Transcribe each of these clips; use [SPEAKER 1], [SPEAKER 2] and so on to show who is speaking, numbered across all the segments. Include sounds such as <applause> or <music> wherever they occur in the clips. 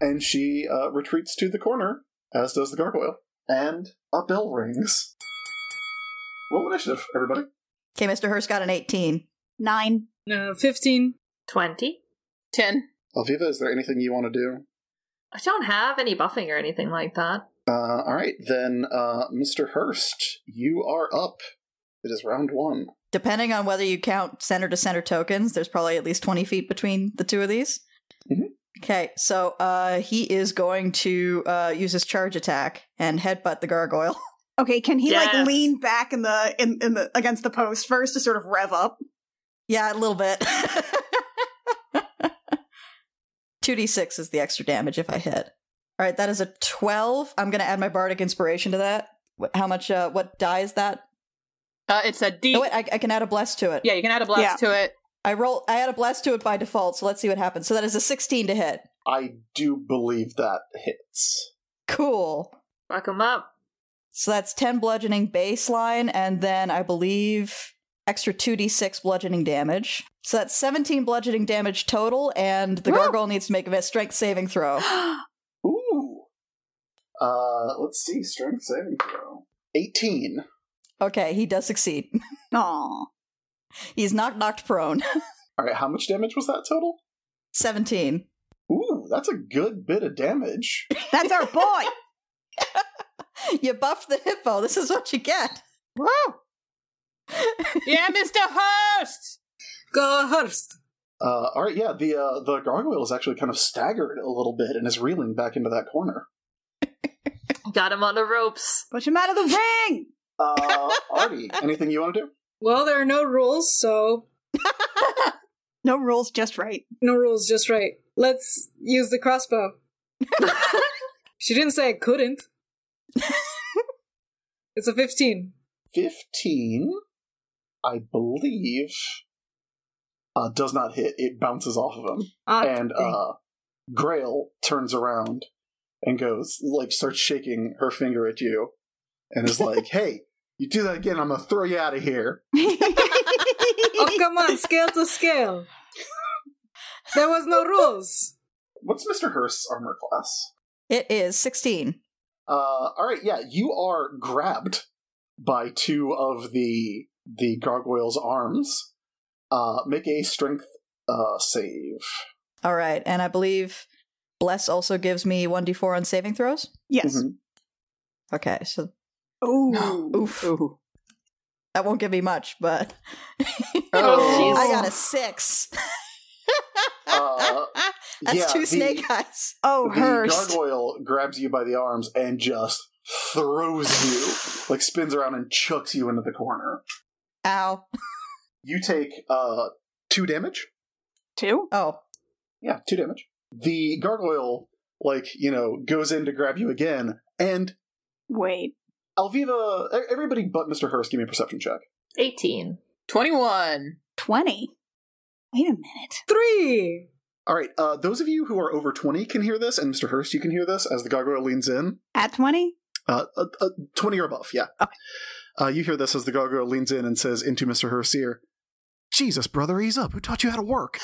[SPEAKER 1] and she uh, retreats to the corner, as does the gargoyle. And a bell rings. Roll initiative, everybody.
[SPEAKER 2] Okay, Mr. Hurst got an 18.
[SPEAKER 3] Nine.
[SPEAKER 4] No, 15.
[SPEAKER 5] 20? 10.
[SPEAKER 1] Alviva, is there anything you want to do?
[SPEAKER 5] I don't have any buffing or anything like that.
[SPEAKER 1] Uh, all right, then, uh, Mr. Hurst, you are up. It is round one.
[SPEAKER 2] Depending on whether you count center to center tokens, there's probably at least 20 feet between the two of these.
[SPEAKER 1] Mhm.
[SPEAKER 2] Okay, so uh, he is going to uh, use his charge attack and headbutt the gargoyle. <laughs>
[SPEAKER 3] Okay, can he like
[SPEAKER 5] Yes.
[SPEAKER 3] lean back in the in, in the against the post first to sort of rev up?
[SPEAKER 2] yeah, a little bit. <laughs> 2d6 is the extra damage if I hit. All right, that is a 12. I'm going to add my bardic inspiration to that. Wh- How much, uh, what die is that?
[SPEAKER 4] Uh, it's a D.
[SPEAKER 2] Oh, wait, I, I can add a bless to it.
[SPEAKER 4] yeah, you can add a blast to it.
[SPEAKER 2] I roll. I add a bless to it by default, so let's see what happens. So that is a 16 to hit.
[SPEAKER 1] I do believe that hits.
[SPEAKER 2] Cool.
[SPEAKER 5] Fuck them up.
[SPEAKER 2] So that's 10 bludgeoning baseline, and then I believe extra 2d6 bludgeoning damage. So that's 17 bludgeoning damage total, and the
[SPEAKER 3] Woo!
[SPEAKER 2] gargoyle needs to make a strength saving throw.
[SPEAKER 1] Ooh. Uh, let's see. Strength saving throw. 18.
[SPEAKER 2] Okay, he does succeed.
[SPEAKER 3] <gasps>
[SPEAKER 2] <laughs>
[SPEAKER 3] Aw.
[SPEAKER 2] He's knocked knocked prone. <laughs>
[SPEAKER 1] All right, how much damage was that total?
[SPEAKER 2] 17.
[SPEAKER 1] Ooh, that's a good bit of damage.
[SPEAKER 3] That's our boy.
[SPEAKER 2] You buffed the hippo. This is what you get.
[SPEAKER 3] Woo!
[SPEAKER 4] yeah, Mr. Hurst! Go Hurst!
[SPEAKER 1] Uh, all right, yeah, the uh, the gargoyle is actually kind of staggered a little bit and is reeling back into that corner.
[SPEAKER 5] Got him on the ropes.
[SPEAKER 3] Push him out of the ring.
[SPEAKER 6] <laughs>
[SPEAKER 1] Uh, Artie, anything you want to do?
[SPEAKER 6] Well, there are no rules, so
[SPEAKER 3] No rules, just <laughs> right.
[SPEAKER 6] no rules, just right. Let's use the
[SPEAKER 5] <laughs>
[SPEAKER 6] crossbow. she didn't say I couldn't. it's a 15.
[SPEAKER 1] 15, I believe, uh, does not hit. It bounces off of him.
[SPEAKER 6] Ah,
[SPEAKER 1] and
[SPEAKER 6] dang.
[SPEAKER 1] uh, Grail turns around and goes, like, starts shaking her finger at you and is
[SPEAKER 6] <laughs>
[SPEAKER 1] like, hey, you do that again, I'm going to throw you out of here.
[SPEAKER 6] oh, come on, scale to scale. There was no rules.
[SPEAKER 1] What's Mr. Hurst's armor class?
[SPEAKER 2] It is 16.
[SPEAKER 1] Uh, all right, yeah, you are grabbed by two of the the gargoyle's arms. Uh, make a strength uh, save.
[SPEAKER 2] All right, and I believe Bless also gives me 1d4 on saving throws.
[SPEAKER 3] yes.
[SPEAKER 1] Mhm.
[SPEAKER 2] Okay, so
[SPEAKER 3] Ooh.
[SPEAKER 2] oof. That won't give me much, but
[SPEAKER 1] Oh.
[SPEAKER 2] I got a six.
[SPEAKER 1] Uh,
[SPEAKER 2] <laughs> That's
[SPEAKER 1] yeah,
[SPEAKER 2] two
[SPEAKER 1] the-
[SPEAKER 2] snake eyes.
[SPEAKER 3] Oh,
[SPEAKER 1] The
[SPEAKER 3] Hurst.
[SPEAKER 1] gargoyle grabs you by the arms and just throws you, like spins around and chucks you into the corner.
[SPEAKER 2] Ow.
[SPEAKER 1] You take uh, two damage.
[SPEAKER 3] Two.
[SPEAKER 2] Oh.
[SPEAKER 1] Yeah, two damage. The gargoyle, like you know, goes in to grab you again, and
[SPEAKER 3] Wait.
[SPEAKER 1] Alviva, e- everybody but Mr. Hurst, give me a perception check.
[SPEAKER 5] 18.
[SPEAKER 4] 21.
[SPEAKER 3] Twenty. Wait a minute.
[SPEAKER 6] Three.
[SPEAKER 1] All right, uh, those of you who are over 20 can hear this, and Mr. Hurst, you can hear this as the gargoyle leans in.
[SPEAKER 3] At twenty.
[SPEAKER 1] Uh, uh, uh, 20 or above, yeah.
[SPEAKER 3] Okay.
[SPEAKER 1] Uh, you hear this as the gargoyle leans in and says into Mr. Hurst's ear, Jesus, brother, ease up. Who taught you how to work?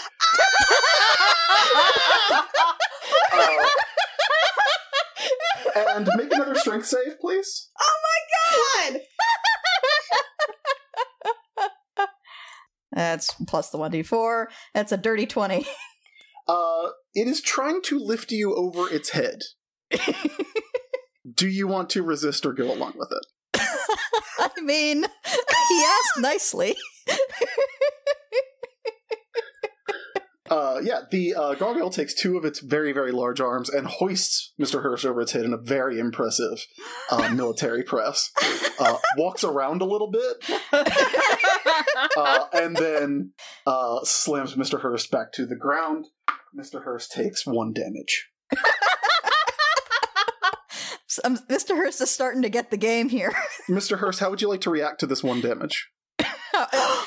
[SPEAKER 1] Uh, and make another strength save, please.
[SPEAKER 3] Oh my god!
[SPEAKER 2] <laughs> That's plus the 1d4. That's a dirty 20.
[SPEAKER 1] Uh, it is trying to lift you over its head. Do you want to resist or go along with it?
[SPEAKER 2] <laughs> I mean, he
[SPEAKER 1] <laughs>
[SPEAKER 2] asked nicely.
[SPEAKER 1] Uh, yeah, the uh, gargoyle takes two of its very, very large arms and hoists Mr. Hirsch over its head in a very impressive uh, military press. Uh, walks around a little bit uh, and then uh, slams Mr. Hurst back to the ground. Mr. Hurst takes one damage.
[SPEAKER 2] So, um, Mr. Hurst is starting to get the game here. <laughs>
[SPEAKER 1] Mr. Hurst, how would you like to react to this one damage?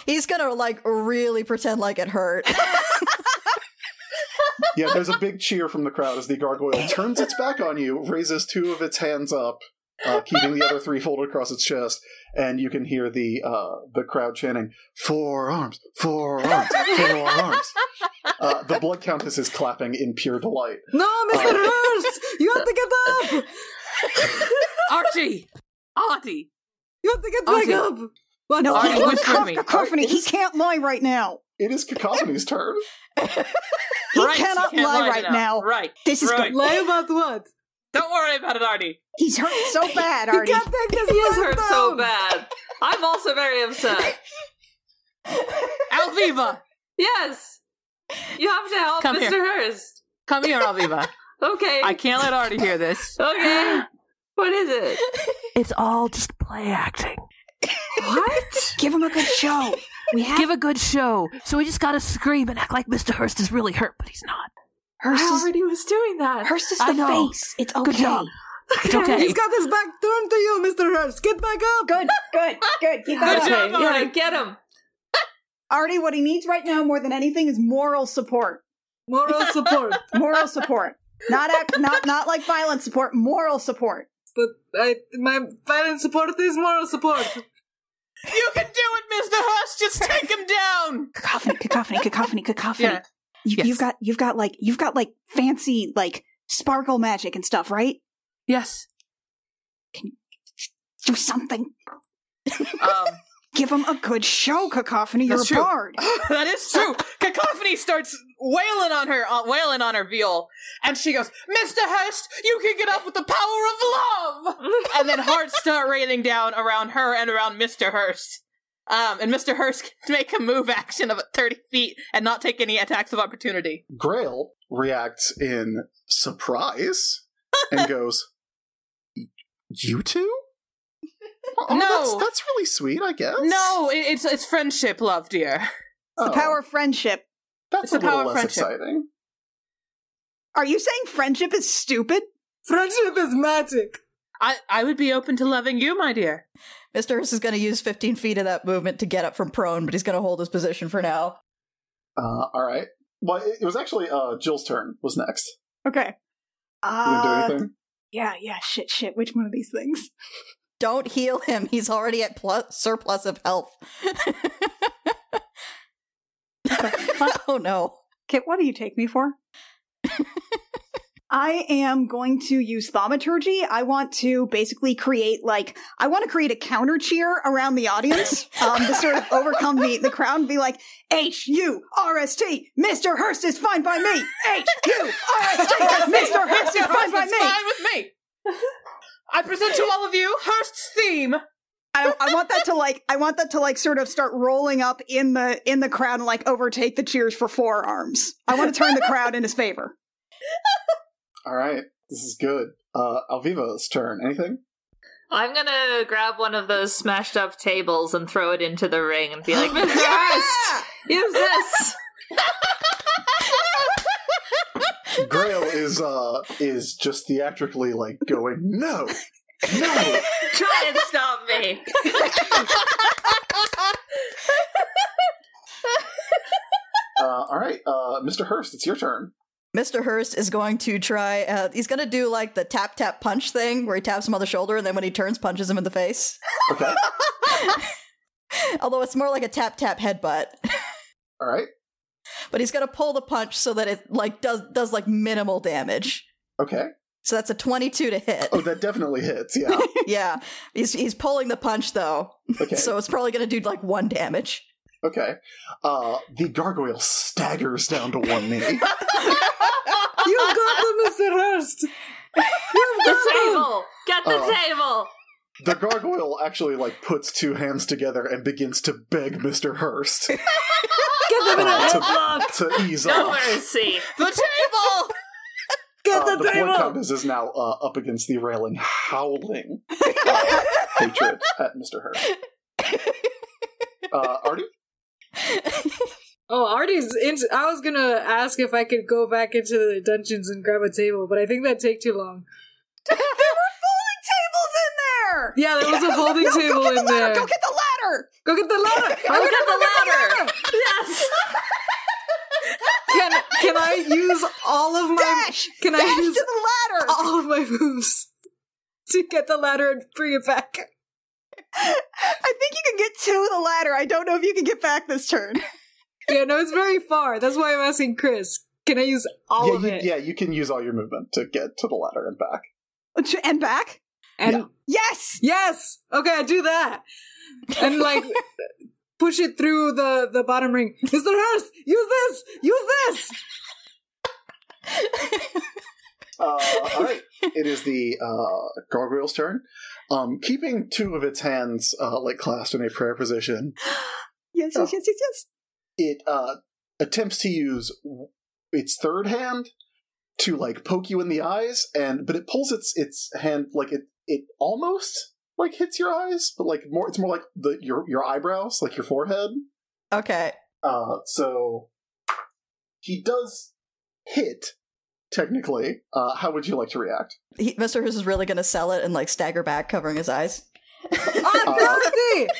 [SPEAKER 2] He's gonna like really pretend like it hurt. <laughs>
[SPEAKER 1] Yeah, there's a big cheer from the crowd as the gargoyle turns its back on you, raises two of its hands up, uh, keeping the other three folded across its chest, and you can hear the uh, the crowd chanting "Four arms, four arms, four arms." Uh, the blood countess is clapping in pure delight.
[SPEAKER 6] No,
[SPEAKER 5] <laughs>
[SPEAKER 6] Mr. Hurst! You have to get up!
[SPEAKER 4] Archie! Artie!
[SPEAKER 6] You have to get back
[SPEAKER 4] Okay.
[SPEAKER 6] up! What?
[SPEAKER 3] Oh, No,
[SPEAKER 4] Sorry,
[SPEAKER 3] he can't
[SPEAKER 4] whisper
[SPEAKER 3] cough
[SPEAKER 4] me.
[SPEAKER 3] cacophony. He can't lie right now.
[SPEAKER 1] It is Cacophony's turn.
[SPEAKER 3] He cannot lie right now.
[SPEAKER 4] Right.
[SPEAKER 3] This is
[SPEAKER 4] Right.
[SPEAKER 3] good.
[SPEAKER 6] Lie about what?
[SPEAKER 4] Don't worry about it, Artie.
[SPEAKER 3] He's hurt <laughs> so bad,
[SPEAKER 6] You
[SPEAKER 3] Artie.
[SPEAKER 6] can't take this
[SPEAKER 5] He is
[SPEAKER 6] man
[SPEAKER 5] hurt
[SPEAKER 6] down.
[SPEAKER 5] so bad. I'm also very upset.
[SPEAKER 4] Alviva!
[SPEAKER 5] Yes, you have to help
[SPEAKER 4] Come
[SPEAKER 5] Mr.
[SPEAKER 4] here.
[SPEAKER 5] Hurst.
[SPEAKER 4] Come here, Alviva.
[SPEAKER 5] Okay.
[SPEAKER 4] I can't let Artie hear this.
[SPEAKER 5] Okay. What is it?
[SPEAKER 4] It's all just play acting.
[SPEAKER 5] What?
[SPEAKER 3] <laughs> Give him a good show. We have
[SPEAKER 4] Give a good show. So we just gotta scream and act like Mr. Hurst is really hurt, but he's not.
[SPEAKER 3] Hurst.
[SPEAKER 5] I
[SPEAKER 3] Is,
[SPEAKER 5] already was doing that. <laughs>
[SPEAKER 3] Hurst is
[SPEAKER 4] I
[SPEAKER 3] the
[SPEAKER 4] know.
[SPEAKER 3] face. It's okay.
[SPEAKER 4] Good job. It's
[SPEAKER 3] <laughs>
[SPEAKER 4] okay.
[SPEAKER 6] He's got his back turned to you, Mr. Hurst. Get back up!
[SPEAKER 3] Good, good, good. Keep that
[SPEAKER 4] Good
[SPEAKER 3] up.
[SPEAKER 4] job,
[SPEAKER 5] Yeah,
[SPEAKER 4] Artie.
[SPEAKER 5] get him.
[SPEAKER 3] Artie, what he needs right now more than anything is moral support.
[SPEAKER 6] <laughs> Moral support.
[SPEAKER 3] Moral support. Not act, not not like violent support. Moral support.
[SPEAKER 6] but I, my parent support is moral support.
[SPEAKER 4] You can do it, Mr. Hurst! Just take him down!
[SPEAKER 3] Cacophony, cacophony, cacophony, cacophony.
[SPEAKER 4] Yeah.
[SPEAKER 3] You,
[SPEAKER 4] Yes.
[SPEAKER 3] You've got you've got like you've got like fancy like sparkle magic and stuff, right?
[SPEAKER 4] Yes.
[SPEAKER 3] Do something.
[SPEAKER 4] Um,
[SPEAKER 3] Give him a good show, cacophony. You're
[SPEAKER 4] That's
[SPEAKER 3] a
[SPEAKER 4] true.
[SPEAKER 3] bard.
[SPEAKER 4] that is true. Cacophony starts wailing on her, uh, wailing on her viol, and she goes, "Mr. Hurst, you can get up with the power of love."
[SPEAKER 3] <laughs>
[SPEAKER 4] and then hearts start raining down around her and around Mr. Hurst. Um, and Mr. Hurst <laughs> can make a move action of 30 feet and not take any attacks of opportunity.
[SPEAKER 1] Grail reacts in surprise and goes, "You two? Oh,
[SPEAKER 4] No.
[SPEAKER 1] that's, that's really sweet. I guess.
[SPEAKER 4] No, it, it's it's friendship, love, dear.
[SPEAKER 1] Oh,
[SPEAKER 3] The power of friendship.
[SPEAKER 1] That's
[SPEAKER 4] it's
[SPEAKER 1] a
[SPEAKER 4] the power
[SPEAKER 1] little
[SPEAKER 4] of
[SPEAKER 1] less
[SPEAKER 4] friendship.
[SPEAKER 1] exciting.
[SPEAKER 3] Are you saying friendship is stupid?
[SPEAKER 6] Friendship is magic.
[SPEAKER 4] I I would be open to loving you, my
[SPEAKER 3] <laughs>
[SPEAKER 4] dear.
[SPEAKER 2] Mr. Hurst is going to use 15 feet of that movement to get up from prone, but he's going to hold his position for now.
[SPEAKER 1] Uh, all right. Well, it, it was actually uh, Jill's turn was next.
[SPEAKER 3] Okay.
[SPEAKER 1] You didn't do
[SPEAKER 3] Uh,
[SPEAKER 1] anything.
[SPEAKER 3] yeah, yeah, shit, shit. Which one of these things?
[SPEAKER 2] Don't heal him. <laughs> He's already at plus, surplus of health. <laughs> oh no.
[SPEAKER 3] Kit, what do you take me for? <laughs> I am going to use thaumaturgy. I want to basically create like I want to create a counter cheer around the <laughs> audience um, to sort of overcome the the crowd and be like H U R S T, Mr. Hurst is fine by me. H U R S T, <laughs> Mr. Hurst is fine by
[SPEAKER 4] Hurst
[SPEAKER 3] me.
[SPEAKER 4] is fine with me. I present to all of you Hurst's theme.
[SPEAKER 3] I, I want that to like I want that to like sort of start rolling up in the in the crowd and like overtake the cheers for forearms. I want to turn the crowd in his favor.
[SPEAKER 1] All right. This is good. Uh, Alviva's turn. Anything?
[SPEAKER 5] I'm gonna grab one of those smashed up tables and throw it into the ring and be <laughs> like, Mr. <laughs> Hurst, use this.
[SPEAKER 1] Grail is uh, is just theatrically like going no, no.
[SPEAKER 5] Try and stop me.
[SPEAKER 1] Uh, all right, uh, Mr. Hurst, it's your turn.
[SPEAKER 2] Mr. Hurst is going to try, uh, he's going to do like the tap tap punch thing where he taps him on the shoulder and then when he turns, punches him in the face. <laughs>
[SPEAKER 1] Okay.
[SPEAKER 2] Although it's more like a tap tap headbutt. <laughs>
[SPEAKER 1] All right.
[SPEAKER 2] But he's going to pull the punch so that it like does does like minimal damage.
[SPEAKER 1] Okay.
[SPEAKER 2] So that's a 22 to hit.
[SPEAKER 1] Oh, that definitely hits. Yeah.
[SPEAKER 2] <laughs> yeah. He's he's pulling the punch though.
[SPEAKER 1] Okay.
[SPEAKER 2] So it's probably going to do like one damage.
[SPEAKER 1] okay. Uh, the gargoyle staggers down to one knee.
[SPEAKER 6] You got them, Mr. Hurst. You've
[SPEAKER 5] The
[SPEAKER 6] got them.
[SPEAKER 5] table. Get the
[SPEAKER 1] Oh.
[SPEAKER 5] table.
[SPEAKER 1] The gargoyle actually like puts two hands together and begins to beg Mr. Hurst
[SPEAKER 6] Get them in a
[SPEAKER 1] uh,
[SPEAKER 6] headlock.
[SPEAKER 1] to, to ease
[SPEAKER 5] No
[SPEAKER 1] off.
[SPEAKER 5] mercy.
[SPEAKER 4] The table.
[SPEAKER 6] Get
[SPEAKER 1] Uh,
[SPEAKER 6] the,
[SPEAKER 1] the blood
[SPEAKER 6] table.
[SPEAKER 1] countess is now uh, up against the railing,
[SPEAKER 6] <laughs>
[SPEAKER 1] howling uh, hatred at Mr. Hurst. Uh, Artie?
[SPEAKER 6] Oh, Artie's in. I was gonna ask if I could go back into the dungeons and grab a table, but I think that'd take too long.
[SPEAKER 3] there were folding tables in there.
[SPEAKER 6] Yeah, there was a folding
[SPEAKER 3] <laughs> no,
[SPEAKER 6] table
[SPEAKER 3] go get
[SPEAKER 6] in
[SPEAKER 3] the ladder.
[SPEAKER 6] there.
[SPEAKER 3] Go get the ladder.
[SPEAKER 6] Go get the ladder.
[SPEAKER 3] <laughs>
[SPEAKER 5] Look
[SPEAKER 6] I'm
[SPEAKER 5] at
[SPEAKER 6] gonna
[SPEAKER 5] the
[SPEAKER 6] go get
[SPEAKER 5] ladder. Yes.
[SPEAKER 6] Can can I use all of my
[SPEAKER 3] Dash.
[SPEAKER 6] can I
[SPEAKER 3] Dash
[SPEAKER 6] use Oh.
[SPEAKER 3] to the ladder.
[SPEAKER 6] all of my moves? to get the ladder and bring it back.
[SPEAKER 3] I think you can get to the ladder. I don't know if you can get back this turn. <laughs>
[SPEAKER 6] Yeah, no, it's very far. That's why I'm asking Chris. Can I use all
[SPEAKER 1] yeah,
[SPEAKER 6] of
[SPEAKER 1] you,
[SPEAKER 6] it?
[SPEAKER 1] yeah, you can use all your movement to get to the ladder and back.
[SPEAKER 3] And back?
[SPEAKER 6] And
[SPEAKER 1] Yeah.
[SPEAKER 3] Yes!
[SPEAKER 6] yes, okay, I do that,
[SPEAKER 1] <laughs>
[SPEAKER 6] and like push it through the the bottom ring. Mister Hurst, use this, use this.
[SPEAKER 1] Uh, all
[SPEAKER 6] <laughs>
[SPEAKER 1] right. It is the uh, gargoyle's turn. Um, keeping two of its hands uh, like clasped in a prayer position,
[SPEAKER 3] Yes,
[SPEAKER 6] Oh.
[SPEAKER 3] yes, yes, yes, yes.
[SPEAKER 1] it uh, attempts to use w- its third hand to like poke you in the eyes, and but it pulls its its hand like it it almost like hits your eyes, but like more it's more like the your your eyebrows, like your forehead.
[SPEAKER 2] Okay.
[SPEAKER 1] Uh, so he does hit technically. Uh, how would you like to react?
[SPEAKER 2] He, Mr. Hurst is really going to sell it and like stagger back, covering his eyes.
[SPEAKER 1] <laughs>
[SPEAKER 6] Ah, Dorothy,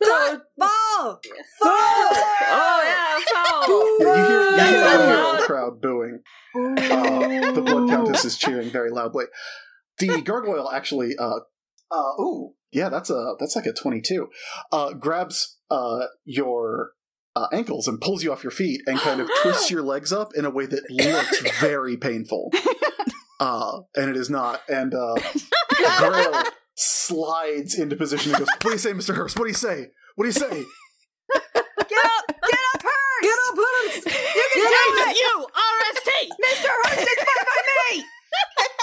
[SPEAKER 6] the ball, ball.
[SPEAKER 5] Oh yeah, foul.
[SPEAKER 1] Yeah, you hear, you
[SPEAKER 5] That's
[SPEAKER 1] hear
[SPEAKER 5] so
[SPEAKER 1] the
[SPEAKER 5] loud.
[SPEAKER 1] little crowd booing. Uh, the blood countess is cheering very loudly. The gargoyle actually, uh, uh, ooh, yeah, that's a that's like a twenty-two. Uh, grabs uh, your uh, ankles and pulls you off your feet and kind of twists your legs up in a way that looks very painful. Uh, and it is not. And uh, the grail slides into position and goes, "What do you say, Mister Hurst? What do you say? What do you say?"
[SPEAKER 3] Get up! Get up, Hurst!
[SPEAKER 6] Get up, Hurst.
[SPEAKER 3] You can do it!
[SPEAKER 4] you, RST!
[SPEAKER 3] Mr. Hurst, it's fine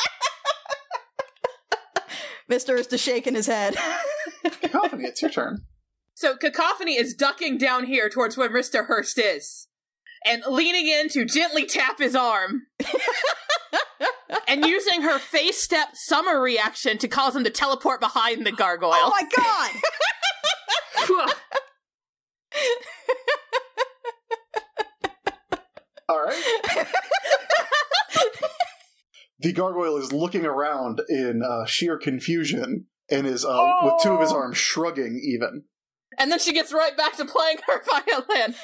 [SPEAKER 3] by me!
[SPEAKER 2] Mr. Hurst is shaking his head.
[SPEAKER 1] Cacophony, it's your turn.
[SPEAKER 4] So Cacophony is ducking down here towards where Mr. Hurst is and leaning in to gently tap his arm and using her face step summer reaction to cause him to teleport behind the gargoyle.
[SPEAKER 3] Oh my god!
[SPEAKER 1] All right. the gargoyle is looking around in uh, sheer confusion and is uh, with two of his arms shrugging. Even
[SPEAKER 4] and then she gets right back to playing her <laughs> violin.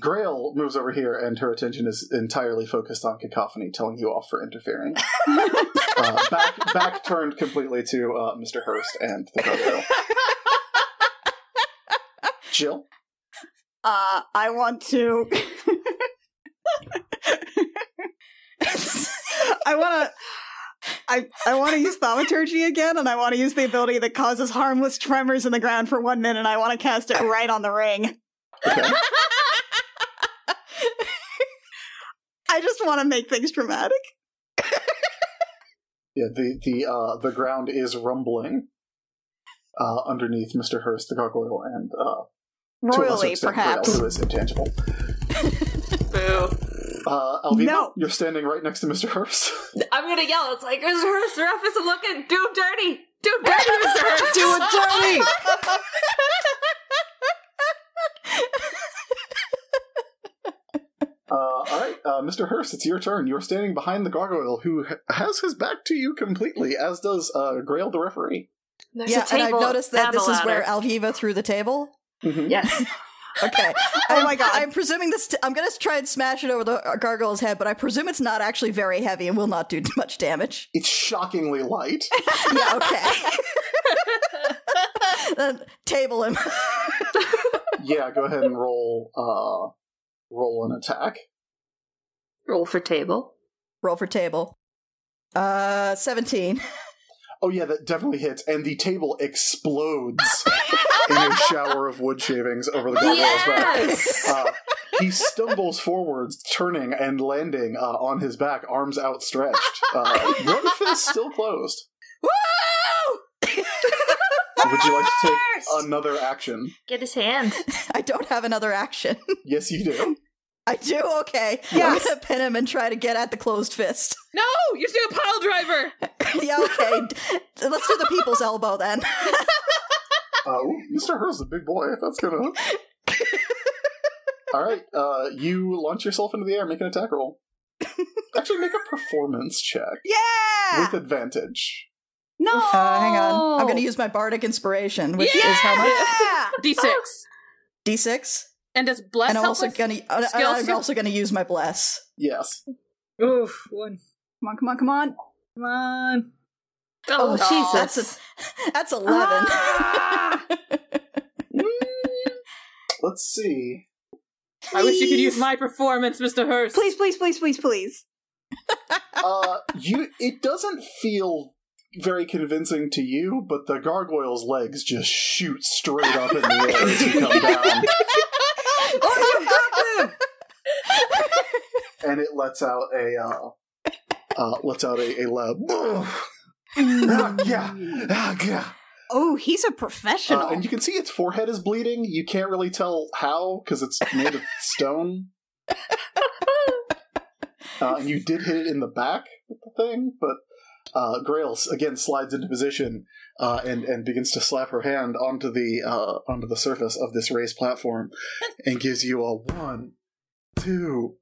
[SPEAKER 1] Grail moves over here, and her attention is entirely focused on cacophony, telling you off for interfering. uh, back, back turned completely to uh, Mr. Hurst and the gargoyle. Jill,
[SPEAKER 3] Uh, I want to. I want to. I, I want to use thaumaturgy again, and I want to use the ability that causes harmless tremors in the ground for one minute. And I want to cast it right on the ring.
[SPEAKER 1] okay.
[SPEAKER 3] <laughs> I just want to make things dramatic.
[SPEAKER 1] yeah, the the uh, the ground is rumbling uh, underneath Mr. Hurst, the gargoyle, and uh, to a lesser
[SPEAKER 3] Royally,
[SPEAKER 1] extent,
[SPEAKER 3] perhaps.
[SPEAKER 1] Grail, who is intangible.
[SPEAKER 5] Boo.
[SPEAKER 1] Uh, Alvina,
[SPEAKER 3] No.
[SPEAKER 1] you're standing right next to Mr.
[SPEAKER 3] <laughs>
[SPEAKER 1] Hurst.
[SPEAKER 5] I'm gonna yell. It's like Mr. Hurst, the ref isn't looking. Do him dirty. Do him dirty, Mr. Hurst.
[SPEAKER 6] Do it, Dorothy.
[SPEAKER 1] uh, all right, uh, Mr. Hurst, it's your turn. You're standing behind the gargoyle, who ha- has his back to you completely, as does uh, Grail the referee.
[SPEAKER 5] There's
[SPEAKER 2] yeah,
[SPEAKER 5] a
[SPEAKER 2] and
[SPEAKER 5] table
[SPEAKER 2] I noticed that
[SPEAKER 5] and a
[SPEAKER 2] this is where
[SPEAKER 5] ladder.
[SPEAKER 2] Alviva threw the table.
[SPEAKER 3] Mm-hmm.
[SPEAKER 1] Mhm.
[SPEAKER 5] Yes.
[SPEAKER 2] Okay.
[SPEAKER 3] Oh
[SPEAKER 2] I'm-
[SPEAKER 3] my God.
[SPEAKER 2] I'm presuming this. i am I'm gonna try and smash it over the uh, gargoyle's head, but I presume it's not actually very heavy and will not do much damage.
[SPEAKER 1] It's shockingly
[SPEAKER 3] <laughs>
[SPEAKER 1] light.
[SPEAKER 2] Yeah. Okay. then table him.
[SPEAKER 1] yeah, go ahead and roll uh, roll an attack.
[SPEAKER 5] Roll for table.
[SPEAKER 2] Roll for table. Uh, seventeen.
[SPEAKER 1] Oh yeah, that definitely hits, and the table explodes
[SPEAKER 3] <laughs>
[SPEAKER 1] in a shower of wood shavings over the gargoyle's back. Uh, he stumbles forwards, turning and landing uh, on his back, arms outstretched. Uh, one fist still closed. Woo! <laughs> Would you like to take another action?
[SPEAKER 5] Get his hand.
[SPEAKER 2] I don't have another action. <laughs>
[SPEAKER 1] Yes, you do.
[SPEAKER 2] I do. Okay. I'm
[SPEAKER 3] Yes.
[SPEAKER 2] gonna pin him and try to get at the closed fist.
[SPEAKER 4] No, you're still a pile driver.
[SPEAKER 2] <laughs> yeah. Okay. D- Let's do the people's elbow then.
[SPEAKER 1] Uh, ooh, Mr. Hurl's a big boy. That's gonna. All right, uh, you launch yourself into the air. Make an attack roll. Actually, make a performance check
[SPEAKER 3] <laughs> Yeah.
[SPEAKER 1] with advantage.
[SPEAKER 3] No.
[SPEAKER 1] <laughs>
[SPEAKER 2] Uh, hang on. I'm gonna use my bardic inspiration, which is how much?
[SPEAKER 3] Yeah.
[SPEAKER 4] D6.
[SPEAKER 2] D6.
[SPEAKER 4] And does bless
[SPEAKER 2] and I'm
[SPEAKER 4] help
[SPEAKER 2] also
[SPEAKER 4] us?
[SPEAKER 2] gonna uh,
[SPEAKER 4] Skill
[SPEAKER 2] I'm
[SPEAKER 4] skill?
[SPEAKER 2] also gonna use my bless.
[SPEAKER 1] Yes.
[SPEAKER 6] Oof, one.
[SPEAKER 3] Come on, come on, come on.
[SPEAKER 6] Come on.
[SPEAKER 2] Oh, Jesus. <laughs> Ah.
[SPEAKER 5] Jesus.
[SPEAKER 2] That's 11.
[SPEAKER 1] Let's see.
[SPEAKER 4] I wish you could use my performance, Mr. Hurst.
[SPEAKER 3] Please, please, please, please, please.
[SPEAKER 1] Uh, you. It doesn't feel very convincing to you, but the gargoyle's legs just shoot straight up in the air as you come down, and it lets out a uh, uh lets out a, a loud.
[SPEAKER 4] Mm.
[SPEAKER 1] ah, yeah, ah, yeah.
[SPEAKER 3] Oh, he's a
[SPEAKER 1] Uh,
[SPEAKER 3] professional.
[SPEAKER 1] and you can see its forehead is bleeding. You can't really tell how because it's made of stone. Uh, and you did hit it in the back with the thing, but uh, Grail s- again slides into position uh, and and begins to slap her hand onto the uh, onto the surface of this raised platform, and gives you a one, two,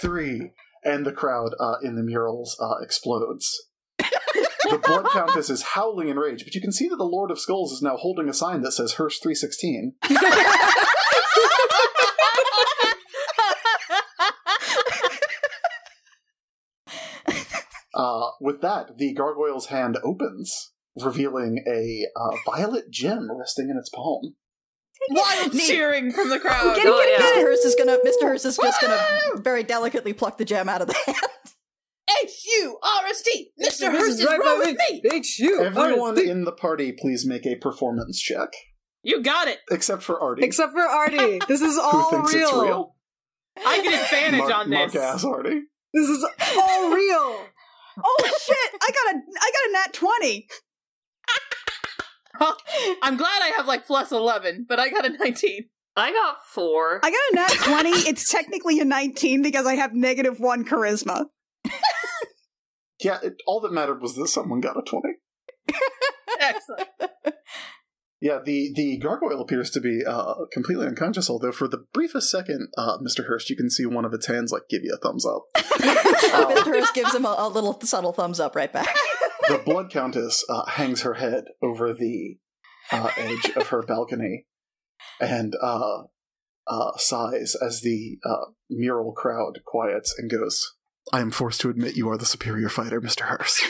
[SPEAKER 1] three, and the crowd uh, in the murals uh, explodes the blood countess is howling in rage, but you can see that the Lord of Skulls is now holding a sign that says Hearst 316. Uh, with that, the gargoyle's hand opens, revealing a uh, violet gem resting in its palm.
[SPEAKER 4] Wild cheering from the crowd.
[SPEAKER 5] Get it, Oh, get it, yeah.
[SPEAKER 2] Mr. Hurst is gonna. Mr. Hurst is just gonna very delicately pluck the gem out of the hand. <laughs>
[SPEAKER 4] H U R S T. Mr. Hurst is
[SPEAKER 6] right
[SPEAKER 4] right
[SPEAKER 6] by
[SPEAKER 4] with me.
[SPEAKER 6] H U
[SPEAKER 1] Everyone
[SPEAKER 6] R S T.
[SPEAKER 1] in the party, please make a performance check,
[SPEAKER 4] You got it.
[SPEAKER 1] except for Artie,
[SPEAKER 6] Except Oh, for Artie. This is
[SPEAKER 1] who
[SPEAKER 6] all
[SPEAKER 1] thinks it's real.
[SPEAKER 4] I get advantage
[SPEAKER 1] Mark,
[SPEAKER 4] on this.
[SPEAKER 1] Mark ass Artie.
[SPEAKER 6] This is all real.
[SPEAKER 3] oh shit! I got a I got a nat twenty.
[SPEAKER 4] <laughs> I'm glad I have like plus 11, but I got a 19.
[SPEAKER 5] I got four.
[SPEAKER 3] I got a nat twenty. it's technically a nineteen because I have negative one charisma.
[SPEAKER 1] Yeah, it, all that mattered was that someone got a 20.
[SPEAKER 4] Excellent.
[SPEAKER 1] Yeah, the, the gargoyle appears to be uh, completely unconscious, although for the briefest second, uh, Mr. Hurst, you can see one of its hands like give you a thumbs up. Uh,
[SPEAKER 2] Mr. Hurst gives him a, a little subtle thumbs up right <laughs> back.
[SPEAKER 1] The blood countess uh, hangs her head over the uh, edge of her balcony and uh, uh, sighs as the uh, mural crowd quiets and goes, I am forced to admit you are the superior fighter, Mr. Hurst.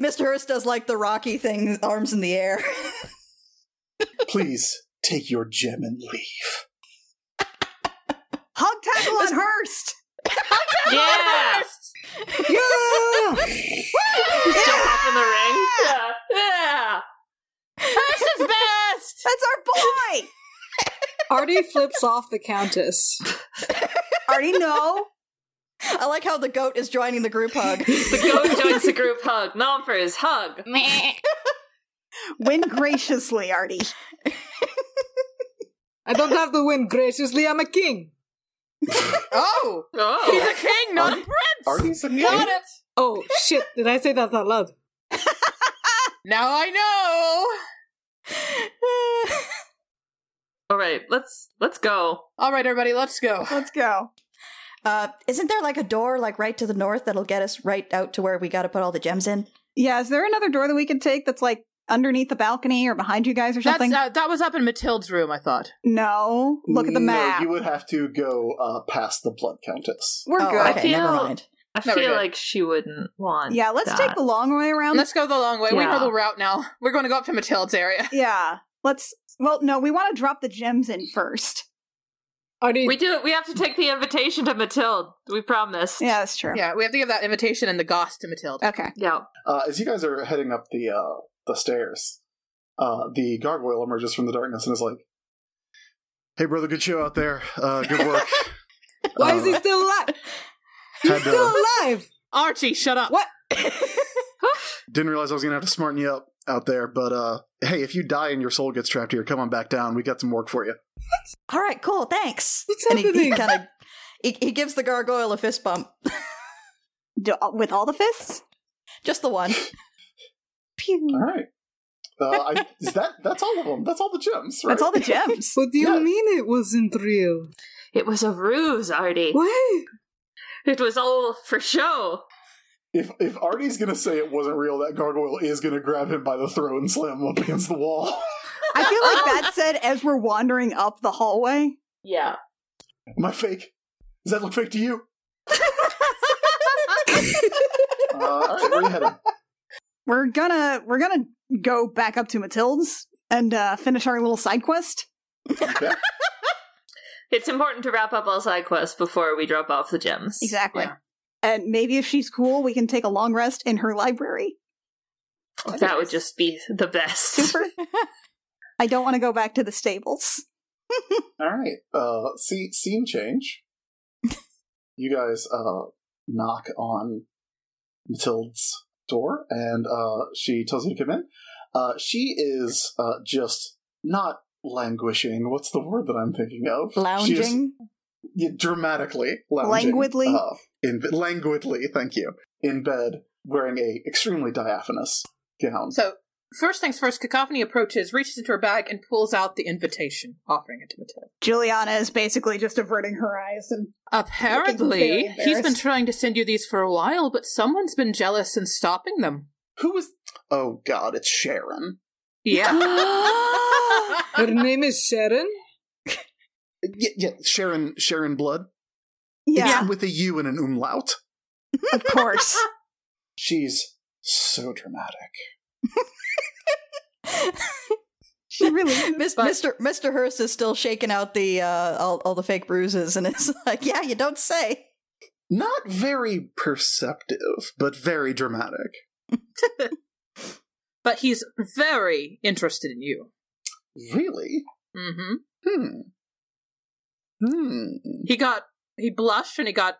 [SPEAKER 2] Mr. Hurst does like the Rocky thing, arms in the air.
[SPEAKER 1] Please take your gem and leave.
[SPEAKER 3] Hug tackle
[SPEAKER 2] <laughs>
[SPEAKER 3] on Hurst.
[SPEAKER 5] yeah. Just <laughs> jump up in the ring. Yeah. Yeah.
[SPEAKER 4] Hurst is best.
[SPEAKER 3] That's our boy.
[SPEAKER 6] Artie flips off the countess.
[SPEAKER 3] Already know.
[SPEAKER 2] I like how the goat is joining the group <laughs> hug.
[SPEAKER 5] The goat joins the group hug. Known for his hug.
[SPEAKER 3] Win graciously, Artie.
[SPEAKER 6] I don't have to win graciously. I'm a king.
[SPEAKER 4] Oh, he's
[SPEAKER 5] Oh.
[SPEAKER 4] a king, not a prince.
[SPEAKER 1] Artie's a
[SPEAKER 4] Got it.
[SPEAKER 6] Oh shit! Did I say that out loud?
[SPEAKER 4] Now I know.
[SPEAKER 5] All right, let's let's go.
[SPEAKER 4] All right, everybody, let's go.
[SPEAKER 3] Let's go.
[SPEAKER 2] Uh, isn't there like a door like right to the north that'll get us right out to where we got to put all the gems in?
[SPEAKER 3] Yeah, is there another door that we can take that's like underneath the balcony or behind you guys or
[SPEAKER 4] That's,
[SPEAKER 3] something?
[SPEAKER 4] uh, that was up in Matilde's room, I thought.
[SPEAKER 3] no. Look at the map.
[SPEAKER 1] No, you would have to go uh, past the blood countess.
[SPEAKER 3] We're
[SPEAKER 2] oh,
[SPEAKER 3] good.
[SPEAKER 2] Okay, never
[SPEAKER 5] feel-
[SPEAKER 2] mind.
[SPEAKER 5] I
[SPEAKER 4] No, we're
[SPEAKER 5] feel
[SPEAKER 4] good.
[SPEAKER 5] like she wouldn't want.
[SPEAKER 3] Yeah, let's take
[SPEAKER 5] that.
[SPEAKER 3] the long way around.
[SPEAKER 4] Let's go the long way. We
[SPEAKER 5] Yeah.
[SPEAKER 4] know the route now. We're going to go up to Matilde's area.
[SPEAKER 3] yeah. Let's well, no, we want to drop the gems in first.
[SPEAKER 6] Artie,
[SPEAKER 5] We do. We have to take the invitation to Matilde. We promised.
[SPEAKER 3] Yeah, that's true.
[SPEAKER 4] Yeah, we have to give that invitation and the goss to Matilde.
[SPEAKER 3] Okay.
[SPEAKER 5] Yeah.
[SPEAKER 1] Uh, as you guys are heading up the uh, the stairs, uh, the gargoyle emerges from the darkness and is like, "Hey, brother, good show out there. Uh, good
[SPEAKER 3] <laughs>
[SPEAKER 1] work.
[SPEAKER 6] why is he
[SPEAKER 1] Uh,
[SPEAKER 6] still alive?
[SPEAKER 1] had,
[SPEAKER 6] He's still
[SPEAKER 1] uh,
[SPEAKER 6] alive.
[SPEAKER 4] Archie, shut up.
[SPEAKER 6] What?
[SPEAKER 1] didn't realize I was gonna have to smarten you up out there, but uh, hey, if you die and your soul gets trapped here, come on back down. We got some work for you.
[SPEAKER 2] All right, cool, thanks.
[SPEAKER 6] What's
[SPEAKER 2] and he, he
[SPEAKER 6] happening?
[SPEAKER 2] kind of he, he gives the gargoyle a fist bump,
[SPEAKER 3] Do, uh, with all the fists?
[SPEAKER 2] just the one.
[SPEAKER 1] All
[SPEAKER 3] Pew.
[SPEAKER 1] right. Uh, I, is that that's all of them? That's all the gems, right?
[SPEAKER 3] That's all
[SPEAKER 6] <laughs>
[SPEAKER 3] the gems.
[SPEAKER 6] What do you
[SPEAKER 1] Yeah.
[SPEAKER 6] mean it wasn't real?
[SPEAKER 5] It was a ruse, Artie.
[SPEAKER 6] What?
[SPEAKER 5] It was all for show.
[SPEAKER 1] if if Artie's gonna say it wasn't real, that gargoyle is gonna grab him by the throat and slam him up against the wall. <laughs>
[SPEAKER 3] I feel like that said as we're wandering up the hallway.
[SPEAKER 5] Yeah.
[SPEAKER 1] Am I fake? Does that look fake to you? Uh, all right, where you headed?
[SPEAKER 3] We're gonna we're gonna go back up to Matilda's and uh, finish our little side quest.
[SPEAKER 1] Okay.
[SPEAKER 5] It's important to wrap up all side quests before we drop off the gems.
[SPEAKER 3] Exactly.
[SPEAKER 4] Yeah.
[SPEAKER 3] And maybe if she's cool, we can take a long rest in her library.
[SPEAKER 5] That would just be the best.
[SPEAKER 3] Super. I don't want to go back to the stables.
[SPEAKER 1] All right. Uh, see, scene change. you guys uh, knock on Matilda's door, and uh, she tells you to come in. Uh, she is uh, just not languishing. What's the word that I'm thinking of? She is-
[SPEAKER 2] Lounging.
[SPEAKER 1] yeah, dramatically lounging,
[SPEAKER 3] Languidly?
[SPEAKER 1] uh, in be- languidly. Thank you. In bed, wearing a extremely diaphanous gown.
[SPEAKER 4] So, first things first, Cacophony approaches, reaches into her bag, and pulls out the invitation, offering it to Matilda.
[SPEAKER 3] Juliana is basically just averting her eyes and
[SPEAKER 4] Apparently,
[SPEAKER 3] Looking very
[SPEAKER 4] he's been
[SPEAKER 3] embarrassed.
[SPEAKER 4] trying to send you these for a while, but someone's been jealous and stopping them.
[SPEAKER 1] Who was? Oh God, it's Sharon.
[SPEAKER 4] Yeah.
[SPEAKER 6] Her name is Sharon.
[SPEAKER 1] Yeah, yeah Sharon. Sharon Blood.
[SPEAKER 3] yeah,
[SPEAKER 1] It's with a U and an umlaut.
[SPEAKER 3] of course.
[SPEAKER 1] She's so dramatic.
[SPEAKER 3] She really
[SPEAKER 2] <laughs> Mis-
[SPEAKER 4] But-
[SPEAKER 2] Mr. Mr. Hurst is still shaking out the uh, all, all the fake bruises, and it's <laughs> like, yeah, you don't say.
[SPEAKER 1] Not very perceptive, but very dramatic.
[SPEAKER 4] <laughs> but he's very interested in you.
[SPEAKER 1] Really?
[SPEAKER 4] hmm
[SPEAKER 1] Hmm. Hmm.
[SPEAKER 4] He got, he blushed and he got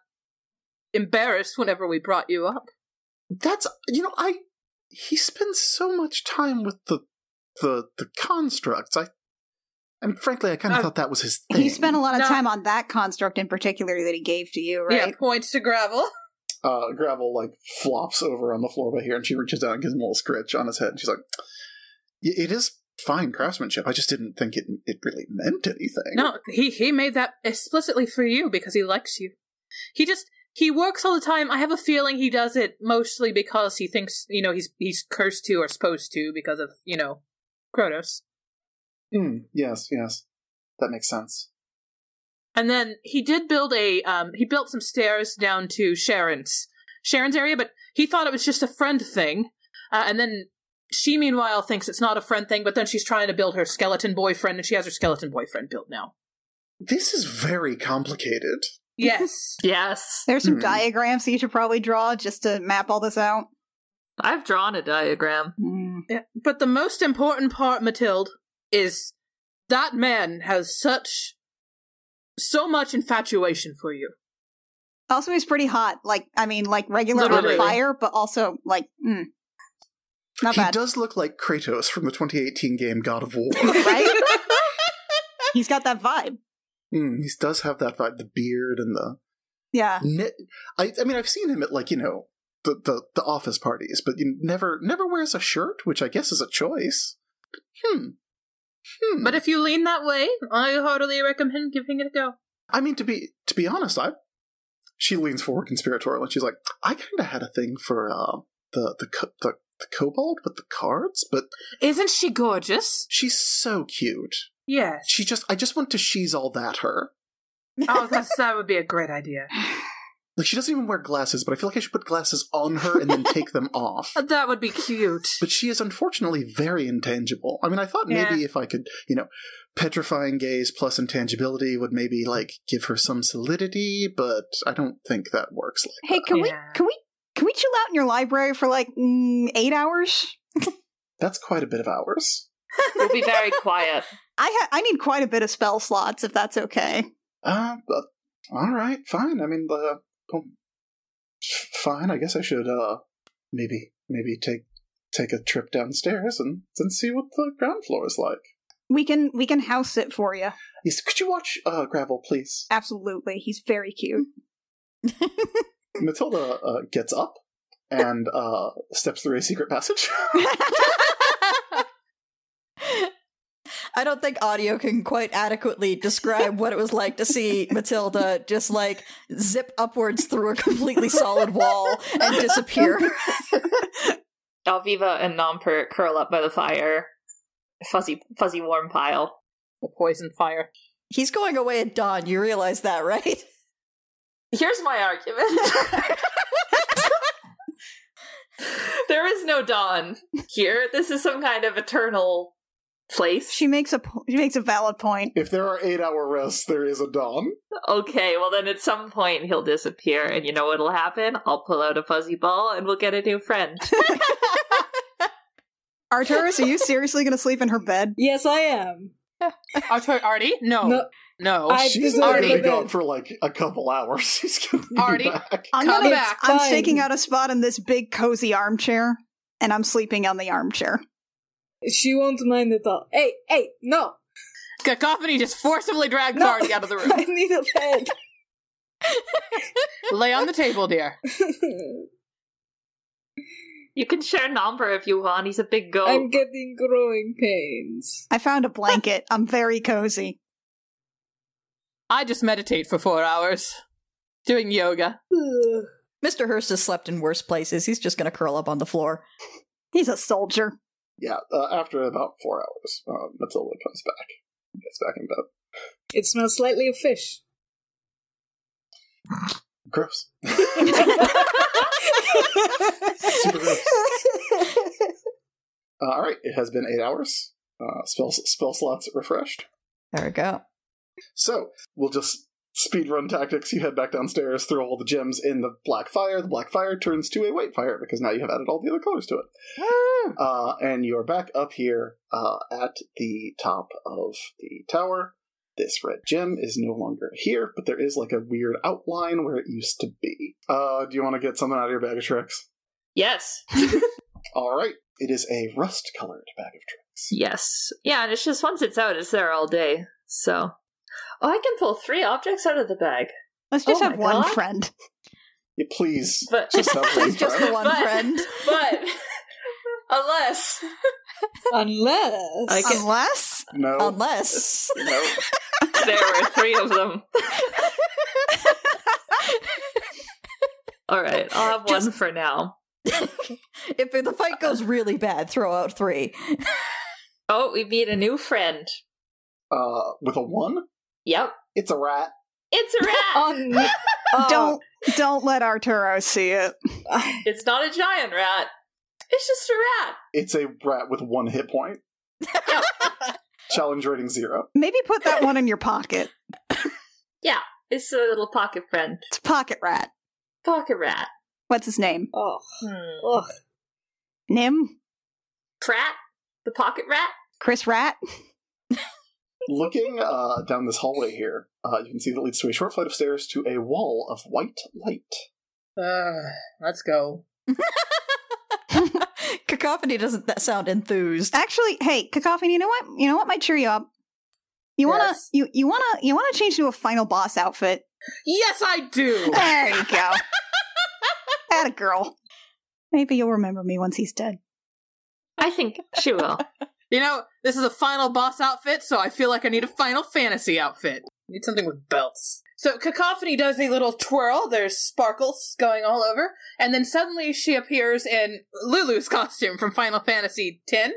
[SPEAKER 4] embarrassed whenever we brought you up.
[SPEAKER 1] That's you know I. He spends so much time with the the the constructs. I. I mean, frankly, I kind of
[SPEAKER 4] Uh,
[SPEAKER 1] thought that was his thing.
[SPEAKER 3] He spent a lot of
[SPEAKER 4] No.
[SPEAKER 3] time on that construct in particular that he gave to you, right?
[SPEAKER 4] Yeah, points to gravel.
[SPEAKER 1] uh, gravel like flops over on the floor by here, and she reaches out and gives him a little scritch on his head. And she's like, "Y- "It is fine craftsmanship. I just didn't think it it really meant anything."
[SPEAKER 4] No, he he made that explicitly for you because he likes you. He just he works all the time. I have a feeling he does it mostly because he thinks you know he's he's cursed to or supposed to because of you know Kronos.
[SPEAKER 1] Mm, yes, yes, that makes sense.
[SPEAKER 4] And then he did build a um he built some stairs down to Sharon's Sharon's area, but he thought it was just a friend thing. Uh, and then she meanwhile thinks it's not a friend thing, but then she's trying to build her skeleton boyfriend, and she has her skeleton boyfriend built now.
[SPEAKER 1] This is very complicated.
[SPEAKER 4] Yes.
[SPEAKER 5] Yes.
[SPEAKER 3] There's some
[SPEAKER 1] Hmm.
[SPEAKER 3] diagrams that you should probably draw just to map all this out.
[SPEAKER 5] I've drawn a diagram.
[SPEAKER 4] <laughs> Yeah, But the most important part, Mathilde, is that man has such so much infatuation for you.
[SPEAKER 3] Also, he's pretty hot. Like, I mean, like regular on
[SPEAKER 5] Literally.
[SPEAKER 3] fire, but also like, mm, not
[SPEAKER 1] he
[SPEAKER 3] bad,
[SPEAKER 1] does look like Kratos from the 2018 game God of
[SPEAKER 3] <laughs>
[SPEAKER 1] War.
[SPEAKER 3] right? he's got that vibe.
[SPEAKER 1] mm, he does have that vibe, the beard and the
[SPEAKER 3] Yeah,
[SPEAKER 1] ne- I, I mean, I've seen him at like you know the the, the office parties, but you never never wears a shirt, which I guess is a choice. Hmm. Hmm.
[SPEAKER 4] But if you lean that way, I heartily recommend giving it a go.
[SPEAKER 1] I mean, to be to be honest, I she leans forward conspiratorial and she's like, I kind of had a thing for uh, the the co- the the kobold with the cards, but
[SPEAKER 4] Isn't she gorgeous?
[SPEAKER 1] she's so cute.
[SPEAKER 4] Yes.
[SPEAKER 1] She just I just want to she's all that her.
[SPEAKER 4] oh, that's, that would be a great idea.
[SPEAKER 1] Like she doesn't even wear glasses, but I feel like I should put glasses on her and then take them off.
[SPEAKER 4] Uh, That would be cute.
[SPEAKER 1] But she is unfortunately very intangible. I mean, I thought
[SPEAKER 4] Yeah.
[SPEAKER 1] maybe if I could, you know, petrifying gaze plus intangibility would maybe like give her some solidity, but I don't think that works. Like,
[SPEAKER 3] Hey, can we
[SPEAKER 4] Yeah.
[SPEAKER 3] can we can we chill out in your library for like mm, eight hours?
[SPEAKER 1] that's quite a bit of hours.
[SPEAKER 5] We'll be
[SPEAKER 3] <laughs>
[SPEAKER 5] very quiet.
[SPEAKER 3] I ha- I need quite a bit of spell slots if that's okay.
[SPEAKER 1] Uh, but all right, fine. I mean, the um, f- fine. I guess I should uh maybe maybe take take a trip downstairs and and see what the ground floor is like.
[SPEAKER 3] We can we can house sit for you.
[SPEAKER 1] Yes, could you watch uh gravel, please?
[SPEAKER 3] Absolutely, he's very cute.
[SPEAKER 1] Matilda uh, gets up and uh steps through a secret passage.
[SPEAKER 2] I don't think audio can quite adequately describe what it was like to see Matilda just like zip upwards through a completely solid wall and disappear.
[SPEAKER 5] Alviva and Nomper curl up by the fire. Fuzzy, fuzzy warm pile.
[SPEAKER 4] The poison fire.
[SPEAKER 2] He's going away at dawn. You realize that, right? <laughs>
[SPEAKER 5] Here's my argument. <laughs> There is no dawn here. This is some kind of eternal place.
[SPEAKER 3] She makes a po- she makes a valid point.
[SPEAKER 1] If there are eight hour rests, there is a dawn.
[SPEAKER 5] Okay, well then at some point he'll disappear, and you know what'll happen? I'll pull out a fuzzy ball, and we'll get a new friend.
[SPEAKER 3] Arturus, are you seriously going to sleep in her bed?
[SPEAKER 6] Yes, I am.
[SPEAKER 4] Artur- Artie? No. No.
[SPEAKER 6] No. I-
[SPEAKER 1] She's
[SPEAKER 6] deserve
[SPEAKER 1] not gonna
[SPEAKER 4] to
[SPEAKER 1] be
[SPEAKER 6] be
[SPEAKER 1] gone
[SPEAKER 6] dead.
[SPEAKER 1] for like a couple hours. <laughs> She's gonna be
[SPEAKER 4] Artie?
[SPEAKER 1] back.
[SPEAKER 3] I'm
[SPEAKER 4] Come
[SPEAKER 3] gonna,
[SPEAKER 4] back.
[SPEAKER 3] I'm
[SPEAKER 6] Fine.
[SPEAKER 3] staking out a spot in this big cozy armchair, and I'm sleeping on the armchair.
[SPEAKER 6] She won't mind at all. Hey, hey, no.
[SPEAKER 4] Cacophony just forcibly drags
[SPEAKER 6] No.
[SPEAKER 4] Artie out of the room.
[SPEAKER 6] <laughs> I need a bed.
[SPEAKER 4] Lay on the table, dear.
[SPEAKER 5] you can share number if you want. He's a big goat.
[SPEAKER 6] I'm getting growing pains.
[SPEAKER 3] I found a blanket. I'm very cozy.
[SPEAKER 4] I just meditate for four hours. Doing yoga.
[SPEAKER 6] Ugh.
[SPEAKER 2] Mr. Hurst has slept in worse places. He's just going to curl up on the floor.
[SPEAKER 3] He's a soldier.
[SPEAKER 1] Yeah, uh, after about four hours, uh, Matilda comes back. Gets back in bed.
[SPEAKER 6] It smells slightly of fish.
[SPEAKER 1] Gross. Super
[SPEAKER 6] <laughs>
[SPEAKER 1] gross. Uh, all right, it has been eight hours. Uh, spell spell slots refreshed.
[SPEAKER 2] There we go.
[SPEAKER 1] So we'll just speed run tactics. You head back downstairs, throw all the gems in the black fire. The black fire turns to a white fire because now you have added all the other colors to it. Uh, and you're back up here uh, at the top of the tower. This red gem is no longer here, but there is like a weird outline where it used to be. Uh, do you want to get something out of your bag of tricks?
[SPEAKER 5] yes,
[SPEAKER 1] All right, it is a rust colored bag of tricks.
[SPEAKER 5] yes, yeah. And it's just once it's out, it's there all day. So, oh, I can pull three objects out of the bag.
[SPEAKER 3] Let's just
[SPEAKER 5] Oh
[SPEAKER 3] have
[SPEAKER 5] my
[SPEAKER 3] one
[SPEAKER 5] God.
[SPEAKER 3] friend.
[SPEAKER 1] Yeah, please,
[SPEAKER 5] But-
[SPEAKER 1] just have one
[SPEAKER 2] <laughs> It's just
[SPEAKER 1] friend.
[SPEAKER 2] the one
[SPEAKER 5] <laughs> But-
[SPEAKER 2] friend.
[SPEAKER 5] But unless
[SPEAKER 6] Unless
[SPEAKER 5] I can-
[SPEAKER 3] Unless
[SPEAKER 1] No,
[SPEAKER 2] Unless. <laughs>
[SPEAKER 1] no.
[SPEAKER 5] there were three of them. All right, I'll have one for now.
[SPEAKER 2] If the fight goes
[SPEAKER 1] Uh-uh.
[SPEAKER 2] really bad, throw out three.
[SPEAKER 1] <laughs>
[SPEAKER 5] Oh, we meet a new friend.
[SPEAKER 1] Uh, with a one,
[SPEAKER 5] Yep,
[SPEAKER 1] it's a rat.
[SPEAKER 5] it's
[SPEAKER 6] <laughs>
[SPEAKER 5] a rat.
[SPEAKER 6] On- Oh.
[SPEAKER 3] don't don't let Arturo see it.
[SPEAKER 5] it's not a giant rat. It's just a rat.
[SPEAKER 1] It's a rat with one hit point. Challenge rating zero.
[SPEAKER 3] Maybe put that one in your pocket.
[SPEAKER 5] It's a little pocket friend,
[SPEAKER 3] It's a pocket rat.
[SPEAKER 5] pocket rat.
[SPEAKER 3] What's his name?
[SPEAKER 6] oh,
[SPEAKER 5] Hmm.
[SPEAKER 6] oh.
[SPEAKER 3] Nim?
[SPEAKER 5] Prat, the pocket rat.
[SPEAKER 3] Chris Rat?
[SPEAKER 1] Looking uh, down this hallway here, uh, you can see that leads to a short flight of stairs to a wall of white light.
[SPEAKER 4] Uh, let's go.
[SPEAKER 2] Cacophony doesn't that sound enthused.
[SPEAKER 3] Actually, hey, Cacophony, you know what? You know what might cheer you up? You wanna
[SPEAKER 4] Yes.
[SPEAKER 3] you, you wanna you wanna change to a final boss outfit.
[SPEAKER 4] Yes, I do.
[SPEAKER 6] <laughs>
[SPEAKER 3] There you go. At a girl. Maybe you'll remember me once he's dead.
[SPEAKER 5] I think she will.
[SPEAKER 4] you know, this is a final boss outfit, so I feel like I need a Final Fantasy outfit. Need something with belts. So Cacophony does a little twirl. There's sparkles going all over, and then suddenly she appears in Lulu's costume from Final Fantasy X,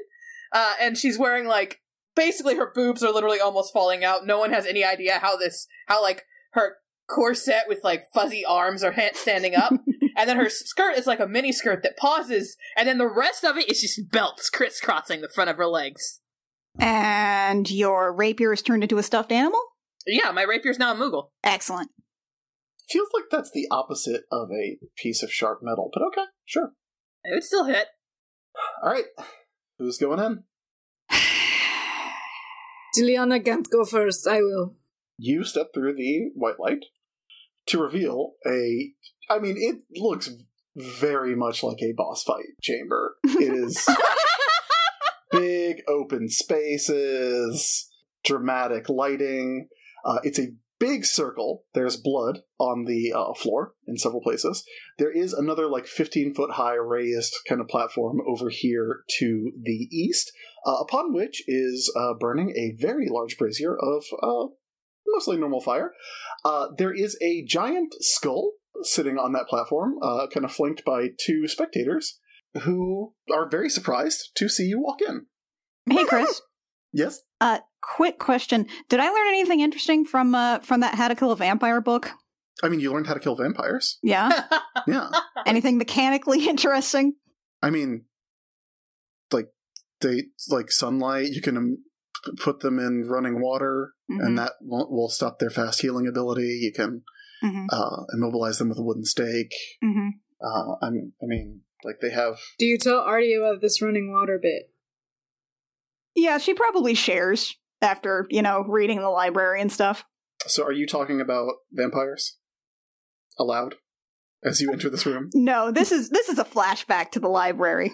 [SPEAKER 4] uh, and she's wearing like basically her boobs are literally almost falling out. No one has any idea how this, how like her corset with like fuzzy arms are ha- standing up, and then her skirt is like a mini skirt that pauses, and then the rest of it is just belts crisscrossing the front of her legs.
[SPEAKER 3] And your rapier is turned into a stuffed animal?
[SPEAKER 4] Yeah, my rapier's now a Moogle.
[SPEAKER 3] Excellent.
[SPEAKER 1] Feels like that's the opposite of a piece of sharp metal, but okay, sure.
[SPEAKER 4] It would still hit. <laughs>
[SPEAKER 1] All right, who's going in?
[SPEAKER 6] Juliana can't go first. I will.
[SPEAKER 1] You step through the white light to reveal a. I mean, it looks very much like a boss fight chamber. It is big open spaces, dramatic lighting. Uh, it's a big circle. There's blood on the uh, floor in several places. There is another like 15 foot high raised kind of platform over here to the east, uh, upon which is uh, burning a very large brazier of uh, mostly normal fire. Uh, there is a giant skull sitting on that platform, uh, kind of flanked by two spectators who are very surprised to see you walk in.
[SPEAKER 3] Hey Chris.
[SPEAKER 1] Yes?
[SPEAKER 3] Uh quick question. Did I learn anything interesting from uh from that How to Kill a Vampire book? <laughs>
[SPEAKER 4] <laughs>
[SPEAKER 1] I mean, you learned how to kill vampires.
[SPEAKER 3] Yeah.
[SPEAKER 1] Yeah.
[SPEAKER 3] anything mechanically <laughs> interesting?
[SPEAKER 1] I mean, like they like sunlight. You can um, p- put them in running water,
[SPEAKER 3] Mm-hmm.
[SPEAKER 1] and that will, will stop their fast healing ability. You can
[SPEAKER 3] Mhm.
[SPEAKER 1] uh, immobilize them with a wooden stake.
[SPEAKER 3] Mhm.
[SPEAKER 1] Uh, I mean, I mean, like they have.
[SPEAKER 6] Do you tell Artie about this running water bit?
[SPEAKER 3] Yeah, she probably shares after, you know, reading the library and stuff.
[SPEAKER 1] So, are you talking about vampires? Aloud, as you enter this room.
[SPEAKER 3] No, this is this is a flashback to the library.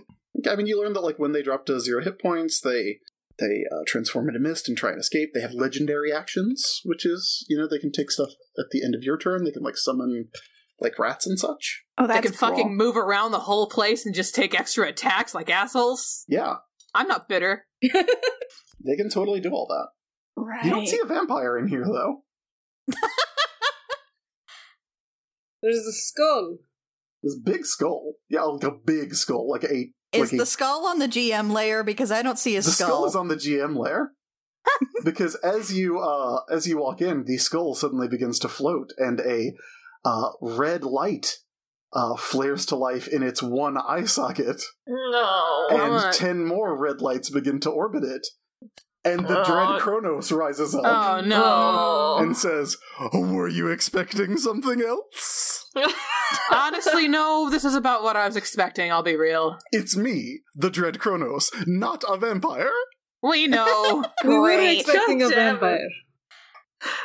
[SPEAKER 1] I mean, you learn that like when they drop to zero hit points, they they uh, transform into mist and try and escape. They have legendary actions, which is you know they can take stuff at the end of your turn. They can like summon like rats and such.
[SPEAKER 3] Oh, that's
[SPEAKER 4] they can
[SPEAKER 3] cool.
[SPEAKER 4] fucking move around the whole place and just take extra attacks like assholes.
[SPEAKER 1] Yeah,
[SPEAKER 4] I'm not bitter.
[SPEAKER 1] they can totally do all that.
[SPEAKER 3] right.
[SPEAKER 1] You don't see a vampire in here though.
[SPEAKER 6] There's a skull.
[SPEAKER 1] This big skull, yeah, like a big skull, like a
[SPEAKER 2] Is
[SPEAKER 1] like a,
[SPEAKER 2] the skull on the GM layer? Because I don't see his
[SPEAKER 1] the skull is on the GM layer. because as you uh, as you walk in, the skull suddenly begins to float, and a uh, red light uh, flares to life in its one eye socket,
[SPEAKER 5] <laughs> No.
[SPEAKER 1] and
[SPEAKER 4] Alright.
[SPEAKER 1] ten more red lights begin to orbit it. And the
[SPEAKER 5] Oh.
[SPEAKER 1] dread Kronos rises up
[SPEAKER 4] Oh no.
[SPEAKER 5] <laughs>
[SPEAKER 1] and says, "Were you expecting something else?
[SPEAKER 4] Honestly, no, this is about what I was expecting, I'll be real.
[SPEAKER 1] It's me, the dread Kronos, not a vampire."
[SPEAKER 4] We know.
[SPEAKER 6] We were
[SPEAKER 3] Great.
[SPEAKER 6] expecting a
[SPEAKER 5] Goddamn.
[SPEAKER 6] vampire.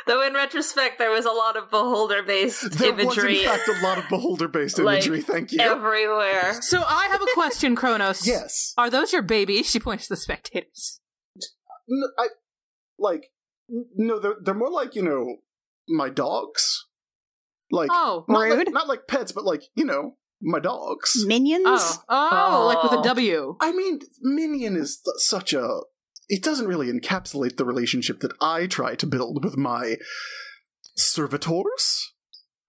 [SPEAKER 5] Though in retrospect, there was a lot of beholder based
[SPEAKER 1] There was in
[SPEAKER 5] imagery
[SPEAKER 1] fact a lot of beholder-based
[SPEAKER 5] Like,
[SPEAKER 1] imagery. Thank you.
[SPEAKER 5] everywhere.
[SPEAKER 4] so I have a question, Kronos.
[SPEAKER 1] yes.
[SPEAKER 4] Are those your babies? She points to the spectators.
[SPEAKER 1] N- I like n- no, they're they're more like you know my dogs, like
[SPEAKER 4] Oh.
[SPEAKER 1] not like-
[SPEAKER 3] Rude.
[SPEAKER 1] not like pets, but like you know my dogs.
[SPEAKER 3] minions.
[SPEAKER 4] Oh. Oh, like with a
[SPEAKER 5] Oh.
[SPEAKER 4] W.
[SPEAKER 1] I mean, minion is th- such a it doesn't really encapsulate the relationship that I try to build with my servitors.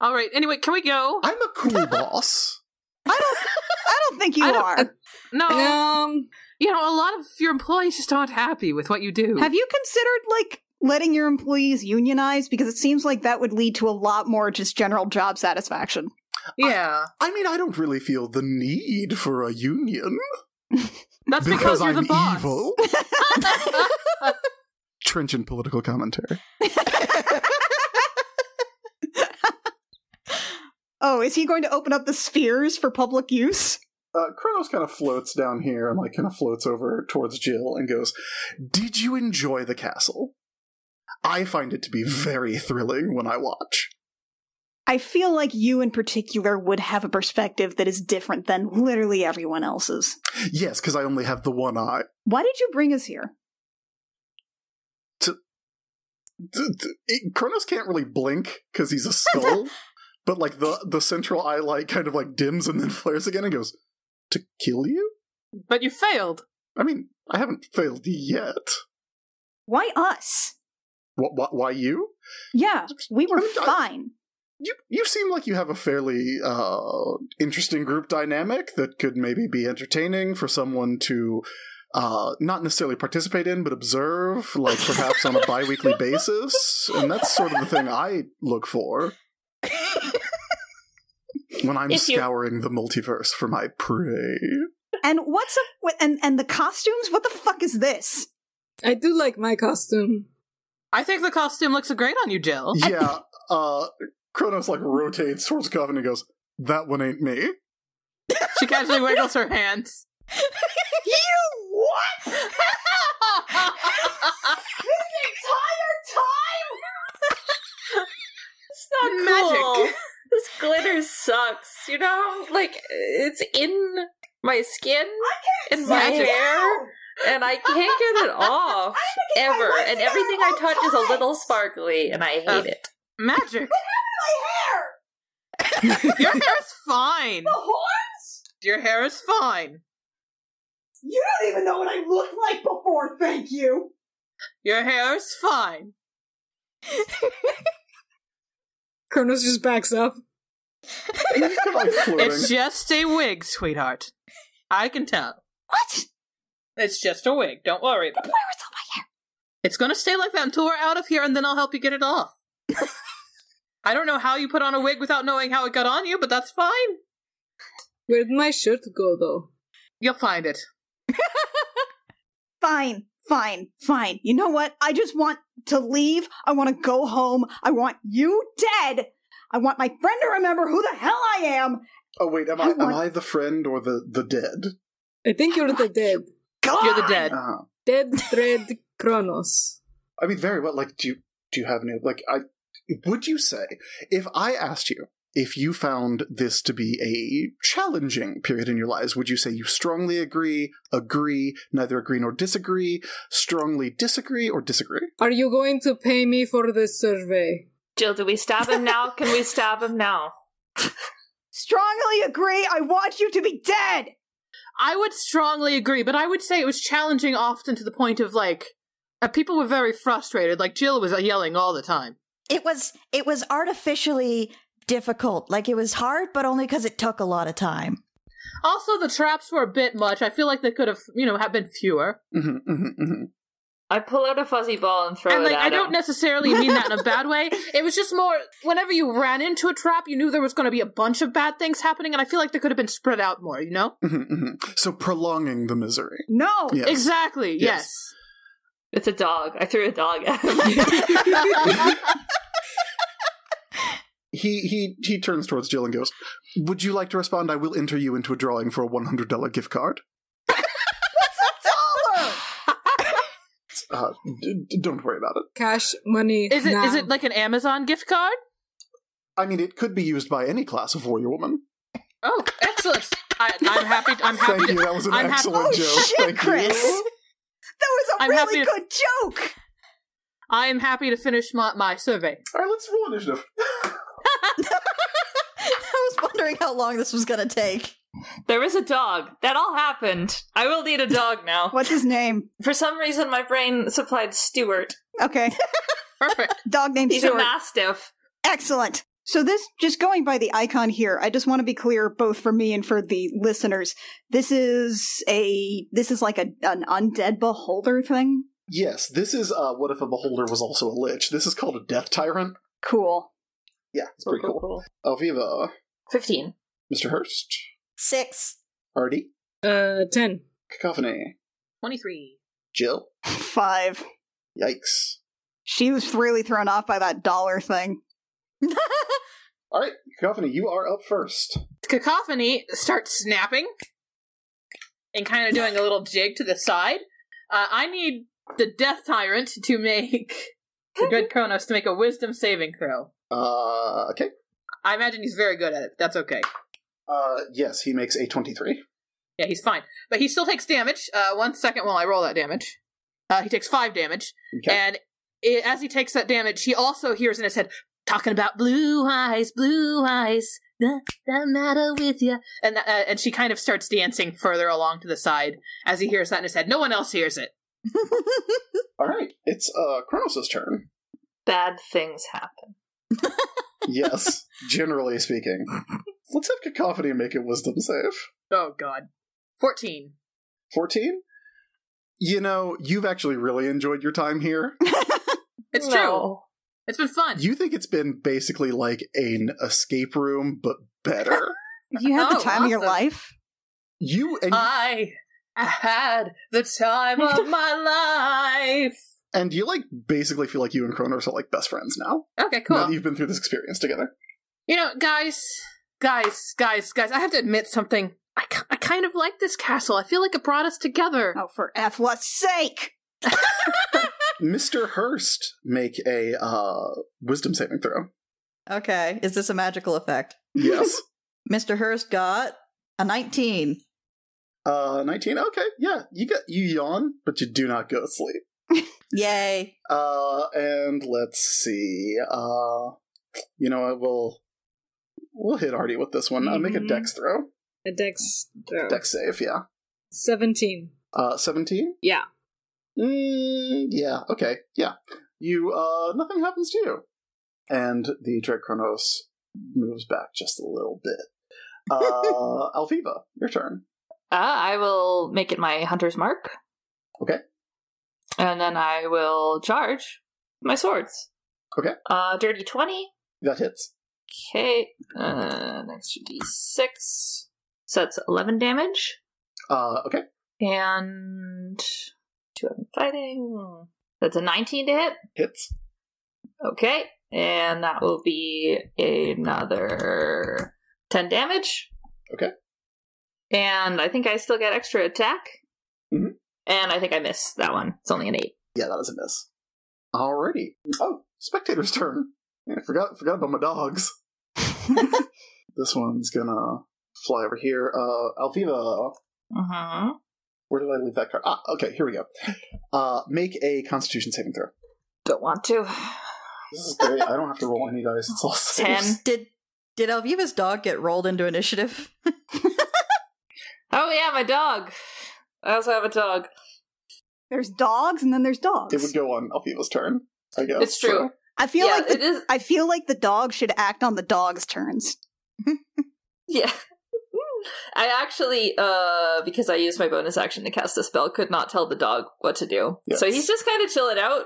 [SPEAKER 4] All right. Anyway, can we go?
[SPEAKER 1] I'm a
[SPEAKER 4] <laughs>
[SPEAKER 1] cool boss.
[SPEAKER 3] I don't I don't think you
[SPEAKER 4] I don't-
[SPEAKER 3] are.
[SPEAKER 4] No.
[SPEAKER 6] Um,
[SPEAKER 4] You know, a lot of your employees just aren't happy with what you do.
[SPEAKER 3] Have you considered like letting your employees unionize because it seems like that would lead to a lot more just general job satisfaction.
[SPEAKER 4] Uh, yeah.
[SPEAKER 1] I mean, I don't really feel the need for a union
[SPEAKER 4] That's because,
[SPEAKER 1] because
[SPEAKER 4] you're
[SPEAKER 1] I'm
[SPEAKER 4] the boss.
[SPEAKER 1] evil.
[SPEAKER 4] <laughs>
[SPEAKER 1] Trenchant political commentary.
[SPEAKER 3] Oh, is he going to open up the spheres for public use?
[SPEAKER 1] uh, Kronos kind of floats down here and like kind of floats over towards Jill and goes, "Did you enjoy the castle? I find it to be very thrilling when I watch."
[SPEAKER 3] I feel like you in particular would have a perspective that is different than literally everyone else's.
[SPEAKER 1] Yes, because I only have the one eye.
[SPEAKER 3] Why did you bring us here?
[SPEAKER 1] D- d- it- Kronos can't really blink because he's a skull, but like the the central eye light kind of like dims and then <laughs> flares again and goes, "To kill you?
[SPEAKER 4] But you failed.
[SPEAKER 1] I mean, I haven't failed yet.
[SPEAKER 3] Why us?
[SPEAKER 1] Wh- wh- why you?
[SPEAKER 3] Yeah, we were
[SPEAKER 1] I'm- I'm-
[SPEAKER 3] fine.
[SPEAKER 1] you you seem like you have a fairly uh, interesting group dynamic that could maybe be entertaining for someone to uh, not necessarily participate in, but observe, like perhaps
[SPEAKER 4] <laughs>
[SPEAKER 1] on a biweekly basis, and that's sort of the thing I look for when I'm
[SPEAKER 5] If you-
[SPEAKER 1] scouring the multiverse for my prey.
[SPEAKER 3] And what's up with and and the costumes? What the fuck is this?
[SPEAKER 6] I do like my costume.
[SPEAKER 4] I think the costume looks great on you, Jill.
[SPEAKER 1] Yeah, uh, Kronos like rotates towards Coven and goes, "That one ain't me."
[SPEAKER 4] She casually wiggles her hands.
[SPEAKER 3] You what?
[SPEAKER 5] It's not
[SPEAKER 4] Magic.
[SPEAKER 5] cool. This glitter sucks. You know, like it's in my skin and my
[SPEAKER 4] see it
[SPEAKER 5] hair, and I can't get it off ever. And everything I touch is a little sparkly, and I hate
[SPEAKER 4] Uh,
[SPEAKER 5] it.
[SPEAKER 4] Magic.
[SPEAKER 3] My hair.
[SPEAKER 4] Your hair is fine.
[SPEAKER 3] horns?
[SPEAKER 4] Your hair is fine.
[SPEAKER 3] You don't even know what I looked like before. Thank you.
[SPEAKER 4] Your hair is fine.
[SPEAKER 6] Kronos just backs up.
[SPEAKER 1] And he's kind of like floating.
[SPEAKER 4] <laughs> It's just a wig, sweetheart. I can tell.
[SPEAKER 3] What?
[SPEAKER 4] It's just a wig. Don't worry about it.
[SPEAKER 3] Where is all my hair?
[SPEAKER 4] It's gonna stay like that until we're out of here, and then I'll help you get
[SPEAKER 3] <laughs>
[SPEAKER 4] it off. I don't know how you put on a wig without knowing how it got on you, but that's fine.
[SPEAKER 6] Where'd my shirt go, though?
[SPEAKER 4] You'll find it.
[SPEAKER 3] Fine, fine, fine. You know what? I just want to leave. I want to go home. I want you dead. I want my friend to remember who the hell I am.
[SPEAKER 1] Oh wait, am
[SPEAKER 3] I
[SPEAKER 1] I am
[SPEAKER 3] want-
[SPEAKER 1] I the friend or the the dead?
[SPEAKER 6] I think you're the dead.
[SPEAKER 3] God!
[SPEAKER 4] You're the dead.
[SPEAKER 1] Uh,
[SPEAKER 6] Dead Dread Kronos.
[SPEAKER 1] I mean, very well. Like, do you do you have any? Like, I would you say if I asked you if you found this to be a challenging period in your lives, would you say you strongly agree, agree, neither agree nor disagree, strongly disagree, or disagree? <laughs>
[SPEAKER 6] Are you going to pay me for this survey?
[SPEAKER 5] Jill, do we stab him now? Can we stab him now?
[SPEAKER 3] Strongly agree. I want you to be dead.
[SPEAKER 4] I would strongly agree, but I would say it was challenging often to the point of like uh, people were very frustrated. Like Jill was uh, yelling all the time.
[SPEAKER 2] It was it was artificially difficult. Like it was hard, but only because it took a lot of time.
[SPEAKER 4] Also, the traps were a bit much. I feel like they could have, you know, have been fewer.
[SPEAKER 1] hmm hmm hmm
[SPEAKER 5] I pull out a fuzzy ball and throw
[SPEAKER 4] and
[SPEAKER 5] it
[SPEAKER 4] like,
[SPEAKER 5] at
[SPEAKER 4] I don't
[SPEAKER 5] him.
[SPEAKER 4] necessarily mean that in a bad way. It was just more whenever you ran into a trap, you knew there was going to be a bunch of bad things happening, and I feel like they could have been spread out more. You know?
[SPEAKER 1] hmm hmm So prolonging the misery.
[SPEAKER 3] No.
[SPEAKER 1] Yeah.
[SPEAKER 4] Exactly.
[SPEAKER 1] Yes.
[SPEAKER 4] Yes.
[SPEAKER 5] It's a dog. I threw a dog at him. <laughs>
[SPEAKER 1] He he he turns towards Jill and goes, "Would you like to respond? I will enter you into a drawing for a one hundred dollar gift
[SPEAKER 3] <laughs>
[SPEAKER 1] card."
[SPEAKER 3] What's a dollar?
[SPEAKER 1] <laughs> Uh, d- d- don't worry about it.
[SPEAKER 6] Cash money.
[SPEAKER 4] Is it is
[SPEAKER 6] now.
[SPEAKER 4] it like an Amazon gift card?
[SPEAKER 1] I mean, it could be used by any class of warrior woman.
[SPEAKER 4] Oh, excellent! I, I'm happy. I'm
[SPEAKER 1] <laughs>
[SPEAKER 4] happy.
[SPEAKER 1] Thank
[SPEAKER 4] to-
[SPEAKER 1] you. That was an
[SPEAKER 4] I'm happy-
[SPEAKER 1] excellent
[SPEAKER 3] Oh
[SPEAKER 1] joke.
[SPEAKER 3] shit,
[SPEAKER 1] Thank
[SPEAKER 3] Chris.
[SPEAKER 1] You.
[SPEAKER 3] That was a
[SPEAKER 4] I'm happy
[SPEAKER 3] really
[SPEAKER 4] to-
[SPEAKER 3] good joke.
[SPEAKER 4] I am happy to finish my, my survey.
[SPEAKER 1] All right, let's roll initiative.
[SPEAKER 2] I was wondering how long this was gonna take.
[SPEAKER 5] there was a dog. That all happened. I will need a dog now.
[SPEAKER 3] What's his name?
[SPEAKER 5] <laughs> For some reason, my brain supplied Stewart.
[SPEAKER 3] Okay.
[SPEAKER 4] <laughs> Perfect.
[SPEAKER 3] Dog named
[SPEAKER 5] He's a
[SPEAKER 3] Stuart.
[SPEAKER 5] mastiff.
[SPEAKER 3] Excellent. So this just going by the icon here, I just want to be clear both for me and for the listeners. This is a this is like a an undead beholder thing.
[SPEAKER 1] Yes, this is uh, what if a beholder was also a lich? This is called a death tyrant.
[SPEAKER 3] Cool. <laughs>
[SPEAKER 1] Yeah, it's pretty cool. Alviva,
[SPEAKER 5] Fifteen.
[SPEAKER 1] Mr. Hurst,
[SPEAKER 2] Six.
[SPEAKER 1] Artie,
[SPEAKER 6] Uh, 10.
[SPEAKER 1] Cacophony,
[SPEAKER 4] Twenty three.
[SPEAKER 1] Jill.
[SPEAKER 3] Five.
[SPEAKER 1] Yikes.
[SPEAKER 3] She was really thrown off by that dollar thing.
[SPEAKER 1] All right, Cacophony, you are up first.
[SPEAKER 4] Cacophony starts snapping and kind of doing a little jig to the side. Uh, I need the Death Tyrant to make the Dread Kronos to make a Wisdom saving throw.
[SPEAKER 1] Uh, okay.
[SPEAKER 4] I imagine he's very good at it. That's okay.
[SPEAKER 1] Uh, yes, he makes a 23.
[SPEAKER 4] Yeah, he's fine, but he still takes damage. Uh, one second while I roll that damage. Uh, he takes five damage,
[SPEAKER 3] Eh.
[SPEAKER 1] Okay.
[SPEAKER 4] and i as he takes that damage, he also hears in his head talking about blue eyes, blue eyes. That matter with you, and uh, and she kind of starts dancing further along to the side as he hears that in his head. No one else
[SPEAKER 1] <laughs>
[SPEAKER 4] hears it.
[SPEAKER 1] All right, it's uh, Kronos' turn.
[SPEAKER 5] Bad things happen.
[SPEAKER 3] <laughs>
[SPEAKER 1] yes, generally speaking. Let's have Cacophony make a wisdom save.
[SPEAKER 4] Oh God, fourteen.
[SPEAKER 1] 14? You know, you've actually really enjoyed your time here.
[SPEAKER 4] It's true.
[SPEAKER 5] No.
[SPEAKER 4] It's been fun.
[SPEAKER 1] You think it's been basically like an escape room, but better.
[SPEAKER 3] You had
[SPEAKER 4] Oh,
[SPEAKER 3] the time of your
[SPEAKER 4] awesome.
[SPEAKER 3] life.
[SPEAKER 1] You and,
[SPEAKER 4] Uh. I had the
[SPEAKER 1] <laughs>
[SPEAKER 4] time of my life.
[SPEAKER 1] and you like basically feel like you and Kronos are like best friends now.
[SPEAKER 4] Okay,
[SPEAKER 1] Now
[SPEAKER 4] cool.
[SPEAKER 1] that you've been through this experience together.
[SPEAKER 4] You know, guys, guys, guys, guys, I have to admit something. I, ki- I kind of like this castle. I feel like it brought us together.
[SPEAKER 3] Oh, for F what's sake.
[SPEAKER 1] Mr. Hurst, make a uh, wisdom saving throw.
[SPEAKER 2] Okay. Is this a magical effect?
[SPEAKER 1] Yes.
[SPEAKER 2] Mr. Hurst got a nineteen.
[SPEAKER 1] uh, 19. Okay. Yeah. You got you yawn, but you do not go to sleep.
[SPEAKER 2] Yay.
[SPEAKER 1] Uh, and let's see. Uh, you know, I will. We'll hit Artie with this one. Uh, make a
[SPEAKER 6] Mhm.
[SPEAKER 1] dex throw.
[SPEAKER 6] A dex. throw.
[SPEAKER 1] Dex save, yeah.
[SPEAKER 6] 17.
[SPEAKER 1] Uh, 17?
[SPEAKER 6] Yeah.
[SPEAKER 1] Mm, yeah, okay, yeah. You, uh, nothing happens to you. And the Dread Kronos moves back just a little bit. Uh, Alviva, your turn.
[SPEAKER 5] Uh, I will make it my hunter's mark.
[SPEAKER 1] Okay.
[SPEAKER 5] And then I will charge my swords.
[SPEAKER 1] Okay.
[SPEAKER 5] Uh, dirty 20.
[SPEAKER 1] That hits.
[SPEAKER 5] Okay. Uh, an extra d6. So that's 11 damage.
[SPEAKER 1] Uh, okay,
[SPEAKER 5] And two of them fighting. That's a 19 to hit.
[SPEAKER 1] hits.
[SPEAKER 5] Okay. And that will be another 10 damage.
[SPEAKER 1] Okay.
[SPEAKER 5] And I think I still get extra attack.
[SPEAKER 1] Mhm.
[SPEAKER 5] And I think I miss that one. It's only an 8.
[SPEAKER 1] Yeah, that is a miss. Alrighty. Oh, spectator's turn. Yeah, I forgot forgot about my
[SPEAKER 5] <laughs>
[SPEAKER 1] dogs. this one's gonna fly over here. Uh, Alviva,
[SPEAKER 3] Mm-hmm.
[SPEAKER 5] Uh-huh.
[SPEAKER 1] where did I leave that card? Ah, okay, here we go. Uh, make a Constitution saving throw.
[SPEAKER 5] Don't want to.
[SPEAKER 1] This is great. I don't have to roll any dice. It's all saves.
[SPEAKER 5] Ten.
[SPEAKER 2] Did did Alviva's dog get rolled into initiative?
[SPEAKER 5] Oh, yeah, my dog. I also have a dog.
[SPEAKER 3] There's dogs and then there's dogs.
[SPEAKER 1] It would go on Alviva's turn. I guess
[SPEAKER 5] It's true.
[SPEAKER 1] So-
[SPEAKER 3] I feel
[SPEAKER 5] yeah,
[SPEAKER 3] like the,
[SPEAKER 5] it is.
[SPEAKER 3] I feel like the dog should act on the dog's turns.
[SPEAKER 5] Yeah. <laughs> I actually, uh, because I used my bonus action to cast a spell, could not tell the dog what to do. So
[SPEAKER 1] Yes.
[SPEAKER 5] he's just kind of chilling out.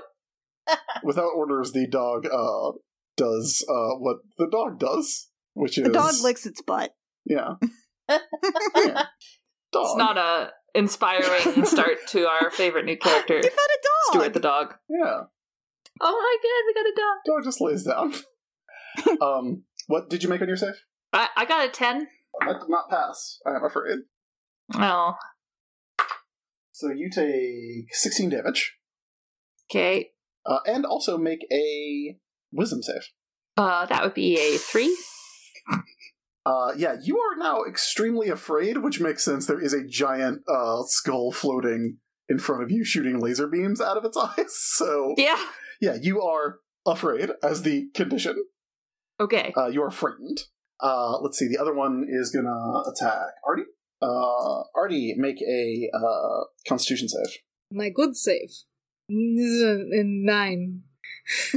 [SPEAKER 1] without orders, the dog uh, does uh, what the dog does, which
[SPEAKER 3] The
[SPEAKER 1] is
[SPEAKER 3] dog licks its butt.
[SPEAKER 5] <laughs>
[SPEAKER 1] Yeah. yeah. Dog.
[SPEAKER 5] It's not a inspiring start to our favorite new character, <laughs>
[SPEAKER 3] You found a dog.
[SPEAKER 5] Stuart the dog.
[SPEAKER 1] yeah.
[SPEAKER 5] Oh my god, we got a dog.
[SPEAKER 1] Dog just lays down. um, what did you make on your save?
[SPEAKER 5] I, I got a ten.
[SPEAKER 1] That did not pass. I am afraid.
[SPEAKER 5] Oh,
[SPEAKER 1] So you take sixteen damage,
[SPEAKER 5] okay.
[SPEAKER 1] uh, and also make a wisdom save.
[SPEAKER 5] Uh, that would be a three.
[SPEAKER 1] Uh, yeah, you are now extremely afraid, which makes sense. There is a giant uh, skull floating in front of you, shooting laser beams out of its <laughs> eyes. So
[SPEAKER 5] Yeah.
[SPEAKER 1] yeah, you are afraid as the condition.
[SPEAKER 5] Okay.
[SPEAKER 1] Uh, you are frightened. Uh, let's see. The other one is gonna attack Artie. Uh, Artie, make a uh, Constitution save.
[SPEAKER 6] My good save. In nine.
[SPEAKER 4] <laughs>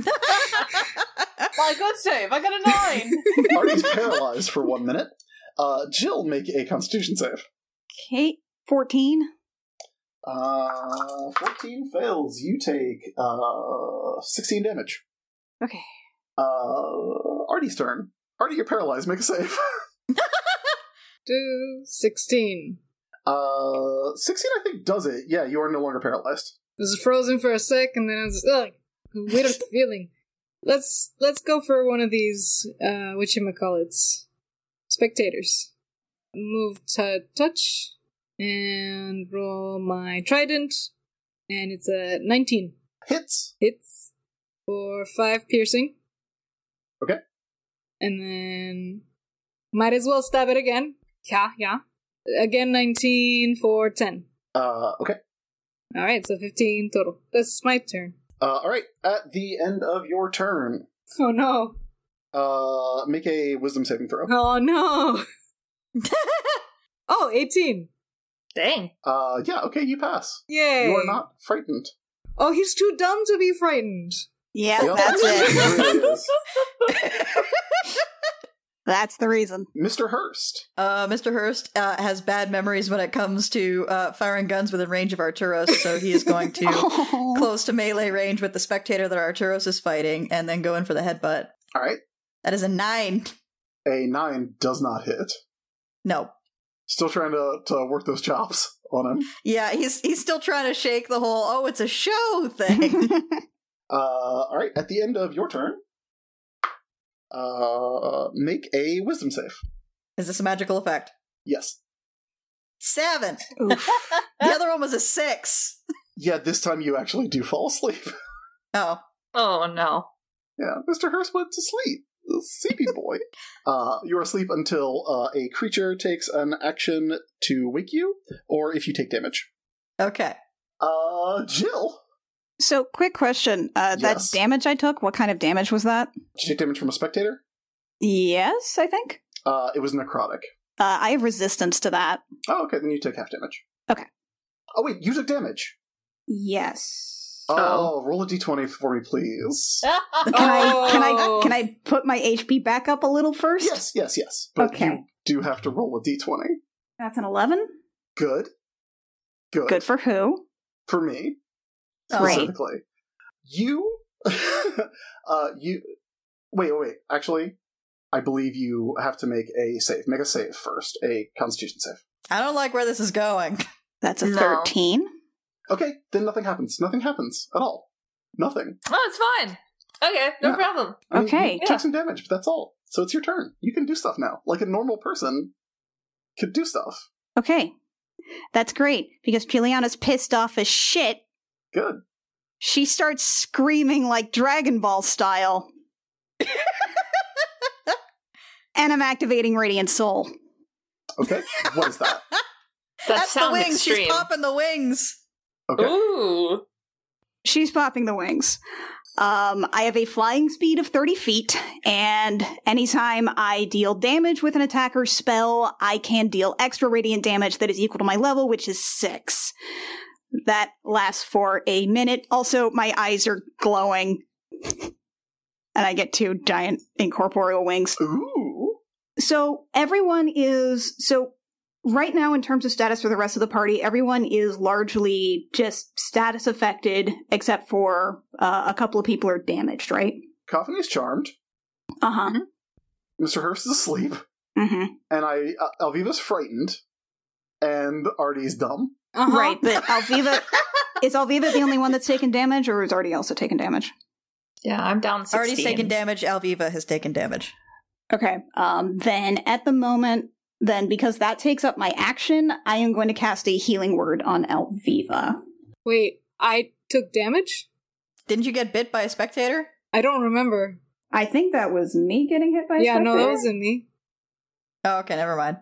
[SPEAKER 4] My good save. I got a <laughs> nine.
[SPEAKER 1] Artie's paralyzed for one minute. Uh, Jill, make a Constitution save.
[SPEAKER 3] Okay, fourteen.
[SPEAKER 1] Uh, fourteen fails. You take uh, sixteen damage.
[SPEAKER 3] Okay.
[SPEAKER 1] Uh, Artie's turn. Artie, you're paralyzed. Make a save. <laughs>
[SPEAKER 6] Two, 16.
[SPEAKER 1] Uh, sixteen, I think, does it. Yeah, you are no longer paralyzed.
[SPEAKER 6] I was frozen for a sec, and then I was ugh, a weird feeling. Let's let's go for one of these uh whatchamacallits. Spectators. Move to touch and roll my trident. And it's a nineteen.
[SPEAKER 1] Hits.
[SPEAKER 6] Hits for five piercing.
[SPEAKER 1] Okay.
[SPEAKER 6] And then might as well stab it again. Yeah, yeah. Again nineteen for ten.
[SPEAKER 1] Uh, okay.
[SPEAKER 6] Alright, so fifteen total. That's my turn.
[SPEAKER 1] Uh, all right. At the end of your turn,
[SPEAKER 6] Oh no.
[SPEAKER 1] Uh, make a wisdom saving throw.
[SPEAKER 6] Oh no. <laughs> oh, 18.
[SPEAKER 5] Dang.
[SPEAKER 1] Uh, yeah, okay, you pass.
[SPEAKER 6] Yay.
[SPEAKER 1] You are not frightened.
[SPEAKER 6] Oh, he's too dumb to be frightened.
[SPEAKER 3] Yeah,
[SPEAKER 1] Yep.
[SPEAKER 3] that's <laughs>
[SPEAKER 1] <laughs>
[SPEAKER 3] it.
[SPEAKER 1] Really is.
[SPEAKER 3] That's the reason.
[SPEAKER 1] Mr. Hurst.
[SPEAKER 2] Uh, Mr. Hurst uh, has bad memories when it comes to uh, firing guns within range of Arturos, so he is going to
[SPEAKER 3] <laughs> Oh.
[SPEAKER 2] close to melee range with the spectator that Arturos is fighting, and then go in for the headbutt.
[SPEAKER 1] All right.
[SPEAKER 2] That is a nine.
[SPEAKER 1] A nine does not hit.
[SPEAKER 2] No.
[SPEAKER 1] Still trying to, to work those chops on him.
[SPEAKER 2] Yeah, he's he's still trying to shake the whole "oh, it's a show" thing.
[SPEAKER 1] Uh, all right. At the end of your turn, uh, make a wisdom save.
[SPEAKER 2] is this a magical effect?
[SPEAKER 1] Yes.
[SPEAKER 2] Seven.
[SPEAKER 3] <laughs> Oof.
[SPEAKER 2] The other one was a six.
[SPEAKER 1] Yeah, this time you actually do fall asleep.
[SPEAKER 2] Oh,
[SPEAKER 5] Oh no.
[SPEAKER 1] Yeah, Mr. Hurst went to sleep. Sleepy boy. <laughs> Uh, you're asleep until uh, a creature takes an action to wake you, or if you take damage.
[SPEAKER 2] okay.
[SPEAKER 1] Uh, Jill.
[SPEAKER 3] So, quick question: uh, That
[SPEAKER 1] Yes.
[SPEAKER 3] damage I took, what kind of damage was that?
[SPEAKER 1] Did you take damage from a spectator?
[SPEAKER 3] Yes, I think
[SPEAKER 1] Uh, it was necrotic.
[SPEAKER 3] uh, I have resistance to that.
[SPEAKER 1] Oh, okay, then you take half damage.
[SPEAKER 3] Okay.
[SPEAKER 1] Oh, wait, you took damage.
[SPEAKER 3] Yes.
[SPEAKER 1] Oh, Ah.
[SPEAKER 5] Uh-oh.
[SPEAKER 1] roll a d20 for me, please.
[SPEAKER 3] Can I can I can I put my HP back up a little first?
[SPEAKER 1] Yes, yes, yes. But
[SPEAKER 3] Okay.
[SPEAKER 1] you do have to roll a d20.
[SPEAKER 3] That's an eleven.
[SPEAKER 1] Good. Good.
[SPEAKER 3] Good for who?
[SPEAKER 1] for me.
[SPEAKER 3] Great.
[SPEAKER 1] specifically. You, <laughs> uh, you. Wait, wait. Actually, I believe you have to make a save. Make a save first. A Constitution save.
[SPEAKER 2] I don't like where this is going.
[SPEAKER 3] That's a
[SPEAKER 5] No.
[SPEAKER 3] 13.
[SPEAKER 1] Okay, then nothing happens. Nothing happens at all. Nothing.
[SPEAKER 5] Oh, it's fine. Okay, no
[SPEAKER 1] Yeah.
[SPEAKER 5] problem.
[SPEAKER 1] I mean,
[SPEAKER 3] Okay.
[SPEAKER 1] you Took some damage, but that's all. So it's your turn. You can do stuff now. Like a normal person could do stuff.
[SPEAKER 3] Okay. That's great because Juliana's pissed off as shit.
[SPEAKER 1] Good.
[SPEAKER 3] She starts screaming like Dragon Ball style. and I'm activating Radiant Soul.
[SPEAKER 1] Okay. what is that?
[SPEAKER 5] That
[SPEAKER 2] That's the
[SPEAKER 5] sounds
[SPEAKER 2] wings.
[SPEAKER 5] extreme.
[SPEAKER 2] She's popping the wings.
[SPEAKER 1] Okay.
[SPEAKER 5] Ooh.
[SPEAKER 3] She's popping the wings. Um, I have a flying speed of 30 feet, and anytime I deal damage with an attacker's spell, I can deal extra radiant damage that is equal to my level, which is six. That lasts for a minute. Also, my eyes are glowing, <laughs> and I get two giant incorporeal wings.
[SPEAKER 1] Ooh.
[SPEAKER 3] So everyone is so right now in terms of status for the rest of the party, everyone is largely just status affected, except for uh, a couple of people are damaged, right?
[SPEAKER 1] Coffin is charmed.
[SPEAKER 3] Uh huh.
[SPEAKER 1] Mr. Hurst is asleep.
[SPEAKER 3] hmm
[SPEAKER 1] And I uh, Alviva's frightened. And Artie's dumb.
[SPEAKER 6] Uh-huh.
[SPEAKER 3] Right, but Alviva is Alviva the only one that's taken damage, or is already also taken damage?
[SPEAKER 5] Yeah, I'm down 16.
[SPEAKER 2] Already's taken damage. Alviva has taken damage.
[SPEAKER 3] Okay. Um. Then at the moment, then because that takes up my action, I am going to cast a healing word on Alviva.
[SPEAKER 6] Wait, I took damage?
[SPEAKER 2] Didn't you get bit by a spectator?
[SPEAKER 6] I don't remember.
[SPEAKER 3] I think that was me getting hit by. a
[SPEAKER 6] yeah, no, that
[SPEAKER 3] spectre.
[SPEAKER 6] wasn't me.
[SPEAKER 2] Oh, okay, never mind.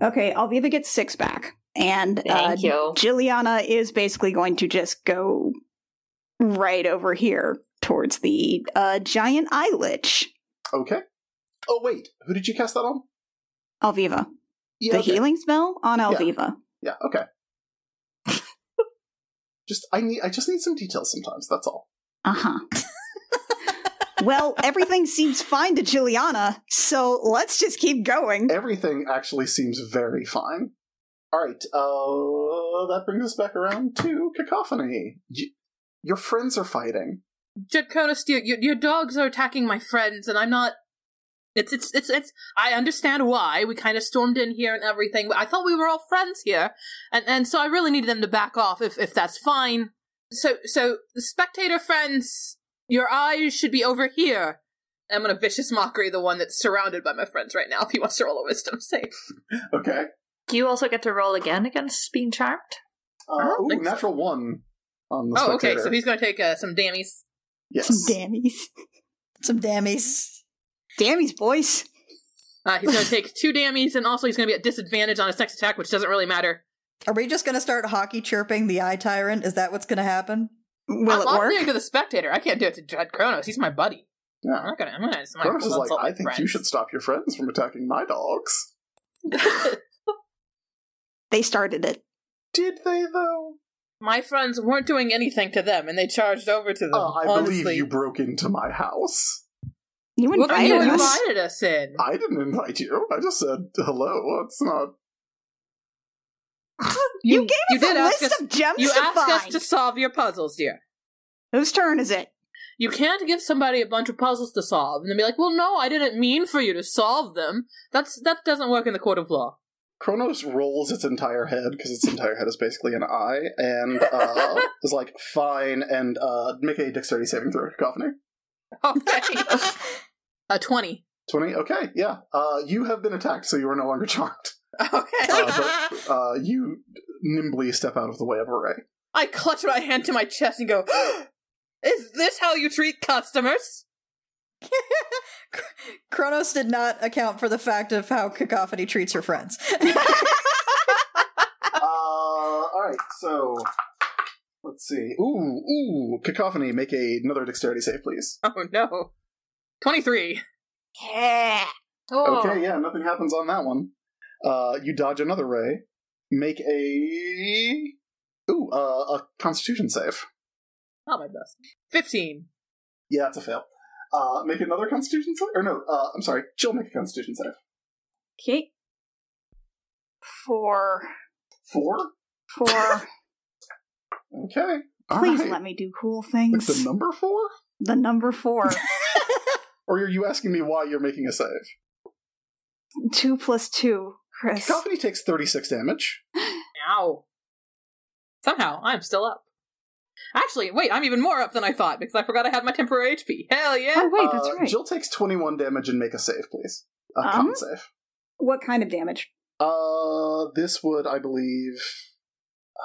[SPEAKER 3] Okay, Alviva gets six back. And uh,
[SPEAKER 5] Thank you.
[SPEAKER 3] Jilliana is basically going to just go right over here towards the uh, giant eye lich.
[SPEAKER 1] Okay. Oh, wait. Who did you cast that on?
[SPEAKER 3] Alviva.
[SPEAKER 1] Yeah,
[SPEAKER 3] the
[SPEAKER 1] okay.
[SPEAKER 3] healing spell on Alviva.
[SPEAKER 1] Yeah, okay. <laughs> just I need I just need some details sometimes, that's all.
[SPEAKER 3] Uh huh. <laughs> well, everything seems fine to Jilliana, so let's just keep going.
[SPEAKER 1] Everything actually seems very fine. Alright, uh that brings us back around to cacophony. Y- your friends are fighting.
[SPEAKER 4] Judkona Steele, your, your dogs are attacking my friends, and I'm not. It's it's it's it's. I understand why we kind of stormed in here and everything. But I thought we were all friends here, and and so I really need them to back off if if that's fine. So so spectator friends, your eyes should be over here. I'm gonna vicious mockery the one that's surrounded by my friends right now. If he wants to roll a wisdom save,
[SPEAKER 1] Okay.
[SPEAKER 5] You also get to roll again against being charmed.
[SPEAKER 1] Uh, ooh,
[SPEAKER 4] think so.
[SPEAKER 1] natural one on the
[SPEAKER 4] Uh-huh, oh okay,
[SPEAKER 1] spectator.
[SPEAKER 4] so he's gonna take uh, some dammies.
[SPEAKER 1] yes.
[SPEAKER 3] Some dammies.
[SPEAKER 2] Some dammies.
[SPEAKER 3] Dammies, boys.
[SPEAKER 4] Uh, he's gonna take two dammies, and also he's gonna be at disadvantage on his next attack, which doesn't really matter.
[SPEAKER 2] Are we just going to start hockey chirping the eye tyrant? Is that what's going to happen?
[SPEAKER 3] Will
[SPEAKER 4] I'm
[SPEAKER 3] it
[SPEAKER 4] I'm
[SPEAKER 3] work?
[SPEAKER 4] doing to the spectator. I can't do it to Judd Kronos. He's my buddy.
[SPEAKER 1] Yeah.
[SPEAKER 4] I'm not gonna. I'm gonna. It's my
[SPEAKER 1] Cronus is like,
[SPEAKER 4] insult my
[SPEAKER 1] I think you
[SPEAKER 4] friends."
[SPEAKER 1] should stop your friends from attacking my dogs.
[SPEAKER 3] They started it.
[SPEAKER 1] Did they though?
[SPEAKER 4] my friends weren't doing anything to them, and they charged over to them.
[SPEAKER 1] Uh, I
[SPEAKER 4] honestly,
[SPEAKER 1] believe you broke into my house.
[SPEAKER 3] You
[SPEAKER 6] What
[SPEAKER 4] you
[SPEAKER 3] invited
[SPEAKER 6] are you
[SPEAKER 3] us.
[SPEAKER 4] invited us in.
[SPEAKER 1] I didn't invite you. I just said hello. That's not
[SPEAKER 3] You, gave
[SPEAKER 4] you
[SPEAKER 3] us
[SPEAKER 4] did
[SPEAKER 3] a
[SPEAKER 4] ask
[SPEAKER 3] list
[SPEAKER 4] us-
[SPEAKER 3] of gems
[SPEAKER 4] You
[SPEAKER 3] to
[SPEAKER 4] asked
[SPEAKER 3] find.
[SPEAKER 4] us to solve your puzzles, dear.
[SPEAKER 3] Whose turn is it?
[SPEAKER 4] You can't give somebody a bunch of puzzles to solve and then be like, "Well, no, I didn't mean for you to solve them." That's that doesn't work in the court of law.
[SPEAKER 1] Kronos rolls its entire head because its entire head is basically an eye, and uh, is like fine, and uh, make a dexterity saving throw, cacophony.
[SPEAKER 4] Okay, <laughs> a twenty.
[SPEAKER 1] Twenty. Okay, yeah. Uh, you have been attacked, so you are no longer <laughs> charmed.
[SPEAKER 4] Okay,
[SPEAKER 1] Uh, but uh, you nimbly step out of the way of a ray.
[SPEAKER 4] I clutch my hand to my chest and go, <gasps> "Is this how you treat customers?" <laughs>
[SPEAKER 2] Kronos did not account for the fact of how Cacophony treats her friends. <laughs>
[SPEAKER 1] Uh, all right. So let's see. Ooh, ooh, cacophony. Make a, another dexterity save, please.
[SPEAKER 4] Oh no, twenty-three.
[SPEAKER 3] Yeah.
[SPEAKER 5] Oh.
[SPEAKER 1] Okay, yeah, nothing happens on that one. Uh, you dodge another ray. Make a ooh uh, a Constitution save.
[SPEAKER 4] Not my best. 15.
[SPEAKER 1] Yeah, it's a fail. Uh, make another Constitution save, or no? Uh, I'm sorry, she'll make a Constitution save.
[SPEAKER 3] Okay. Four.
[SPEAKER 1] Four.
[SPEAKER 3] <laughs> Four.
[SPEAKER 1] Okay. All
[SPEAKER 3] Please
[SPEAKER 1] right.
[SPEAKER 3] let me do cool
[SPEAKER 1] Like the
[SPEAKER 3] things.
[SPEAKER 1] number four,
[SPEAKER 3] The number <laughs> four.
[SPEAKER 1] or are you asking me why you're making a save?
[SPEAKER 3] two plus two. Chris.
[SPEAKER 1] Cacophony takes 36 damage.
[SPEAKER 4] Ow. Somehow, I'm still up. Actually, wait, I'm even more up than I thought because I forgot I had my temporary HP. Hell yeah! <laughs>
[SPEAKER 3] Oh wait, that's
[SPEAKER 1] Uh,
[SPEAKER 3] right.
[SPEAKER 1] Jill takes 21 damage and make a save, please. A con
[SPEAKER 3] Um?
[SPEAKER 1] save.
[SPEAKER 3] what kind of damage?
[SPEAKER 1] Uh, this would, I believe,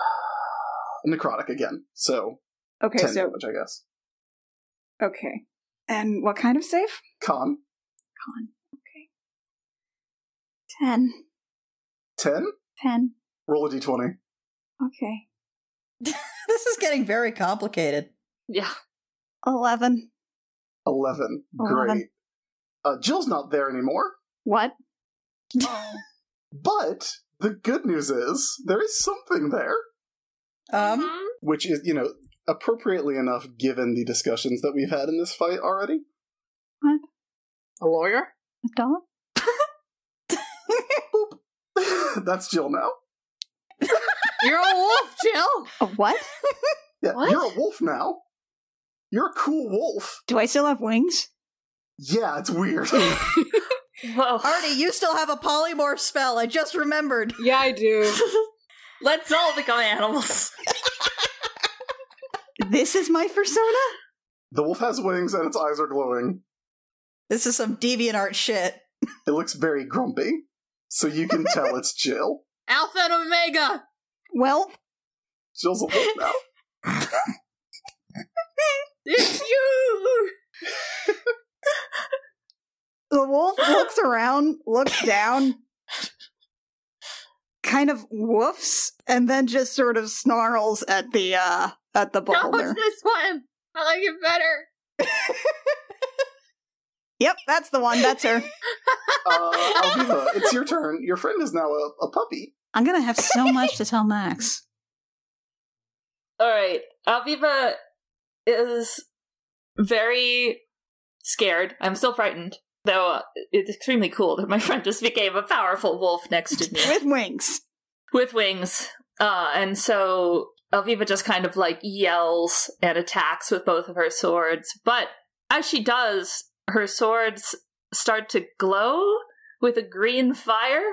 [SPEAKER 1] <sighs> necrotic again. So
[SPEAKER 3] Okay,
[SPEAKER 1] 10
[SPEAKER 3] so
[SPEAKER 1] damage, I guess.
[SPEAKER 3] okay. And what kind of save?
[SPEAKER 1] Con
[SPEAKER 3] Con. Okay. Ten.
[SPEAKER 1] 10.
[SPEAKER 3] Ten.
[SPEAKER 1] Roll a d20.
[SPEAKER 3] Okay.
[SPEAKER 2] This is getting very complicated.
[SPEAKER 5] Yeah.
[SPEAKER 3] Eleven.
[SPEAKER 1] 11. Great.
[SPEAKER 3] Eleven.
[SPEAKER 1] Uh, Jill's not there anymore,
[SPEAKER 3] What?
[SPEAKER 1] but the good news is there is something there,
[SPEAKER 3] Mm-hmm.
[SPEAKER 2] Um,
[SPEAKER 5] Mhm.
[SPEAKER 1] which is, you know, appropriately enough given the discussions that we've had in this fight already. <laughs>
[SPEAKER 4] A lawyer?
[SPEAKER 3] A dog?
[SPEAKER 1] That's Jill now.
[SPEAKER 4] You're a wolf, Jill!
[SPEAKER 3] A what?
[SPEAKER 1] Yeah,
[SPEAKER 5] What?
[SPEAKER 1] you're a wolf now. You're a cool wolf.
[SPEAKER 3] Do I still have wings?
[SPEAKER 1] Yeah, it's weird. <laughs>
[SPEAKER 5] Whoa.
[SPEAKER 2] Artie, you still have a polymorph spell. I just remembered.
[SPEAKER 6] Yeah, I do.
[SPEAKER 5] Let's all become animals.
[SPEAKER 3] This is my persona?
[SPEAKER 1] the wolf has wings and its eyes are glowing.
[SPEAKER 2] This is some deviant art shit.
[SPEAKER 1] It looks very grumpy, so you can tell it's Jill.
[SPEAKER 4] <laughs> Alpha and Omega!
[SPEAKER 3] Well,
[SPEAKER 1] Jill's a wolf now.
[SPEAKER 4] <laughs> It's you!
[SPEAKER 3] the
[SPEAKER 1] <laughs>
[SPEAKER 3] wolf looks around, looks down, kind of woofs, and then just sort of snarls at the uh at
[SPEAKER 1] <laughs>
[SPEAKER 3] the
[SPEAKER 4] No,
[SPEAKER 3] beholder.
[SPEAKER 4] it's this one! I like it better!
[SPEAKER 3] Yep, that's the one. That's her.
[SPEAKER 1] Uh, Alviva, it's your turn. Your friend is now a, a puppy.
[SPEAKER 3] I'm gonna have so much to
[SPEAKER 2] <laughs>
[SPEAKER 3] tell Max.
[SPEAKER 5] All right. Alviva is very scared. I'm still frightened, though uh, it's extremely cool that my <laughs> friend just became a powerful wolf next to
[SPEAKER 3] <laughs>
[SPEAKER 5] me
[SPEAKER 3] With wings.
[SPEAKER 5] with wings. Uh, and so Alviva just kind of like yells and attacks with both of her swords. But as she does, her swords start to glow with a green fire,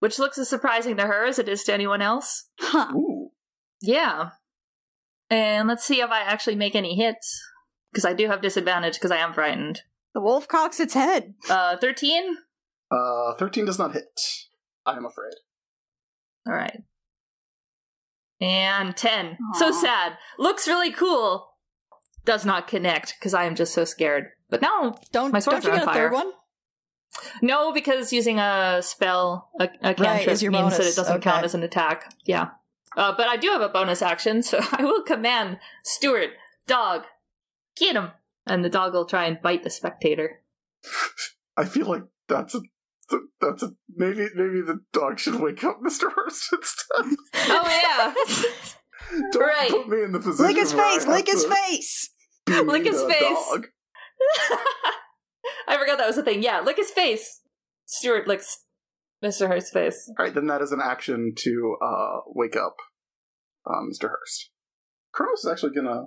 [SPEAKER 5] which looks as surprising to her as it is to anyone else.
[SPEAKER 3] Huh.
[SPEAKER 1] Ooh.
[SPEAKER 5] Yeah. And let's see if I actually make any hits. Because I do have disadvantage because I am frightened.
[SPEAKER 3] The wolf cocks its head.
[SPEAKER 5] Uh, 13?
[SPEAKER 1] Uh, 13 does not hit, I am afraid.
[SPEAKER 5] Alright. And 10. So
[SPEAKER 3] Aw.
[SPEAKER 5] sad. Looks really cool. Does not connect because I am just so scared. But no.
[SPEAKER 2] Don't,
[SPEAKER 5] My
[SPEAKER 2] don't
[SPEAKER 5] swords
[SPEAKER 2] you
[SPEAKER 5] are
[SPEAKER 2] get
[SPEAKER 5] on
[SPEAKER 2] a
[SPEAKER 5] fire.
[SPEAKER 2] third one?
[SPEAKER 5] No, because using a spell, a, a cantrip,
[SPEAKER 2] is your
[SPEAKER 5] means that
[SPEAKER 2] bonus.
[SPEAKER 5] it doesn't count
[SPEAKER 2] Okay.
[SPEAKER 5] as an attack. Yeah. Uh, but I do have a bonus action, so <laughs> I will command Stuart, dog, get him. And the dog will try and bite the spectator.
[SPEAKER 1] I feel like that's a. That's a. Maybe maybe the dog should wake up <laughs> Mr. Hurst instead.
[SPEAKER 5] Oh yeah.
[SPEAKER 1] Don't
[SPEAKER 5] Right.
[SPEAKER 1] put me in the position.
[SPEAKER 3] Lick his
[SPEAKER 1] where I
[SPEAKER 3] face,
[SPEAKER 1] have
[SPEAKER 3] lick his
[SPEAKER 1] to
[SPEAKER 3] face.
[SPEAKER 1] be
[SPEAKER 5] Lick his
[SPEAKER 1] the
[SPEAKER 5] face.
[SPEAKER 1] dog.
[SPEAKER 5] <laughs> I forgot that was a thing. Yeah, lick his face. Stuart licks Mr. Hurst's face.
[SPEAKER 1] All right, then that is an action to uh, wake up uh, Mr. Hurst. Kronos is actually gonna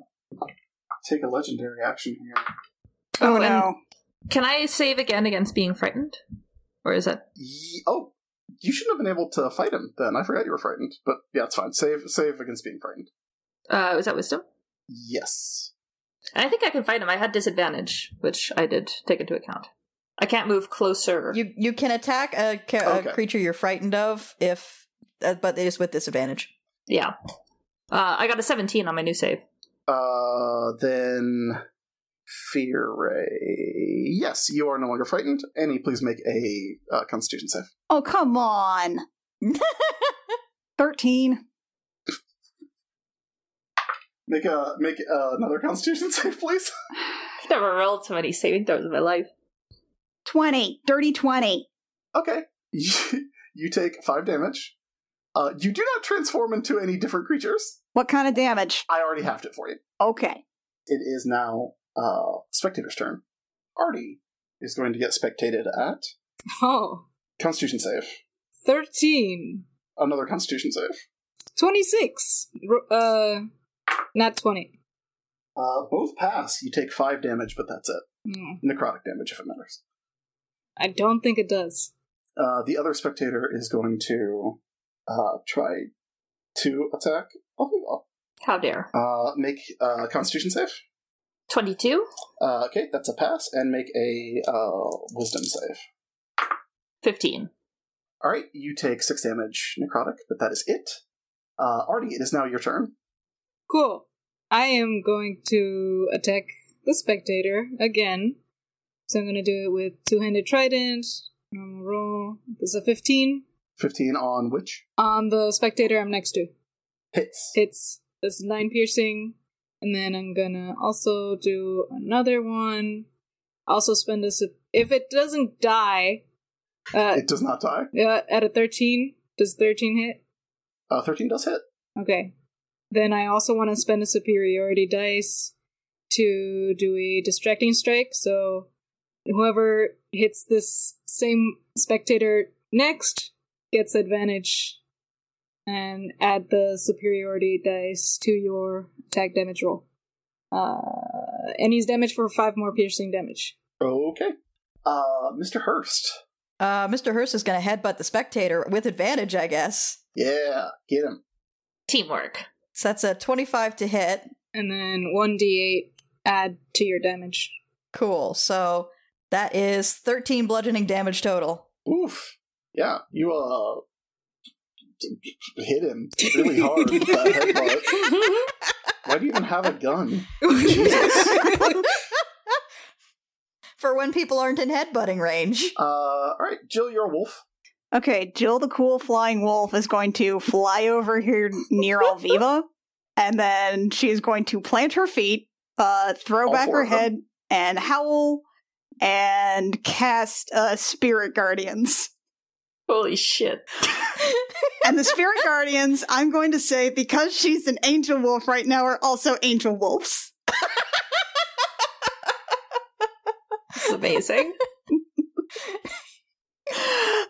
[SPEAKER 1] take a legendary action here.
[SPEAKER 3] Oh,
[SPEAKER 5] and
[SPEAKER 3] no.
[SPEAKER 5] Can I save again against being frightened? Or is it?
[SPEAKER 1] Ye- oh, you shouldn't have been able to fight him then. I forgot you were frightened, but yeah, it's fine. Save save against being frightened.
[SPEAKER 5] Uh, is that wisdom?
[SPEAKER 1] Yes.
[SPEAKER 5] And I think I can fight him. I had disadvantage, which I did take into account. I can't move closer.
[SPEAKER 2] You you can attack a, ca-
[SPEAKER 1] Okay.
[SPEAKER 2] a creature you're frightened of if, uh, but it is with disadvantage.
[SPEAKER 5] Yeah. Uh, I got a 17 on my new save.
[SPEAKER 1] Uh, then fear ray. Yes, you are no longer frightened. Annie, please make a uh, Constitution save.
[SPEAKER 3] Oh, come
[SPEAKER 1] <laughs>
[SPEAKER 3] on. 13.
[SPEAKER 1] Make a make uh, another Constitution <laughs> save, please.
[SPEAKER 5] I've never rolled so many saving throws in my life.
[SPEAKER 3] 20. Dirty 20.
[SPEAKER 1] Okay. <laughs> You, you take five damage. Uh, you do not transform into any different creatures.
[SPEAKER 3] What kind of damage?
[SPEAKER 1] I already halved it for you.
[SPEAKER 3] Okay.
[SPEAKER 1] It is now uh, spectator's turn. Artie is going to get spectated at.
[SPEAKER 6] Oh.
[SPEAKER 1] Constitution save.
[SPEAKER 6] 13.
[SPEAKER 1] Another Constitution save.
[SPEAKER 6] 26. Ro- Uh, not 20.
[SPEAKER 1] Uh, both pass. You take five damage, but that's it.
[SPEAKER 6] Mm,
[SPEAKER 1] Necrotic damage, if it matters.
[SPEAKER 6] I don't think it does.
[SPEAKER 1] Uh, the other spectator is going to uh, try to attack Alviva.
[SPEAKER 5] How dare.
[SPEAKER 1] Uh, make uh, Constitution save.
[SPEAKER 5] 22?
[SPEAKER 1] Uh, okay, that's a pass, and make a uh, Wisdom save.
[SPEAKER 5] 15.
[SPEAKER 1] All right, you take six damage necrotic, but that is it. Uh, Artie, it is now your turn.
[SPEAKER 6] Cool. I am going to attack the spectator again. So I'm going to do it with two handed trident. Normal roll. This is a 15.
[SPEAKER 1] Fifteen on which
[SPEAKER 6] On the spectator I'm next to.
[SPEAKER 1] hits.
[SPEAKER 6] Hits. This is 9 piercing. And then I'm going to also do another one. Also spend this. If it doesn't die uh,
[SPEAKER 1] It does not die.
[SPEAKER 6] uh, at a 13, does 13 hit?
[SPEAKER 1] Uh, Thirteen does hit.
[SPEAKER 6] Okay. Then I also want to spend a superiority dice to do a distracting strike. So whoever hits this same spectator next gets advantage and add the superiority dice to your attack damage roll. Uh, and he's damaged for five more piercing damage.
[SPEAKER 1] Okay. Uh, Mr. Hurst.
[SPEAKER 2] Uh, Mr. Hearst is going to headbutt the spectator with advantage, I guess.
[SPEAKER 1] Yeah, get him.
[SPEAKER 5] Teamwork.
[SPEAKER 2] So that's a 25 to hit.
[SPEAKER 6] And then 1d8 add to your damage.
[SPEAKER 2] Cool. So that is 13 bludgeoning damage
[SPEAKER 3] <laughs>
[SPEAKER 2] total. <laughs>
[SPEAKER 1] Oof. Yeah, you uh hit him really hard. with that headbutt. Why do you even have a gun?
[SPEAKER 2] For when people aren't in headbutting range.
[SPEAKER 1] Uh, all right, Jill, you're a wolf.
[SPEAKER 3] Okay, Jill the cool flying wolf is going to fly over here
[SPEAKER 1] <laughs>
[SPEAKER 3] near Alviva, and then she's going to plant her feet, uh, throw
[SPEAKER 1] All
[SPEAKER 3] back
[SPEAKER 1] four
[SPEAKER 3] her
[SPEAKER 1] of them?
[SPEAKER 3] head, and howl, and cast uh, Spirit Guardians.
[SPEAKER 5] Holy shit.
[SPEAKER 3] And
[SPEAKER 1] <laughs>
[SPEAKER 3] the Spirit Guardians, I'm going to say, because she's an angel wolf right now, are also angel wolves.
[SPEAKER 5] It's <laughs> amazing.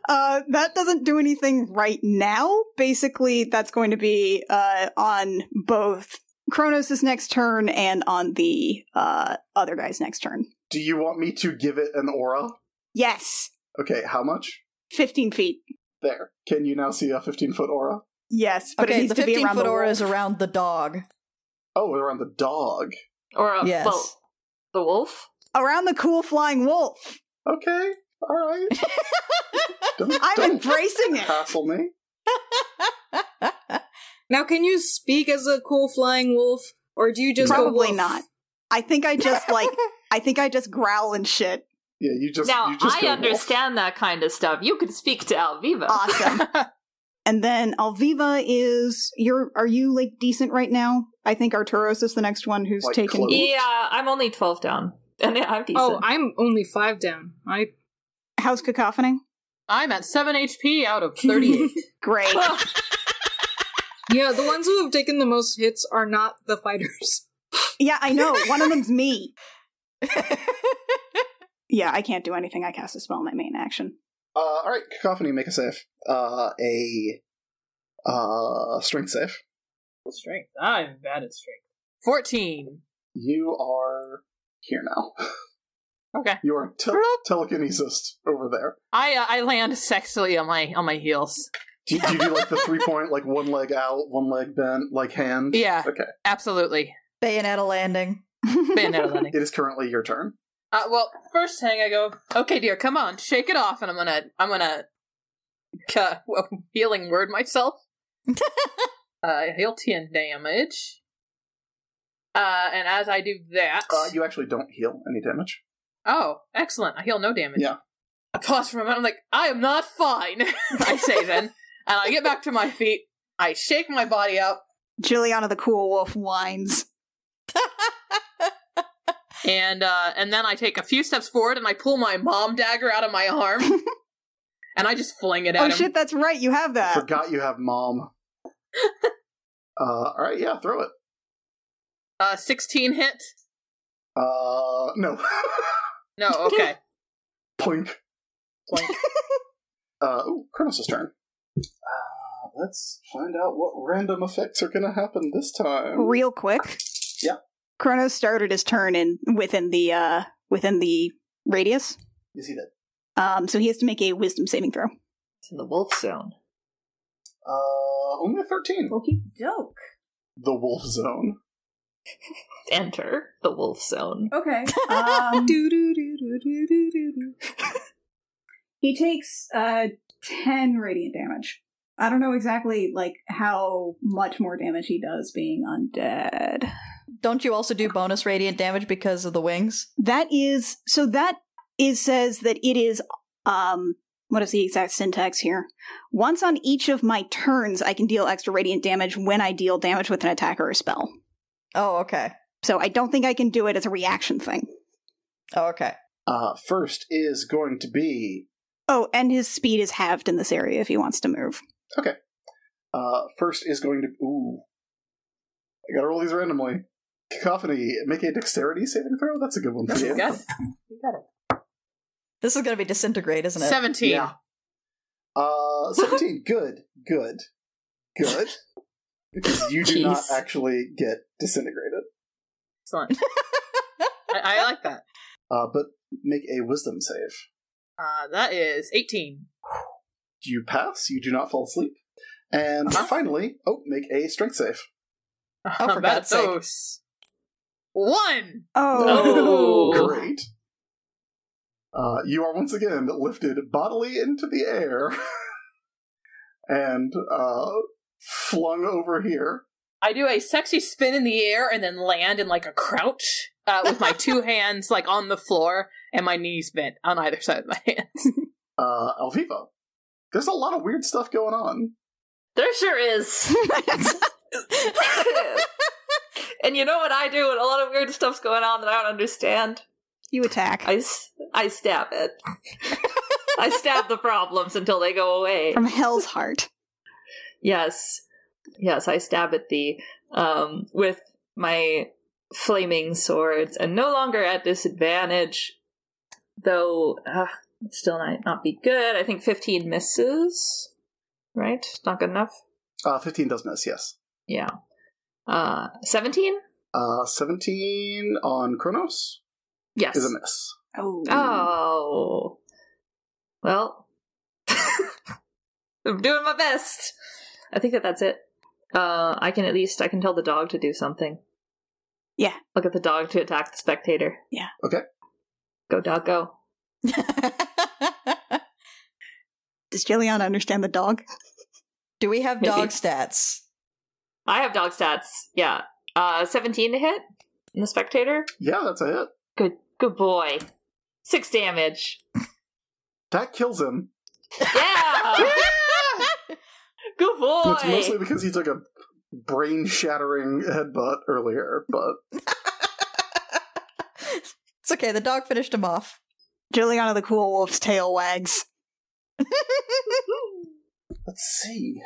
[SPEAKER 3] Uh, that doesn't do anything right now. Basically, that's going to be uh, on both Kronos' next turn and on the uh, other guy's next turn.
[SPEAKER 1] Do you want me to give it an aura?
[SPEAKER 3] Yes,
[SPEAKER 1] Okay, how much?
[SPEAKER 3] 15 feet.
[SPEAKER 1] There. Can you now see a 15 foot aura?
[SPEAKER 3] Yes, but it
[SPEAKER 2] Okay,
[SPEAKER 3] needs
[SPEAKER 2] the
[SPEAKER 3] to be
[SPEAKER 2] 15
[SPEAKER 3] around
[SPEAKER 2] foot
[SPEAKER 3] the
[SPEAKER 2] aura
[SPEAKER 3] wolf.
[SPEAKER 2] is around the dog.
[SPEAKER 1] Oh, around the dog.
[SPEAKER 5] Or a
[SPEAKER 2] Yes.
[SPEAKER 5] well, the wolf?
[SPEAKER 3] around the cool flying wolf.
[SPEAKER 1] Okay, all right. Don't,
[SPEAKER 3] I'm
[SPEAKER 1] don't
[SPEAKER 2] <laughs>
[SPEAKER 3] embracing it.
[SPEAKER 1] hassle me.
[SPEAKER 6] Now, can you speak as a cool flying wolf, or do you just go
[SPEAKER 3] Probably
[SPEAKER 6] wolf?
[SPEAKER 3] not. I think I
[SPEAKER 2] <laughs>
[SPEAKER 3] just like. I think I just growl and shit.
[SPEAKER 1] Yeah, you just.
[SPEAKER 5] now,
[SPEAKER 1] you just
[SPEAKER 5] I
[SPEAKER 1] go wolf.
[SPEAKER 5] understand that kind of stuff. You could speak to Alviva.
[SPEAKER 3] Awesome.
[SPEAKER 5] <laughs>
[SPEAKER 3] and then Alviva is. You're. Are you like decent right now? I think Arturos is the next one who's
[SPEAKER 1] Like,
[SPEAKER 3] taken.
[SPEAKER 1] close.
[SPEAKER 5] yeah, uh, I'm only 12 down. <laughs> And I'm decent.
[SPEAKER 6] Oh, I'm only five down. I
[SPEAKER 3] How's cacophony?
[SPEAKER 4] I'm at 7 HP out <laughs> of 38.
[SPEAKER 3] Great.
[SPEAKER 6] yeah, the ones who have taken the most hits are not the fighters.
[SPEAKER 3] <gasps>
[SPEAKER 6] <laughs>
[SPEAKER 3] yeah, I know. One of them's me. Yeah, I can't do anything. I cast a spell in my main action.
[SPEAKER 1] Uh, all right, cacophony, make a save. Uh, a uh, strength save.
[SPEAKER 4] strength. I'm bad at strength. 14.
[SPEAKER 1] You are here now. <laughs>
[SPEAKER 4] Okay.
[SPEAKER 1] You are te- telekinesis over there.
[SPEAKER 4] I uh, I land sexily on my on my heels.
[SPEAKER 1] Do you, do you do like the three point, like one leg out, one leg bent, like hand?
[SPEAKER 4] <laughs> Yeah.
[SPEAKER 1] Okay.
[SPEAKER 4] Absolutely.
[SPEAKER 2] Bayonetta landing.
[SPEAKER 5] <laughs>
[SPEAKER 4] Bayonetta landing.
[SPEAKER 1] It is currently your turn.
[SPEAKER 4] Uh, well, first thing I go, okay, dear, come on, shake it off, and I'm gonna, I'm gonna, ca- well, healing word myself. uh, heal ten damage. Uh, and as I do that,
[SPEAKER 1] Uh, you actually don't heal any damage.
[SPEAKER 4] oh, excellent, I heal no damage.
[SPEAKER 1] Yeah.
[SPEAKER 4] I pause for a moment. I'm like, I am not fine. <laughs> I say then, and I get back to my feet. I shake my body out,
[SPEAKER 3] Juliana the cool wolf whines.
[SPEAKER 4] and uh, and then I take a few steps forward, and I pull my mom dagger out of my arm, and I just fling it at
[SPEAKER 3] Oh
[SPEAKER 4] him.
[SPEAKER 3] shit, that's right. You have that.
[SPEAKER 1] Forgot you have mom. uh, all right, yeah, throw it.
[SPEAKER 4] Uh, sixteen hit.
[SPEAKER 1] Uh, no. <laughs>
[SPEAKER 4] No, okay.
[SPEAKER 1] Poink.
[SPEAKER 4] Plink.
[SPEAKER 1] <laughs> Uh, ooh, Kronos' turn. Uh, let's find out what random effects are going to happen this time.
[SPEAKER 3] real quick.
[SPEAKER 1] Yeah.
[SPEAKER 3] Kronos started his turn in within the uh within the radius.
[SPEAKER 1] You see that?
[SPEAKER 3] Um, so he has to make a wisdom saving throw.
[SPEAKER 5] It's in the wolf zone.
[SPEAKER 1] Uh, only a 13.
[SPEAKER 7] Okie doke.
[SPEAKER 1] The wolf zone.
[SPEAKER 5] Enter the wolf zone.
[SPEAKER 7] Okay. Um,
[SPEAKER 6] Do-do-do-do-do-do-do.
[SPEAKER 7] he takes uh 10 radiant damage. I don't know exactly like how much more damage he does being undead.
[SPEAKER 2] Don't you also do bonus radiant damage because of the wings?
[SPEAKER 3] That is so that is says that it is um what is the exact syntax here? Once on each of my turns I can deal extra radiant damage when I deal damage with an attack or a spell.
[SPEAKER 2] Oh, okay.
[SPEAKER 3] So I don't think I can do it as a reaction thing.
[SPEAKER 2] Oh, okay.
[SPEAKER 1] Uh, first is going to be.
[SPEAKER 3] Oh, and his speed is halved in this area if he wants to move.
[SPEAKER 1] Uh, first is going to. Ooh. I gotta roll these randomly. Cacophony, make a dexterity saving throw? That's a good one for you.
[SPEAKER 4] Yes.
[SPEAKER 2] This is going to be disintegrate, isn't it?
[SPEAKER 4] 17.
[SPEAKER 1] Yeah.
[SPEAKER 5] <laughs>
[SPEAKER 1] Uh, 17. good, good, good. Because you do not
[SPEAKER 5] Jeez.
[SPEAKER 1] actually get disintegrated.
[SPEAKER 4] Excellent. I-, I like that.
[SPEAKER 1] Uh, but make a wisdom save.
[SPEAKER 4] Uh, that is 18.
[SPEAKER 1] You pass, you do not fall asleep. And
[SPEAKER 4] Uh-huh.
[SPEAKER 1] finally, oh, make a strength save.
[SPEAKER 2] Oh, <laughs> for God's sake.
[SPEAKER 4] Bathos. One!
[SPEAKER 1] <laughs>
[SPEAKER 5] Oh.
[SPEAKER 1] Great. Uh, you are once again lifted bodily into the air <laughs> and uh, flung over here.
[SPEAKER 4] I do a sexy spin in the air and then land in like a crouch uh, with
[SPEAKER 2] <laughs>
[SPEAKER 4] my two hands like on the floor and my knees bent on either side of my <laughs> hands.
[SPEAKER 1] Uh, Alviva, there's a lot of weird stuff going on.
[SPEAKER 5] There sure
[SPEAKER 4] <laughs>
[SPEAKER 5] is. <laughs> and you know what I do when a lot of weird stuff's going on that I don't understand?
[SPEAKER 3] You attack
[SPEAKER 5] I, s- I stab it. I stab the problems until they go away.
[SPEAKER 3] from Hell's Heart.
[SPEAKER 5] Yes. Yes, I stab at thee um, with my flaming swords, and no longer at disadvantage, though uh, it still might not be good. I think 15 misses, right? Not good enough.
[SPEAKER 1] Uh, 15 does miss, yes.
[SPEAKER 5] Yeah. Uh, 17?
[SPEAKER 1] Uh, 17 on Kronos
[SPEAKER 5] Yes.
[SPEAKER 1] is a miss.
[SPEAKER 3] Oh.
[SPEAKER 5] Oh. Well, <laughs> I'm doing my best. I think that that's it. Uh, I can at least I can tell the dog to do something.
[SPEAKER 3] Yeah.
[SPEAKER 5] I'll get the dog to attack the spectator.
[SPEAKER 3] Yeah.
[SPEAKER 1] Okay.
[SPEAKER 5] Go dog, go.
[SPEAKER 3] Does Jillian understand the dog?
[SPEAKER 2] <laughs> Do we have
[SPEAKER 5] Maybe.
[SPEAKER 2] dog stats?
[SPEAKER 5] I have dog stats. Yeah. Uh, seventeen to hit. And the spectator.
[SPEAKER 1] Yeah, that's a hit.
[SPEAKER 5] Good. Good boy. Six
[SPEAKER 3] <laughs>
[SPEAKER 5] damage.
[SPEAKER 1] That kills him.
[SPEAKER 5] Yeah. good boy.
[SPEAKER 1] It's mostly because he took a brain shattering headbutt earlier, but
[SPEAKER 2] It's okay. The dog finished him off.
[SPEAKER 3] Jillian of the Cool Wolf's tail
[SPEAKER 2] <laughs>
[SPEAKER 3] wags.
[SPEAKER 1] let's see.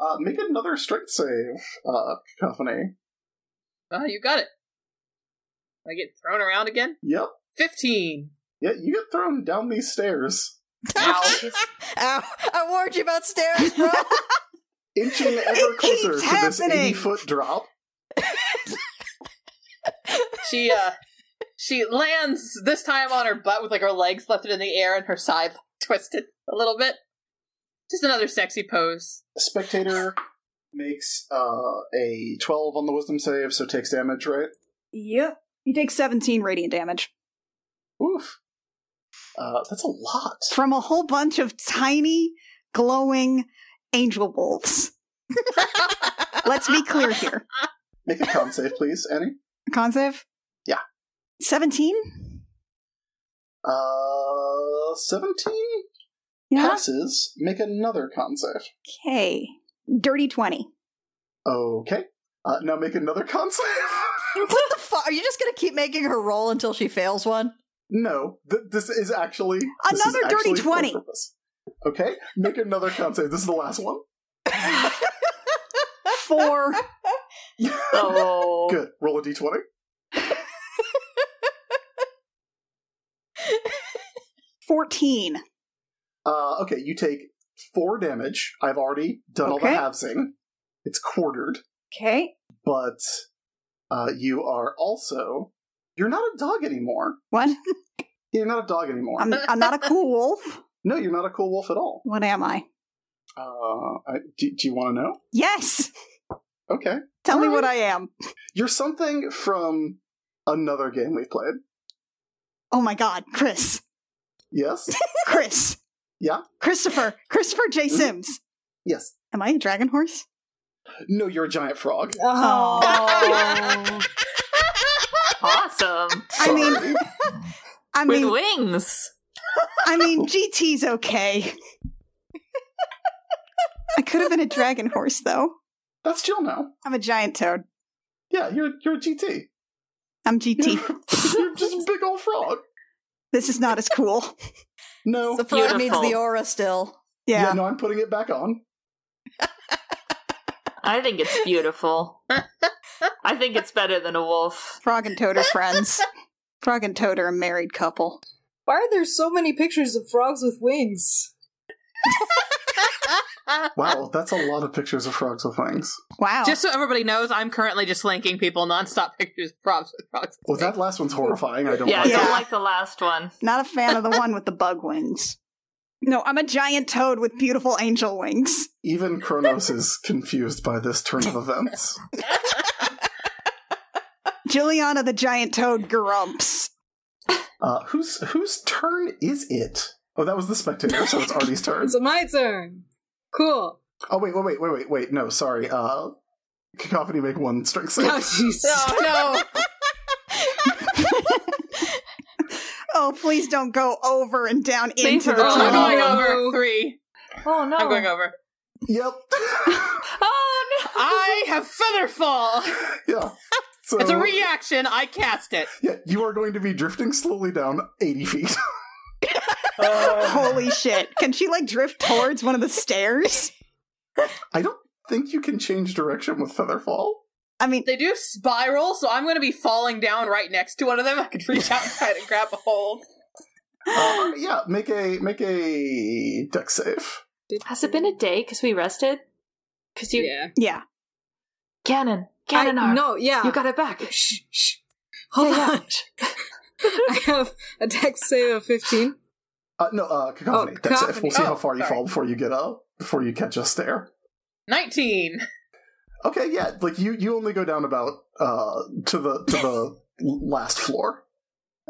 [SPEAKER 1] Uh, make another strength save, uh, Cacophony.
[SPEAKER 4] Oh, you got it. I get thrown around again?
[SPEAKER 1] Yep.
[SPEAKER 4] 15.
[SPEAKER 1] Yeah, you get thrown down these stairs,
[SPEAKER 4] Ow.
[SPEAKER 2] Ow! I warned you about stairs, bro.
[SPEAKER 3] <laughs>
[SPEAKER 1] inching ever
[SPEAKER 3] It keeps
[SPEAKER 1] closer to this
[SPEAKER 3] happening!
[SPEAKER 1] 80 foot drop.
[SPEAKER 4] she,
[SPEAKER 2] <laughs>
[SPEAKER 4] uh, she lands this time on her butt with like her legs lifted in the air and her side <laughs> twisted a little bit. Just another sexy pose.
[SPEAKER 1] Spectator makes uh, a 12 on the wisdom save, so takes damage, right?
[SPEAKER 7] Yep.
[SPEAKER 3] He takes 17 radiant damage
[SPEAKER 1] Oof. Uh, that's a lot.
[SPEAKER 3] from a whole bunch of tiny, glowing angel
[SPEAKER 1] <laughs>
[SPEAKER 3] wolves. Let's be clear here.
[SPEAKER 1] Make a con save, please, Annie.
[SPEAKER 3] Con save?
[SPEAKER 1] Yeah.
[SPEAKER 3] 17?
[SPEAKER 1] Uh, 17
[SPEAKER 3] Yeah.
[SPEAKER 1] passes. Make another con save.
[SPEAKER 3] Okay. Dirty 20.
[SPEAKER 1] <laughs> Okay. Uh, now make another con save. <laughs>
[SPEAKER 2] what the fuck? Are you just gonna keep making her roll until she fails one?
[SPEAKER 1] no, th- this is actually this is
[SPEAKER 3] Another dirty
[SPEAKER 1] actually for
[SPEAKER 3] 20.
[SPEAKER 1] purpose. Okay, make another con save. This is the last one.
[SPEAKER 3] Four.
[SPEAKER 5] oh.
[SPEAKER 1] <laughs> Good. Roll a d20.
[SPEAKER 3] Fourteen.
[SPEAKER 1] Uh, okay, you take four damage. I've already done
[SPEAKER 7] Okay.
[SPEAKER 1] all the halvesing. It's quartered,
[SPEAKER 7] Okay.
[SPEAKER 1] but uh, you are also you're not a dog anymore.
[SPEAKER 3] What?
[SPEAKER 1] You're not a dog anymore.
[SPEAKER 3] I'm, I'm not a cool wolf.
[SPEAKER 1] no, you're not a cool wolf at all.
[SPEAKER 3] What am I?
[SPEAKER 1] Uh, I, do, do you want to know?
[SPEAKER 3] Yes.
[SPEAKER 1] Okay.
[SPEAKER 3] Tell me what I am.
[SPEAKER 1] You're something from another game we've played.
[SPEAKER 3] Oh my God, Chris, <laughs>
[SPEAKER 1] Yes?
[SPEAKER 3] Chris.
[SPEAKER 1] Yeah?
[SPEAKER 3] Christopher, Christopher J.
[SPEAKER 1] Mhm.
[SPEAKER 3] Sims.
[SPEAKER 1] yes.
[SPEAKER 3] Am I a dragon horse?
[SPEAKER 1] No, you're a giant frog.
[SPEAKER 3] Uh,
[SPEAKER 6] Oh.
[SPEAKER 5] Awesome.
[SPEAKER 3] I mean-
[SPEAKER 1] Sorry.
[SPEAKER 3] I
[SPEAKER 5] With
[SPEAKER 3] mean,
[SPEAKER 5] wings.
[SPEAKER 3] I mean, GT's <laughs> okay. I could have been a dragon horse though.
[SPEAKER 1] That's Jill now.
[SPEAKER 3] I'm a giant toad.
[SPEAKER 1] Yeah, you're you're a GT.
[SPEAKER 3] I'm GT.
[SPEAKER 1] You're, you're just a big old frog.
[SPEAKER 3] this is not as cool.
[SPEAKER 1] No.
[SPEAKER 2] The frog needs
[SPEAKER 5] Beautiful.
[SPEAKER 2] the aura still.
[SPEAKER 1] yeah.
[SPEAKER 3] Yeah.
[SPEAKER 1] no, I'm putting it back on.
[SPEAKER 5] I think it's beautiful. I think it's better than a wolf.
[SPEAKER 3] Frog and toad are friends. Frog and toad are a married couple.
[SPEAKER 6] Why are there so many pictures of frogs with wings?
[SPEAKER 1] Wow, that's a lot of pictures of frogs with wings.
[SPEAKER 3] Wow.
[SPEAKER 4] Just so everybody knows, I'm currently just linking people nonstop <laughs> pictures of frogs with frogs.
[SPEAKER 1] Well, Oh, that last one's horrifying. I don't
[SPEAKER 5] Yeah, I
[SPEAKER 1] like
[SPEAKER 3] Yeah.
[SPEAKER 5] don't like the last one.
[SPEAKER 3] not a fan of the one with the bug wings. No, I'm a giant toad with beautiful angel wings.
[SPEAKER 1] Even Kronos is confused by this turn of events.
[SPEAKER 3] Juliana the giant toad grumps.
[SPEAKER 1] Uh, whose whose turn is it? Oh, that was the spectator, so it's Artie's turn.
[SPEAKER 4] <laughs>
[SPEAKER 6] It's my turn. Cool.
[SPEAKER 1] Oh wait, wait, wait, wait, wait, wait. No, sorry. Uh, Cacophony make one strength save.
[SPEAKER 6] Oh, <laughs> jeez.
[SPEAKER 4] <laughs> No,
[SPEAKER 3] Oh, please don't go over and down
[SPEAKER 5] Leave
[SPEAKER 3] into
[SPEAKER 5] her
[SPEAKER 3] the
[SPEAKER 5] alone.
[SPEAKER 4] I'm
[SPEAKER 3] tunnel.
[SPEAKER 6] Oh,
[SPEAKER 4] going
[SPEAKER 6] no.
[SPEAKER 4] over three.
[SPEAKER 5] Oh no.
[SPEAKER 4] I'm going over.
[SPEAKER 1] <laughs> Yep. <laughs>
[SPEAKER 5] Oh no.
[SPEAKER 4] I have feather fall.
[SPEAKER 1] yeah. So
[SPEAKER 4] It's a reaction. I cast it.
[SPEAKER 1] yeah, you are going to be drifting slowly down eighty feet. <laughs>
[SPEAKER 3] Holy shit. Can she like drift towards one of the stairs?
[SPEAKER 1] I don't think you can change direction with Featherfall.
[SPEAKER 3] I mean,
[SPEAKER 4] They do spiral, so I'm going to be falling down right next to one of them. I could reach out and try to grab a hold.
[SPEAKER 1] Uh, yeah, make a make a deck save.
[SPEAKER 5] Has it been a day because we rested? Because you.
[SPEAKER 6] Yeah.
[SPEAKER 3] <laughs> yeah.
[SPEAKER 5] Ganon.
[SPEAKER 6] I,
[SPEAKER 5] Ganon.
[SPEAKER 6] no, yeah.
[SPEAKER 5] You got it back.
[SPEAKER 6] <laughs> Shh, shh. Hold
[SPEAKER 5] Yeah, yeah.
[SPEAKER 6] on. <laughs> I have a dex save of 15.
[SPEAKER 1] Uh, no, uh, cacophony.
[SPEAKER 6] Oh,
[SPEAKER 1] deck save. We'll see
[SPEAKER 6] Cacophony.
[SPEAKER 1] how
[SPEAKER 4] Oh,
[SPEAKER 1] far you
[SPEAKER 4] sorry.
[SPEAKER 1] fall before you get up before you catch a stare.
[SPEAKER 4] 19.
[SPEAKER 1] Okay, yeah, like you you only go down about uh to the to the <laughs> last floor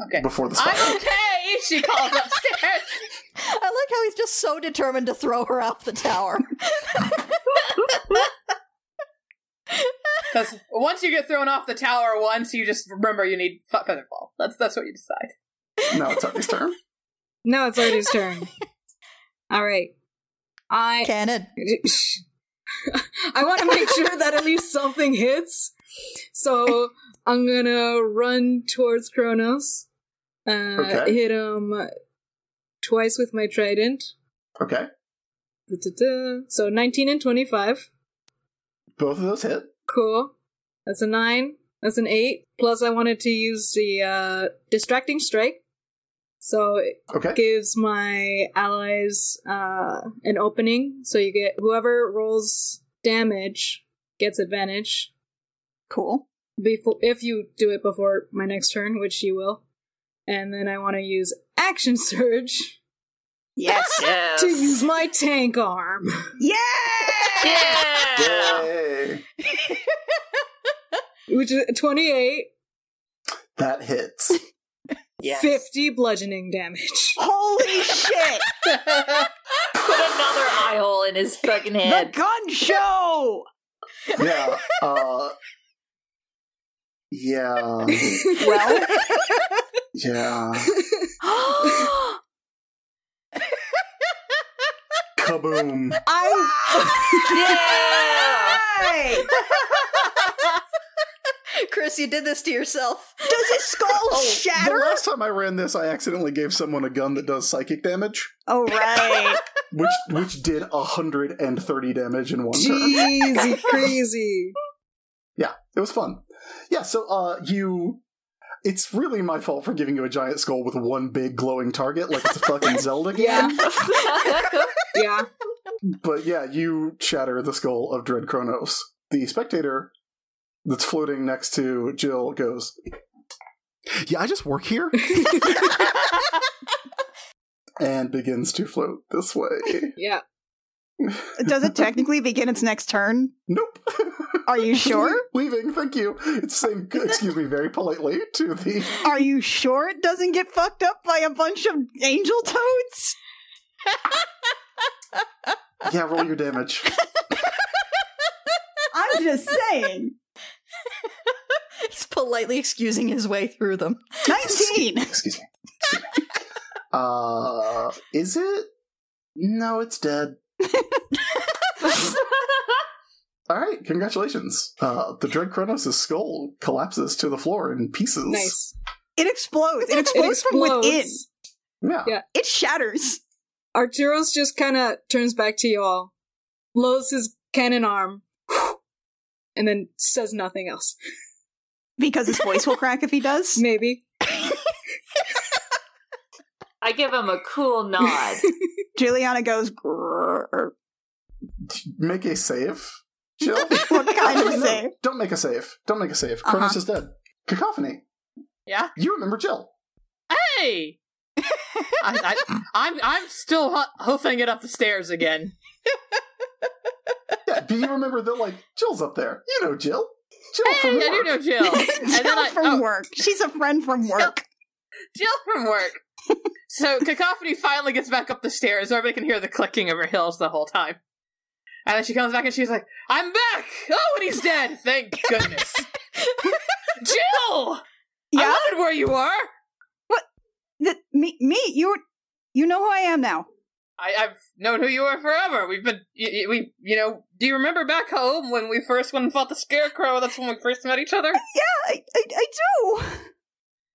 [SPEAKER 4] Okay.
[SPEAKER 1] before the spiral.
[SPEAKER 4] I'm okay, she calls upstairs.
[SPEAKER 2] I like how he's just so determined to throw her out the
[SPEAKER 3] <laughs>
[SPEAKER 2] tower.
[SPEAKER 4] Because once you get thrown off the tower once, you just remember you need fe- feather fall. That's, that's what you decide.
[SPEAKER 1] now it's Artie's turn.
[SPEAKER 6] No, it's already his turn.
[SPEAKER 5] <laughs>
[SPEAKER 6] All right. I
[SPEAKER 2] Cannon.
[SPEAKER 6] I want to make sure that at least something hits. So I'm gonna run towards Kronos. Uh,
[SPEAKER 1] Okay.
[SPEAKER 6] Hit him twice with my trident.
[SPEAKER 1] Okay,
[SPEAKER 6] Da-da-da. So 19 and 25.
[SPEAKER 1] both of those hit.
[SPEAKER 6] Cool. That's a 9. That's an 8. Plus, I wanted to use the uh, distracting strike. So it
[SPEAKER 1] Okay,
[SPEAKER 6] gives my allies uh, an opening. So you get whoever rolls damage gets advantage.
[SPEAKER 3] Cool.
[SPEAKER 6] before if you do it before my next turn, which you will. And then I want to use action surge
[SPEAKER 3] <laughs> Yes.
[SPEAKER 5] Yes.
[SPEAKER 6] to use my tank arm.
[SPEAKER 3] yeah.
[SPEAKER 5] Yeah.
[SPEAKER 1] Yay!
[SPEAKER 6] Which is 28,
[SPEAKER 1] that hits.
[SPEAKER 6] 50 bludgeoning
[SPEAKER 3] <laughs>
[SPEAKER 6] damage.
[SPEAKER 3] Holy shit.
[SPEAKER 5] Put another eye hole in his fucking
[SPEAKER 3] the
[SPEAKER 5] head.
[SPEAKER 3] gun show.
[SPEAKER 1] Yeah. Uh, yeah.
[SPEAKER 3] <laughs> Well,
[SPEAKER 1] Yeah. Kaboom.
[SPEAKER 6] I
[SPEAKER 5] yeah.
[SPEAKER 3] hey,
[SPEAKER 2] Chris, you did this to yourself. <laughs>
[SPEAKER 3] does his skull
[SPEAKER 1] The
[SPEAKER 3] shatter?
[SPEAKER 1] last time I ran this, I accidentally gave someone a gun that does psychic damage,
[SPEAKER 3] Oh, right.
[SPEAKER 1] which which did hundred and thirty damage in one turn.
[SPEAKER 6] Jeezy crazy.
[SPEAKER 1] Yeah, it was fun. Yeah, so uh, you. It's really my fault for giving you a giant skull with one big glowing target, like it's a fucking Zelda game.
[SPEAKER 6] Yeah, yeah. <laughs>
[SPEAKER 1] But yeah, you shatter the skull of Dread Kronos. The spectator that's floating next to Jill goes, Yeah, I just work here. and begins to float this way.
[SPEAKER 6] Yeah.
[SPEAKER 3] Does it technically begin its next turn?
[SPEAKER 1] Nope. <laughs>
[SPEAKER 3] Are you <laughs> sure?
[SPEAKER 1] Leaving, thank you. It's saying, excuse me, very politely to the.
[SPEAKER 3] Are you sure it doesn't get fucked up by a bunch of angel toads?
[SPEAKER 1] Yeah, roll your damage.
[SPEAKER 7] I'm just
[SPEAKER 3] <laughs>
[SPEAKER 7] saying.
[SPEAKER 2] He's politely excusing his way through them.
[SPEAKER 3] 19!
[SPEAKER 1] Excuse me. Excuse me. Uh, is it? No, it's dead. All right, congratulations. Uh, the Dread Kronos' skull collapses to the floor in pieces.
[SPEAKER 6] Nice.
[SPEAKER 3] It explodes. It
[SPEAKER 6] It
[SPEAKER 3] explodes, from
[SPEAKER 6] explodes.
[SPEAKER 3] within.
[SPEAKER 1] Yeah.
[SPEAKER 6] Yeah.
[SPEAKER 3] It shatters.
[SPEAKER 6] Arturos just kind of turns back to you all, blows his cannon arm, and then says nothing else.
[SPEAKER 3] Because his voice will crack if
[SPEAKER 6] <laughs>
[SPEAKER 3] he does.
[SPEAKER 6] Maybe.
[SPEAKER 5] I give him a cool nod.
[SPEAKER 3] Juliana goes, "Grrr."
[SPEAKER 1] Make a save. Jill.
[SPEAKER 3] What kind of
[SPEAKER 1] <laughs> No,
[SPEAKER 3] save?
[SPEAKER 1] Don't make a save. Don't make a save.
[SPEAKER 3] Uh-huh.
[SPEAKER 1] Kronos is dead. Cacophony.
[SPEAKER 4] Yeah?
[SPEAKER 1] You remember Jill.
[SPEAKER 4] Hey,
[SPEAKER 3] <laughs>
[SPEAKER 4] I, I, I'm I'm still ho- hoofing it up the stairs again.
[SPEAKER 1] Yeah, do you remember that, like, Jill's up there? You know Jill. Jill
[SPEAKER 4] Hey,
[SPEAKER 1] from
[SPEAKER 4] I do
[SPEAKER 1] work.
[SPEAKER 3] <laughs>
[SPEAKER 4] know Jill, and
[SPEAKER 3] Jill
[SPEAKER 4] then I
[SPEAKER 3] from
[SPEAKER 4] oh,
[SPEAKER 3] work. She's a friend from work.
[SPEAKER 4] Jill
[SPEAKER 3] <laughs>
[SPEAKER 4] from work. so cacophony finally gets back up the stairs. Everybody can hear the clicking of her heels the whole time. And then she comes back and she's like, "I'm back! Oh, and he's dead!
[SPEAKER 3] <laughs>
[SPEAKER 4] Thank goodness." Jill, I
[SPEAKER 3] Yeah?
[SPEAKER 4] wondered where you are.
[SPEAKER 3] Th- me, me, you, you know who I am now.
[SPEAKER 4] I, I've known who you are forever. We've been, y- y- we, you know, do you remember back home when we first went and fought the scarecrow? That's when we first met each other.
[SPEAKER 3] I, I, I do.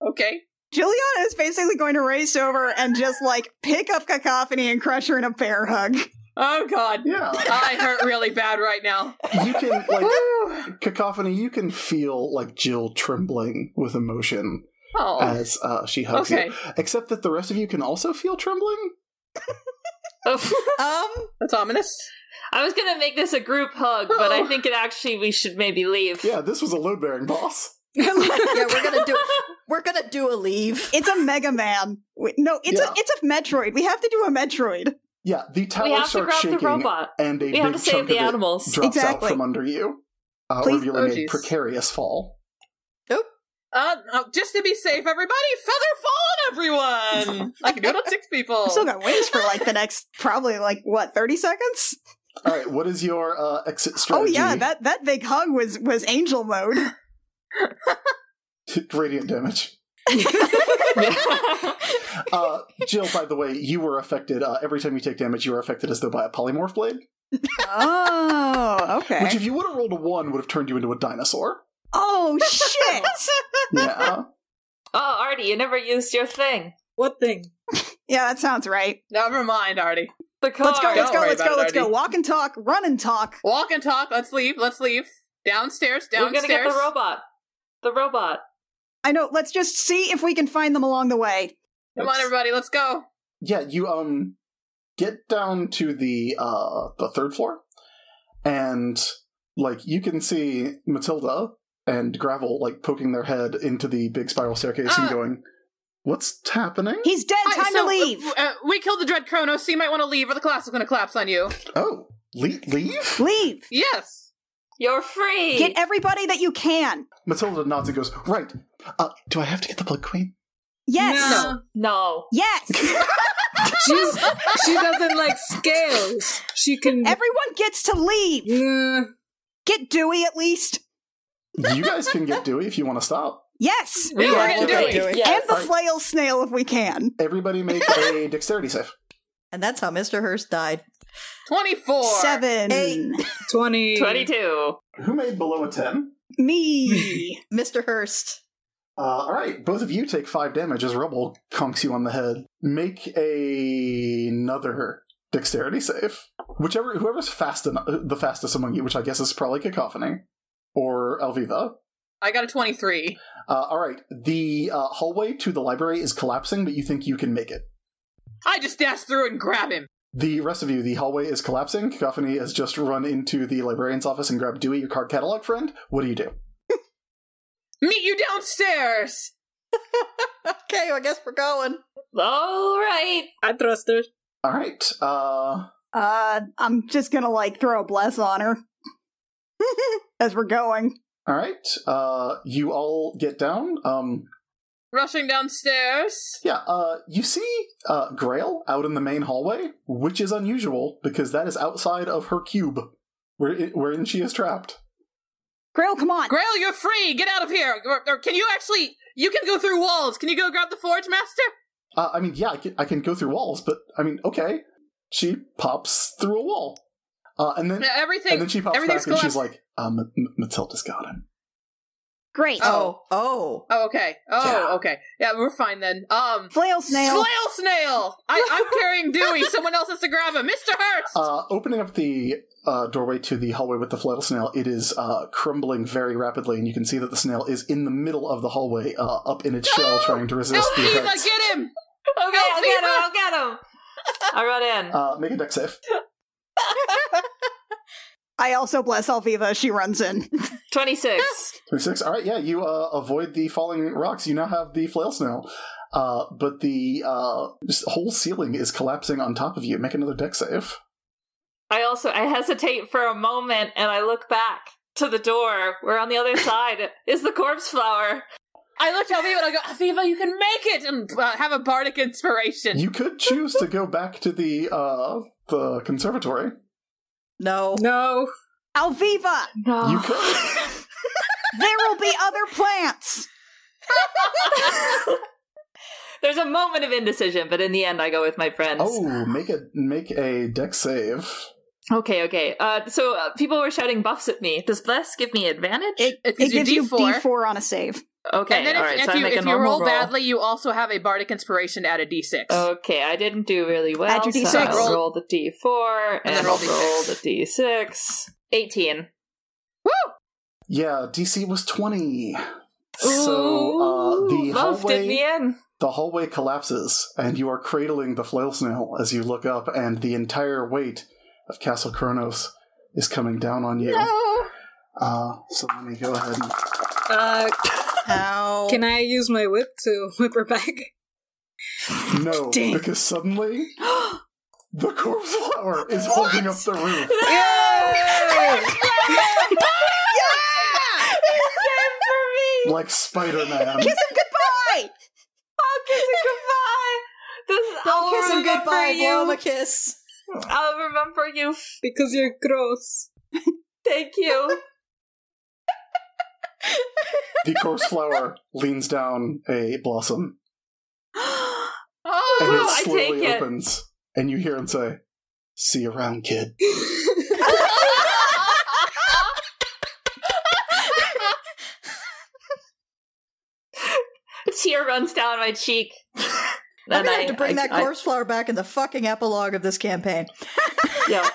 [SPEAKER 4] Okay.
[SPEAKER 3] Juliana is basically going to race over and just like pick up Cacophony and crush her in a bear hug. <laughs>
[SPEAKER 4] Oh God,
[SPEAKER 1] Yeah.
[SPEAKER 4] I hurt really bad right
[SPEAKER 3] <laughs>
[SPEAKER 4] now. Oh,
[SPEAKER 1] You can, like,
[SPEAKER 4] <laughs> Woo.
[SPEAKER 1] Cacophony, you can feel, like, Jill trembling with emotion
[SPEAKER 4] Oh,
[SPEAKER 1] as uh, she hugs
[SPEAKER 4] okay.
[SPEAKER 1] you. Except that the rest of you can also feel trembling.
[SPEAKER 2] Um,
[SPEAKER 4] That's ominous.
[SPEAKER 5] I was gonna make this a group hug, but I think it actually we should maybe leave.
[SPEAKER 1] Yeah, this was a load bearing boss.
[SPEAKER 2] yeah, we're gonna do we're gonna do a leave.
[SPEAKER 3] It's a Mega Man. Wait, no, it's
[SPEAKER 1] Yeah.
[SPEAKER 3] a it's a Metroid. We have to do a Metroid.
[SPEAKER 1] Yeah, the tower
[SPEAKER 5] we have to
[SPEAKER 1] starts
[SPEAKER 5] grab
[SPEAKER 1] shaking,
[SPEAKER 5] the robot.
[SPEAKER 1] and a
[SPEAKER 5] We
[SPEAKER 1] big
[SPEAKER 5] have to
[SPEAKER 1] chunk
[SPEAKER 5] save the
[SPEAKER 1] of it
[SPEAKER 5] animals.
[SPEAKER 1] drops
[SPEAKER 3] Exactly.
[SPEAKER 1] out from under you, uh,
[SPEAKER 3] Please-
[SPEAKER 1] revealing
[SPEAKER 4] Oh,
[SPEAKER 1] a
[SPEAKER 4] jeez.
[SPEAKER 1] precarious fall.
[SPEAKER 4] Uh, uh, just to be safe, everybody, feather fall
[SPEAKER 3] <laughs>
[SPEAKER 4] on everyone. I can do it on six people.
[SPEAKER 3] I've still got wings for like the next probably like what thirty seconds.
[SPEAKER 1] All right, what is your uh, exit
[SPEAKER 3] Oh
[SPEAKER 1] strategy?
[SPEAKER 3] yeah, that that big hug was was angel mode.
[SPEAKER 1] <laughs> radiant
[SPEAKER 3] <laughs>
[SPEAKER 1] damage. Uh, Jill, by the way, you were affected. Uh, every time you take damage, you are affected as though by a polymorph blade,
[SPEAKER 3] oh,
[SPEAKER 1] which, if you would have rolled a one, would have turned you into a dinosaur.
[SPEAKER 3] Oh shit!
[SPEAKER 1] Yeah,
[SPEAKER 5] oh, Artie, you never used your thing.
[SPEAKER 6] What thing?
[SPEAKER 3] <laughs> yeah, that sounds right.
[SPEAKER 4] Never mind, Artie.
[SPEAKER 5] The car.
[SPEAKER 3] Let's go, let's
[SPEAKER 4] Don't
[SPEAKER 3] go,
[SPEAKER 4] worry
[SPEAKER 3] let's go,
[SPEAKER 4] about it,
[SPEAKER 3] let's go.
[SPEAKER 4] Artie.
[SPEAKER 3] Walk and talk, run and talk.
[SPEAKER 4] Walk and talk. Let's leave. Let's leave. Downstairs.
[SPEAKER 5] We're
[SPEAKER 4] Downstairs.
[SPEAKER 5] gonna get the robot. The robot.
[SPEAKER 3] I know, let's just see if we can find them along the way.
[SPEAKER 4] Come on, everybody. Let's go.
[SPEAKER 1] yeah. You um get down to the uh the third floor, and like you can see Matilda and Gravel like poking their head into the big spiral staircase and
[SPEAKER 4] Ah.
[SPEAKER 1] going, "What's happening?"
[SPEAKER 3] He's dead,
[SPEAKER 4] All right,
[SPEAKER 3] time
[SPEAKER 4] so,
[SPEAKER 3] to
[SPEAKER 4] uh,
[SPEAKER 3] leave.
[SPEAKER 4] Uh, we killed the Dread Kronos, so you might want to leave, or the class is going to collapse on you.
[SPEAKER 1] Oh, le- leave.
[SPEAKER 3] leave.
[SPEAKER 4] Yes.
[SPEAKER 5] You're free.
[SPEAKER 3] Get everybody that you can.
[SPEAKER 1] Matilda nods and goes, "Right. Uh, do I have to get the Blood Queen?"
[SPEAKER 3] Yes.
[SPEAKER 6] No.
[SPEAKER 5] no.
[SPEAKER 3] Yes.
[SPEAKER 6] She's, she doesn't like scales. She can. uh,
[SPEAKER 3] Everyone gets to leave.
[SPEAKER 6] Nah.
[SPEAKER 3] Get Dewey at least.
[SPEAKER 1] you guys can get Dewey if you want to stop.
[SPEAKER 3] Yes.
[SPEAKER 5] We
[SPEAKER 4] we're
[SPEAKER 5] want
[SPEAKER 4] gonna
[SPEAKER 5] to
[SPEAKER 4] do
[SPEAKER 5] leave.
[SPEAKER 4] it.
[SPEAKER 5] Yes.
[SPEAKER 3] And the flail snail if we can.
[SPEAKER 1] Everybody make a dexterity save.
[SPEAKER 2] And that's how Mr. Hurst died.
[SPEAKER 4] 24.
[SPEAKER 3] Seven.
[SPEAKER 2] Eight.
[SPEAKER 6] 20.
[SPEAKER 5] 22.
[SPEAKER 1] Who made below a 10?
[SPEAKER 3] Me.
[SPEAKER 2] Mr. Hurst.
[SPEAKER 1] Uh, all right, both of you take five damage as rubble conks you on the head. Make a- another dexterity save. Whichever, whoever's fast enough, the fastest among you, which I guess is probably Cacophony or Elviva.
[SPEAKER 4] I got a 23.
[SPEAKER 1] Uh, all right, the uh, hallway to the library is collapsing, but you think you can make it.
[SPEAKER 4] I just dashed through it and grab him.
[SPEAKER 1] The rest of you, the hallway is collapsing. Cacophony has just run into the librarian's office and grabbed Dewey, your card catalog friend. What do you do?
[SPEAKER 4] Meet you downstairs.
[SPEAKER 2] <laughs> Okay, well, I guess we're going.
[SPEAKER 5] All right.
[SPEAKER 8] I trust her.
[SPEAKER 1] All right. Uh,
[SPEAKER 3] Uh, I'm just gonna like throw a bless on her <laughs> as we're going.
[SPEAKER 1] all right. Uh, you all get down. Um,
[SPEAKER 4] Rushing downstairs.
[SPEAKER 1] yeah. Uh, you see uh, Grail out in the main hallway, which is unusual because that is outside of her cube, where wherein she is trapped.
[SPEAKER 3] Grail, come on.
[SPEAKER 4] Grail, you're free. Get out of here. Or, or can you actually? You can go through walls. Can you go grab the forge master?
[SPEAKER 1] Uh, I mean, yeah, I can, I can go through walls, but I mean, okay. She pops through a wall, uh, and then
[SPEAKER 4] Everything.
[SPEAKER 1] and then she pops
[SPEAKER 4] everything's
[SPEAKER 1] back and she's
[SPEAKER 4] collapsed.
[SPEAKER 1] like, um, M- Matilda's got him.
[SPEAKER 3] Great.
[SPEAKER 4] Oh.
[SPEAKER 2] oh.
[SPEAKER 4] Oh, okay. Oh,
[SPEAKER 1] Yeah.
[SPEAKER 4] okay. Yeah, we're fine then. Um,
[SPEAKER 3] Flail snail.
[SPEAKER 4] Flail snail. I,
[SPEAKER 5] <laughs>
[SPEAKER 4] I'm carrying Dewey. Someone else has to grab him. Mr. Hurst.
[SPEAKER 5] Oh,
[SPEAKER 1] Uh, opening up the uh, doorway to the hallway with the flail snail, it is uh, crumbling very rapidly, and you can see that the snail is in the middle of the hallway, uh, up in its shell, trying to resist the
[SPEAKER 4] Elvina,
[SPEAKER 1] effects.
[SPEAKER 4] get him.
[SPEAKER 5] Okay, I'll get him. I'll get him. I run in.
[SPEAKER 1] Uh, make a deck save.
[SPEAKER 3] I also bless Alviva as she runs in.
[SPEAKER 5] 26.
[SPEAKER 1] 26. All right, yeah, you uh, avoid the falling rocks. You now have the flail snail. Uh, but the uh, s- whole ceiling is collapsing on top of you. Make another deck save.
[SPEAKER 5] I also I hesitate for a moment and I look back to the door where on the other side is the corpse flower.
[SPEAKER 4] I looked at Aviva and I go, Aviva, you can make it and uh, have a bardic inspiration. <laughs>
[SPEAKER 1] You could choose to go back to the uh, the conservatory.
[SPEAKER 2] No.
[SPEAKER 6] No.
[SPEAKER 3] Alviva,
[SPEAKER 5] No. <laughs>
[SPEAKER 1] You could.
[SPEAKER 3] there will be other plants.
[SPEAKER 5] There's a moment of indecision, but in the end I go with my friends.
[SPEAKER 1] Oh, make a make a deck save.
[SPEAKER 5] Okay, okay. Uh, so uh, people were shouting buffs at me. Does bless give me advantage?
[SPEAKER 4] it
[SPEAKER 3] It
[SPEAKER 4] gives,
[SPEAKER 3] gives
[SPEAKER 4] you
[SPEAKER 3] you
[SPEAKER 4] D4.
[SPEAKER 3] D4 on a save.
[SPEAKER 5] okay,
[SPEAKER 4] and then if,
[SPEAKER 5] all right.
[SPEAKER 4] if
[SPEAKER 5] so
[SPEAKER 4] you
[SPEAKER 5] I make a
[SPEAKER 4] if you
[SPEAKER 5] normal
[SPEAKER 4] roll, badly, you also have a bardic inspiration at a D6.
[SPEAKER 5] Okay, I didn't do really well.
[SPEAKER 3] Add your
[SPEAKER 5] So
[SPEAKER 3] D6.
[SPEAKER 5] I'll roll the D4 and,
[SPEAKER 4] And then
[SPEAKER 5] roll,
[SPEAKER 4] roll
[SPEAKER 5] I'll roll the D6. 18.
[SPEAKER 4] Woo!
[SPEAKER 1] Yeah, DC was 20. So uh, the
[SPEAKER 5] Ooh, love did me
[SPEAKER 1] hallway
[SPEAKER 5] in.
[SPEAKER 1] the hallway collapses, and you are cradling the flail snail as you look up, and the entire weight of Castle Kronos is coming down on you.
[SPEAKER 5] Oh.
[SPEAKER 1] Uh, so let me go ahead and
[SPEAKER 6] Uh,
[SPEAKER 2] How?
[SPEAKER 6] can I use my whip to whip her back?
[SPEAKER 1] no,
[SPEAKER 6] Dang.
[SPEAKER 1] because
[SPEAKER 5] <gasps>
[SPEAKER 1] suddenly the corpse flower is holding up the roof. Like Spider Man.
[SPEAKER 3] Kiss him goodbye.
[SPEAKER 5] I'll kiss him goodbye. This I'll
[SPEAKER 2] Kiss him
[SPEAKER 5] remember
[SPEAKER 2] goodbye,
[SPEAKER 5] you.
[SPEAKER 2] blow him a kiss.
[SPEAKER 5] I'll remember <gasps> you.
[SPEAKER 6] Because you're gross. <laughs>
[SPEAKER 5] Thank you.
[SPEAKER 1] The corpse flower leans down a blossom and
[SPEAKER 5] Woo,
[SPEAKER 1] it
[SPEAKER 5] Oh, I take
[SPEAKER 1] slowly
[SPEAKER 5] it. <laughs>
[SPEAKER 1] opens, and you hear him say, See you around, kid.
[SPEAKER 5] Tear runs down my cheek.
[SPEAKER 2] I'm
[SPEAKER 5] And
[SPEAKER 2] gonna
[SPEAKER 5] I-
[SPEAKER 2] have to bring
[SPEAKER 5] I-
[SPEAKER 2] that
[SPEAKER 5] I-
[SPEAKER 2] corpse flower back in the fucking epilogue of this campaign.
[SPEAKER 5] yeah.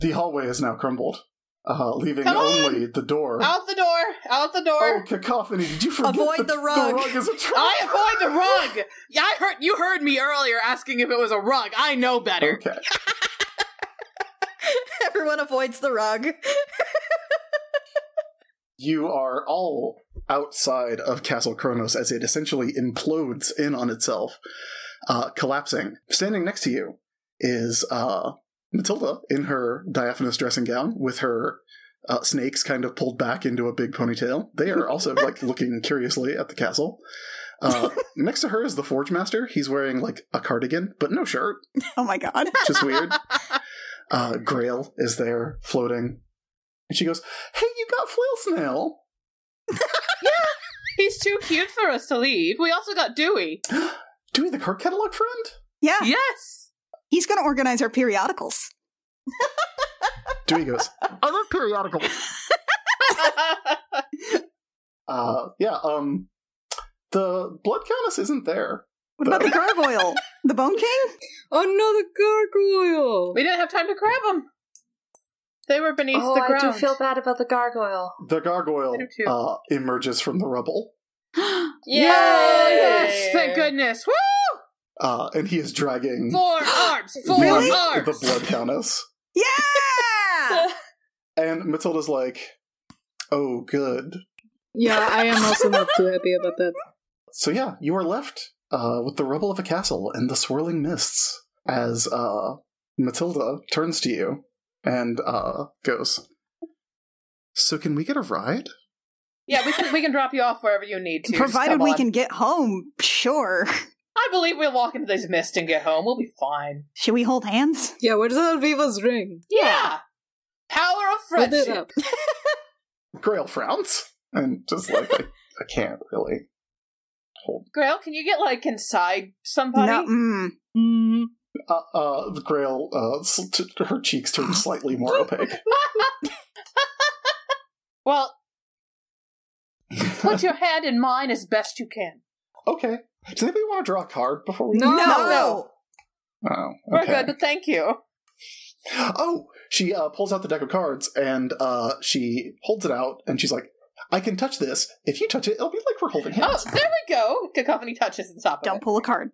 [SPEAKER 1] The hallway is now crumbled, uh, leaving
[SPEAKER 4] Come on!
[SPEAKER 1] only the door.
[SPEAKER 4] Out the door! Out the
[SPEAKER 1] Oh,
[SPEAKER 4] door!
[SPEAKER 1] cacophony! Did you forget
[SPEAKER 2] Avoid
[SPEAKER 1] that
[SPEAKER 2] the rug.
[SPEAKER 1] The rug is a trap.
[SPEAKER 4] I avoid the rug. <laughs> Yeah, I heard you heard me earlier asking if it was a rug. I know better.
[SPEAKER 1] Okay.
[SPEAKER 2] Everyone avoids the rug.
[SPEAKER 1] You are all outside of Castle Kronos as it essentially implodes in on itself, uh, collapsing. Standing next to you is uh, Matilda in her diaphanous dressing gown with her uh, snakes kind of pulled back into a big ponytail. They are also like looking curiously at the castle. Uh, next to her is the Forge Master. He's wearing like a cardigan, but no shirt.
[SPEAKER 3] Oh my god.
[SPEAKER 1] which is weird. Uh, Grail is there floating. And she goes, Hey, you got flail snail.
[SPEAKER 4] He's too cute for us to leave. We also got Dewey.
[SPEAKER 1] Dewey the card catalog friend?
[SPEAKER 3] Yeah,
[SPEAKER 4] <laughs> Yes.
[SPEAKER 3] he's gonna organize our periodicals.
[SPEAKER 1] Dewey goes,
[SPEAKER 8] <laughs> I love periodicals.
[SPEAKER 1] uh, yeah, um, the blood countess isn't there.
[SPEAKER 3] What about the gargoyle? The Bone King?
[SPEAKER 6] Oh no, the gargoyle!
[SPEAKER 4] <laughs> we didn't have time to grab him. They were beneath
[SPEAKER 5] Oh,
[SPEAKER 4] the
[SPEAKER 5] I
[SPEAKER 4] ground.
[SPEAKER 5] do feel bad about the gargoyle.
[SPEAKER 1] The gargoyle
[SPEAKER 4] I do too.
[SPEAKER 1] uh, emerges from the rubble,
[SPEAKER 5] Yay!
[SPEAKER 4] Oh, yes, thank goodness. Woo!
[SPEAKER 1] uh, and he is dragging
[SPEAKER 4] Four <gasps> arms. Four
[SPEAKER 3] Really?
[SPEAKER 1] the, the
[SPEAKER 4] arms.
[SPEAKER 1] blood countess.
[SPEAKER 3] Yeah!
[SPEAKER 1] And Matilda's like, Oh, good.
[SPEAKER 6] Yeah, I am also not too happy about that.
[SPEAKER 1] So yeah, you are left uh, with the rubble of a castle and the swirling mists as uh, Matilda turns to you and uh, goes. So can we get a ride?
[SPEAKER 4] Yeah, we can we can drop you off wherever you need to. Just
[SPEAKER 3] Provided
[SPEAKER 4] come
[SPEAKER 3] we
[SPEAKER 4] on.
[SPEAKER 3] can get home, sure.
[SPEAKER 4] I believe we'll walk into this mist and get home. We'll be fine.
[SPEAKER 3] Should we hold hands?
[SPEAKER 6] Yeah, where's Alviva's ring?
[SPEAKER 4] Yeah. Power of
[SPEAKER 6] Hold
[SPEAKER 4] friendship.
[SPEAKER 6] it up.
[SPEAKER 1] Grail frowns and just like I, I can't really.
[SPEAKER 4] Grail, can you get like inside somebody?
[SPEAKER 3] No, mm.
[SPEAKER 6] Mm.
[SPEAKER 1] Uh, uh, Grail, uh, s- t- her cheeks turn slightly more opaque.
[SPEAKER 4] <laughs> Well, put your hand in mine as best you can.
[SPEAKER 1] Okay. Does anybody want to draw a card before we?
[SPEAKER 6] No.
[SPEAKER 4] no.
[SPEAKER 1] Oh,
[SPEAKER 4] We're
[SPEAKER 1] okay.
[SPEAKER 4] good, but thank you.
[SPEAKER 1] Oh, she uh, pulls out the deck of cards and uh, she holds it out and she's like, "I can touch this. If you touch it, it'll be like we're holding
[SPEAKER 4] Oh,
[SPEAKER 1] hands."
[SPEAKER 4] there we go. Cacophony touches the top of
[SPEAKER 3] Don't
[SPEAKER 4] it.
[SPEAKER 3] pull a card.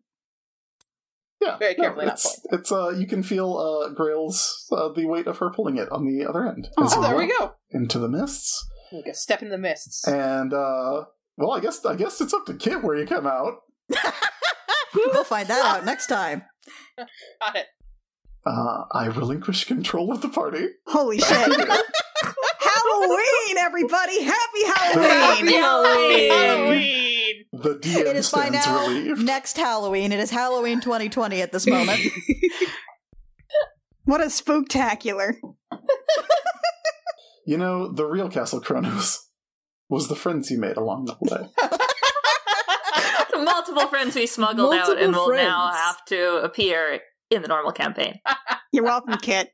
[SPEAKER 1] yeah,
[SPEAKER 4] very carefully, not
[SPEAKER 1] it's, it's uh, you can feel uh, Grail's uh, the weight of her pulling it on the other end. And
[SPEAKER 3] Oh,
[SPEAKER 1] so
[SPEAKER 4] Oh, there
[SPEAKER 1] you
[SPEAKER 4] we go.
[SPEAKER 1] Into the mists,
[SPEAKER 4] We go. Step in the mists.
[SPEAKER 1] and uh, well, I guess I guess it's up to Kit where you come out.
[SPEAKER 2] we'll find that out next time.
[SPEAKER 4] Got it.
[SPEAKER 1] Uh, I relinquish control of the party.
[SPEAKER 3] Holy shit. Halloween, everybody! Happy
[SPEAKER 5] Happy
[SPEAKER 3] Halloween!
[SPEAKER 6] uh,
[SPEAKER 4] <laughs> Halloween.
[SPEAKER 1] The DM
[SPEAKER 2] <laughs> It is by
[SPEAKER 1] stands
[SPEAKER 2] now
[SPEAKER 1] relieved.
[SPEAKER 2] next Halloween. It is Halloween 2020 at this moment.
[SPEAKER 3] What a spooktacular.
[SPEAKER 1] You know, the real Castle Kronos was the friends you made along the way.
[SPEAKER 2] <laughs>
[SPEAKER 5] <laughs> Multiple friends we smuggled out
[SPEAKER 6] Multiple
[SPEAKER 5] and will now
[SPEAKER 6] friends.
[SPEAKER 5] have to appear in the normal campaign.
[SPEAKER 3] You're welcome, Kit.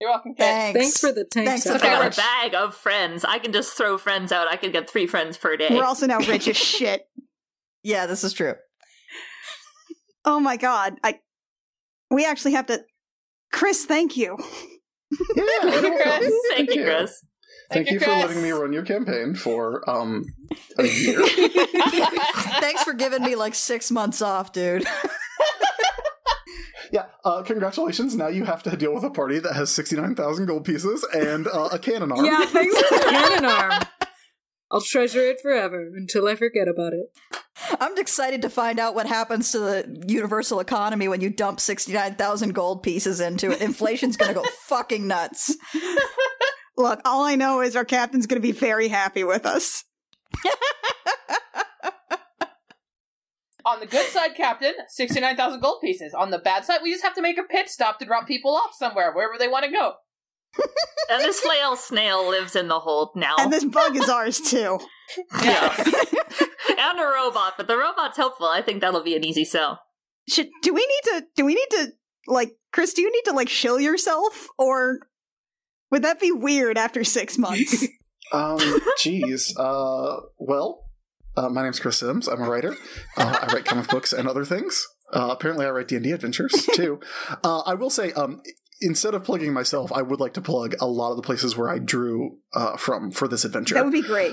[SPEAKER 4] You're welcome, Kat.
[SPEAKER 2] Thanks.
[SPEAKER 6] Thanks for the tank.
[SPEAKER 2] Thanks for
[SPEAKER 5] I
[SPEAKER 2] the
[SPEAKER 4] Okay,
[SPEAKER 5] got
[SPEAKER 4] Rich.
[SPEAKER 5] a bag of friends. I can just throw friends out. I can get three friends per day. <laughs>
[SPEAKER 3] We're also now rich as shit.
[SPEAKER 2] yeah, this is true.
[SPEAKER 3] Oh my god. I we actually have to Chris, thank you.
[SPEAKER 1] Yeah,
[SPEAKER 4] Thank you,
[SPEAKER 1] welcome.
[SPEAKER 4] Chris.
[SPEAKER 5] Thank you, Chris.
[SPEAKER 1] Thank,
[SPEAKER 4] Thank
[SPEAKER 1] you
[SPEAKER 4] you,
[SPEAKER 1] for
[SPEAKER 4] Chris.
[SPEAKER 1] letting me run your campaign for um a year.
[SPEAKER 2] Thanks for giving me like six months off, dude.
[SPEAKER 1] yeah, uh, congratulations. Now you have to deal with a party that has sixty nine thousand gold pieces and uh, a cannon arm.
[SPEAKER 6] Yeah, thanks for the cannon arm. I'll treasure it forever until I forget about it.
[SPEAKER 2] I'm excited to find out what happens to the universal economy when you dump 69,000 gold pieces into it. Inflation's going to go <laughs> fucking nuts.
[SPEAKER 3] Look, all I know is our captain's gonna be very happy with us.
[SPEAKER 4] On the good side, Captain, 69,000 gold pieces. On the bad side, we just have to make a pit stop to drop people off somewhere, wherever they want to go.
[SPEAKER 5] And this flail snail lives in the hold now.
[SPEAKER 3] And this bug is
[SPEAKER 1] <laughs>
[SPEAKER 3] ours too.
[SPEAKER 5] Yeah. <laughs> and a robot, but the robot's helpful. I think that'll be an easy sell.
[SPEAKER 3] Should, do we need to do we need to like Chris, do you need to like shill yourself or would that be weird after six months?
[SPEAKER 1] Um, jeez. Uh, well, uh, my name's Chris Sims. I'm a writer. Uh, I write comic books and other things. Uh, apparently, I write D and D
[SPEAKER 3] <laughs>
[SPEAKER 1] adventures too. Uh, I will say, um, instead of plugging myself, I would like to plug a lot of the places where I drew uh, from for this adventure.
[SPEAKER 3] That would be great.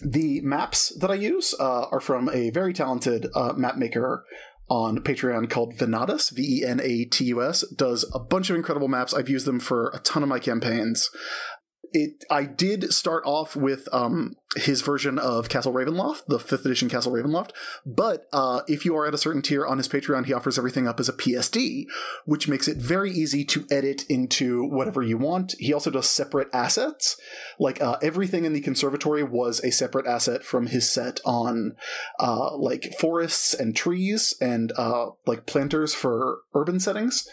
[SPEAKER 1] the maps that I use uh, are from a very talented uh, map maker on Patreon called Venatus. V E N A T U S does a bunch of incredible maps. I've used them for a ton of my campaigns. It. I did start off with um, his version of Castle Ravenloft, the fifth edition Castle Ravenloft. But uh, if you are at a certain tier on his Patreon, he offers everything up as a PSD, which makes it very easy to edit into whatever you want. He also does separate assets like uh, everything in the conservatory was a separate asset from his set on uh, like forests and trees and uh, like planters for urban settings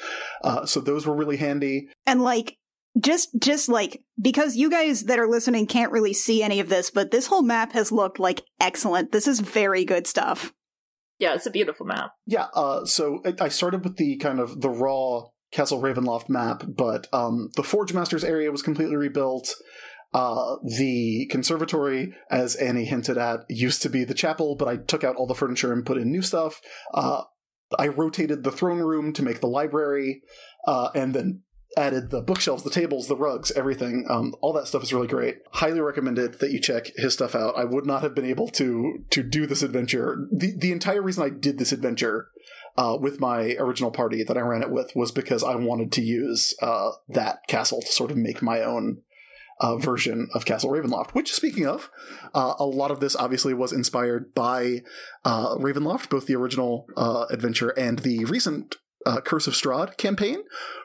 [SPEAKER 1] uh, so those were really handy
[SPEAKER 3] and like just just like because you guys that are listening can't really see any of this but this whole map has looked like excellent this is very good stuff
[SPEAKER 5] Yeah, it's a beautiful map.
[SPEAKER 1] yeah uh, so I- i started with the kind of the raw castle ravenloft map but um, the forge masters area was completely rebuilt uh, the conservatory, as Annie hinted at, used to be the chapel, but I took out all the furniture and put in new stuff. Uh, I rotated the throne room to make the library, uh, and then added the bookshelves, the tables, the rugs, everything. Um, all that stuff is really great. Highly recommended that you check his stuff out. I would not have been able to to do this adventure. The the entire reason I did this adventure. Uh, with my original party that I ran it with was because I wanted to use uh, that castle to sort of make my own uh, version of Castle Ravenloft. Which, speaking of, uh, a lot of this obviously was inspired by uh, Ravenloft, both the original uh, adventure and the recent uh, Curse of Strahd campaign,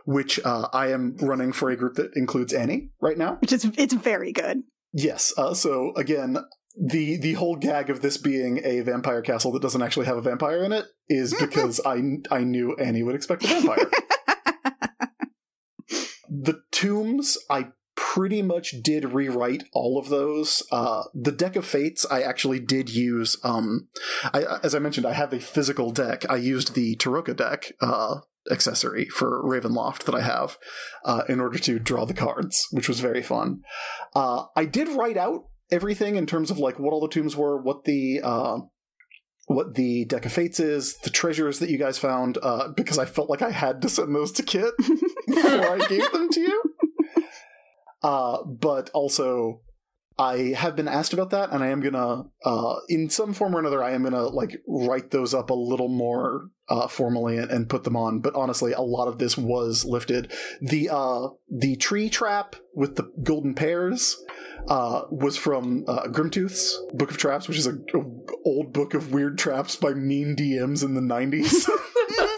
[SPEAKER 1] which uh, I am running for a group that includes Annie right now.
[SPEAKER 3] Which is it's very good.
[SPEAKER 1] Yes. Uh, so again, the the whole gag of this being a vampire castle that doesn't actually have a vampire in it is because I I knew Annie would expect a vampire. the tombs, I pretty much did rewrite all of those. Uh, the deck of fates, I actually did use. Um, I, as I mentioned, I have a physical deck. I used the Taroka deck. Uh, accessory for ravenloft that i have uh, in order to draw the cards which was very fun uh, I did write out everything in terms of like what all the tombs were, what the uh, what the deck of fates is, the treasures that you guys found, uh, because I felt like I had to send those to Kit before I gave them to you. Uh, but also, I have been asked about that, and I am gonna, uh, in some form or another, I am gonna like write those up a little more uh, formally and, and put them on. But honestly, a lot of this was lifted. The uh, the tree trap with the golden pears uh, was from uh, Grimtooth's Book of Traps, which is a, a old book of weird traps by mean DMs in the '90s.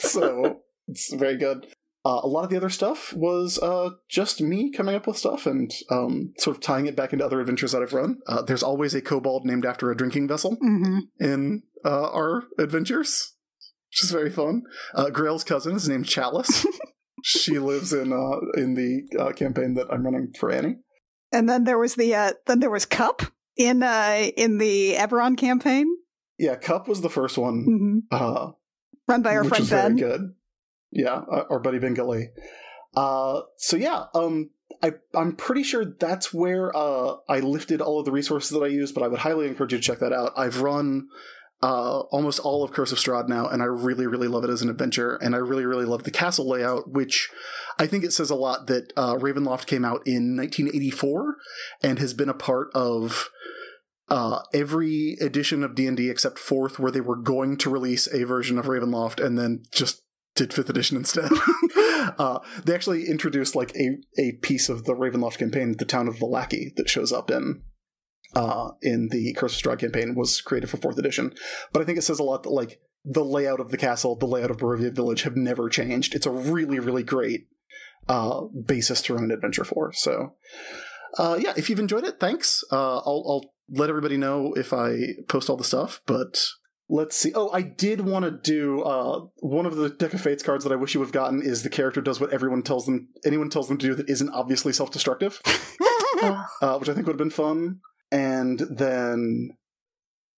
[SPEAKER 1] so it's very good. Uh, a lot of the other stuff was uh, just me coming up with stuff and um, sort of tying it back into other adventures that I've run. Uh, there's always a kobold named after a drinking vessel
[SPEAKER 3] Mm-hmm.
[SPEAKER 1] in uh, our adventures, which is very fun. Uh, Grail's cousin is named Chalice. she lives in uh, in the uh, campaign that I'm running for Annie.
[SPEAKER 3] And then there was the uh, then there was Cup in uh, in the Everon campaign,
[SPEAKER 1] Yeah, Cup was the first one,
[SPEAKER 3] hmm
[SPEAKER 1] uh,
[SPEAKER 3] run by our
[SPEAKER 1] which
[SPEAKER 3] friend
[SPEAKER 1] was
[SPEAKER 3] Ben.
[SPEAKER 1] very good. Yeah, uh, our buddy Ben Gilly. Uh, so yeah, um, I I'm pretty sure that's where uh, I lifted all of the resources that I use, but I would highly encourage you to check that out. I've run uh, almost all of Curse of Strahd now, and I really, really love it as an adventure, and I really, really love the castle layout, which I think it says a lot that uh, Ravenloft came out in 1984 and has been a part of uh, every edition of D&D except fourth, where they were going to release a version of Ravenloft and then just did fifth edition instead. uh, they actually introduced like a, a piece of the Ravenloft campaign, the town of Valaki, that shows up in uh, in the Curse of Strahd campaign was created for fourth edition. But I think it says a lot that like the layout of the castle, the layout of Barovia Village have never changed. It's a really, really great uh, basis to run an adventure for. So uh, yeah, if you've enjoyed it, thanks. Uh, I'll, I'll let everybody know if I post all the stuff, but let's see. Oh, I did want to do uh, one of the Deck of Fates cards that I wish you would have gotten is the character does what everyone tells them, anyone tells them to do that isn't obviously self destructive, uh, which I think would have been fun. And then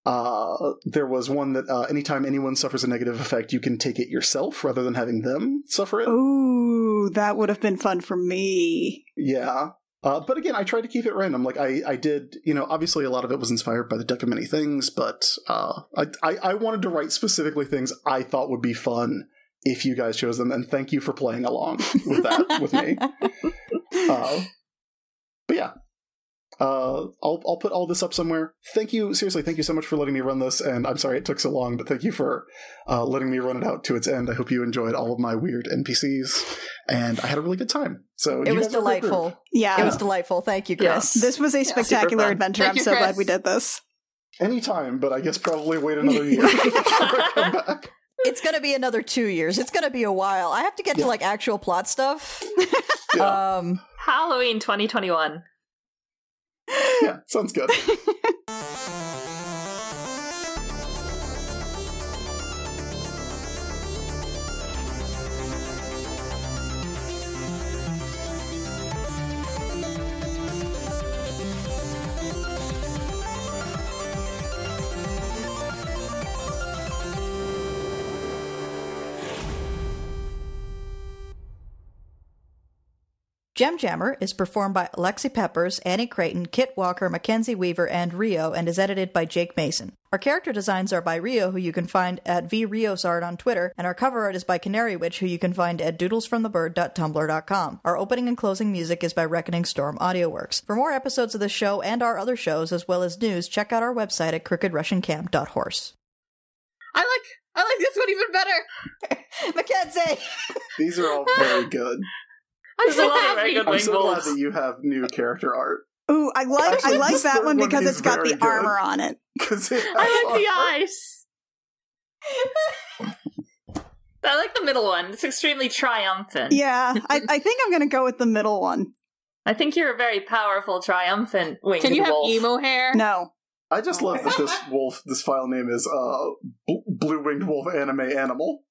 [SPEAKER 1] uh, there was one that uh, anytime anyone suffers a negative effect, you can take it yourself rather than having them suffer
[SPEAKER 3] Oh.
[SPEAKER 1] it.
[SPEAKER 3] Ooh, that would have been fun for me.
[SPEAKER 1] Yeah. Uh, but again, I tried to keep it random. Like I, I did, you know, obviously a lot of it was inspired by the deck of many things, but uh, I, I, I wanted to write specifically things I thought would be fun if you guys chose them. And thank you for playing along with that with
[SPEAKER 2] <laughs>
[SPEAKER 1] me. Uh, but yeah, uh, I'll I'll put all this up somewhere. Thank you, seriously, thank you so much for letting me run this. And I'm sorry it took so long, but thank you for uh, letting me run it out to its end. I hope you enjoyed all of my weird NPCs, and I had a really good time. So
[SPEAKER 2] It
[SPEAKER 1] you
[SPEAKER 2] was
[SPEAKER 1] guys have a great group.
[SPEAKER 2] delightful.
[SPEAKER 3] Yeah,
[SPEAKER 2] It was delightful. Thank you,
[SPEAKER 5] Yeah.
[SPEAKER 2] Chris.
[SPEAKER 3] this was a
[SPEAKER 5] super
[SPEAKER 3] spectacular
[SPEAKER 5] fun.
[SPEAKER 3] adventure.
[SPEAKER 4] Thank
[SPEAKER 3] I'm
[SPEAKER 4] you,
[SPEAKER 3] so glad
[SPEAKER 4] Chris.
[SPEAKER 3] we did this.
[SPEAKER 1] Anytime, but I guess probably wait another year before I come
[SPEAKER 5] <laughs>
[SPEAKER 1] back.
[SPEAKER 2] it's gonna be another two years. It's gonna be a while. I have to get
[SPEAKER 1] Yeah.
[SPEAKER 2] to like actual plot stuff.
[SPEAKER 1] Yeah,
[SPEAKER 2] Um,
[SPEAKER 5] Halloween 2021.
[SPEAKER 1] yeah, sounds good.
[SPEAKER 2] Gem Jammer is performed by Alexi Peppers, Annie Creighton, Kit Walker, Mackenzie Weaver, and Rio, and is edited by Jake Mason. Our character designs are by Rio, who you can find at vriosart on Twitter, and our cover art is by Canary Witch, who you can find at doodlesfromthebird.tumblr.com. Our opening and closing music is by Reckoning Storm AudioWorks. For more episodes of this show and our other shows, as well as news, check out our website at crookedrussiancamp.horse.
[SPEAKER 4] I like I like this one even
[SPEAKER 2] <laughs>
[SPEAKER 4] better.
[SPEAKER 2] Mackenzie!
[SPEAKER 1] These are all very good.
[SPEAKER 5] I'm
[SPEAKER 4] There's a
[SPEAKER 5] so
[SPEAKER 4] lot of
[SPEAKER 5] happy.
[SPEAKER 4] regular
[SPEAKER 1] I'm so glad that you have new character art
[SPEAKER 3] Ooh, I like
[SPEAKER 1] Actually,
[SPEAKER 3] I like
[SPEAKER 1] this
[SPEAKER 3] that
[SPEAKER 1] third
[SPEAKER 3] one
[SPEAKER 1] one
[SPEAKER 3] because
[SPEAKER 1] is
[SPEAKER 3] it's got
[SPEAKER 1] very
[SPEAKER 3] the
[SPEAKER 1] good.
[SPEAKER 3] armor on it.
[SPEAKER 1] because
[SPEAKER 5] I
[SPEAKER 4] <laughs>
[SPEAKER 5] like the eyes. I like the middle one. It's extremely triumphant.
[SPEAKER 3] Yeah, I, I think I'm gonna go with the middle one.
[SPEAKER 5] I think you're a very powerful, triumphant winged
[SPEAKER 4] Can you have
[SPEAKER 5] wolf.
[SPEAKER 4] emo hair?
[SPEAKER 3] No,
[SPEAKER 5] <laughs>
[SPEAKER 1] I just love that this wolf, this file name is uh, Blue Winged Wolf Anime Animal.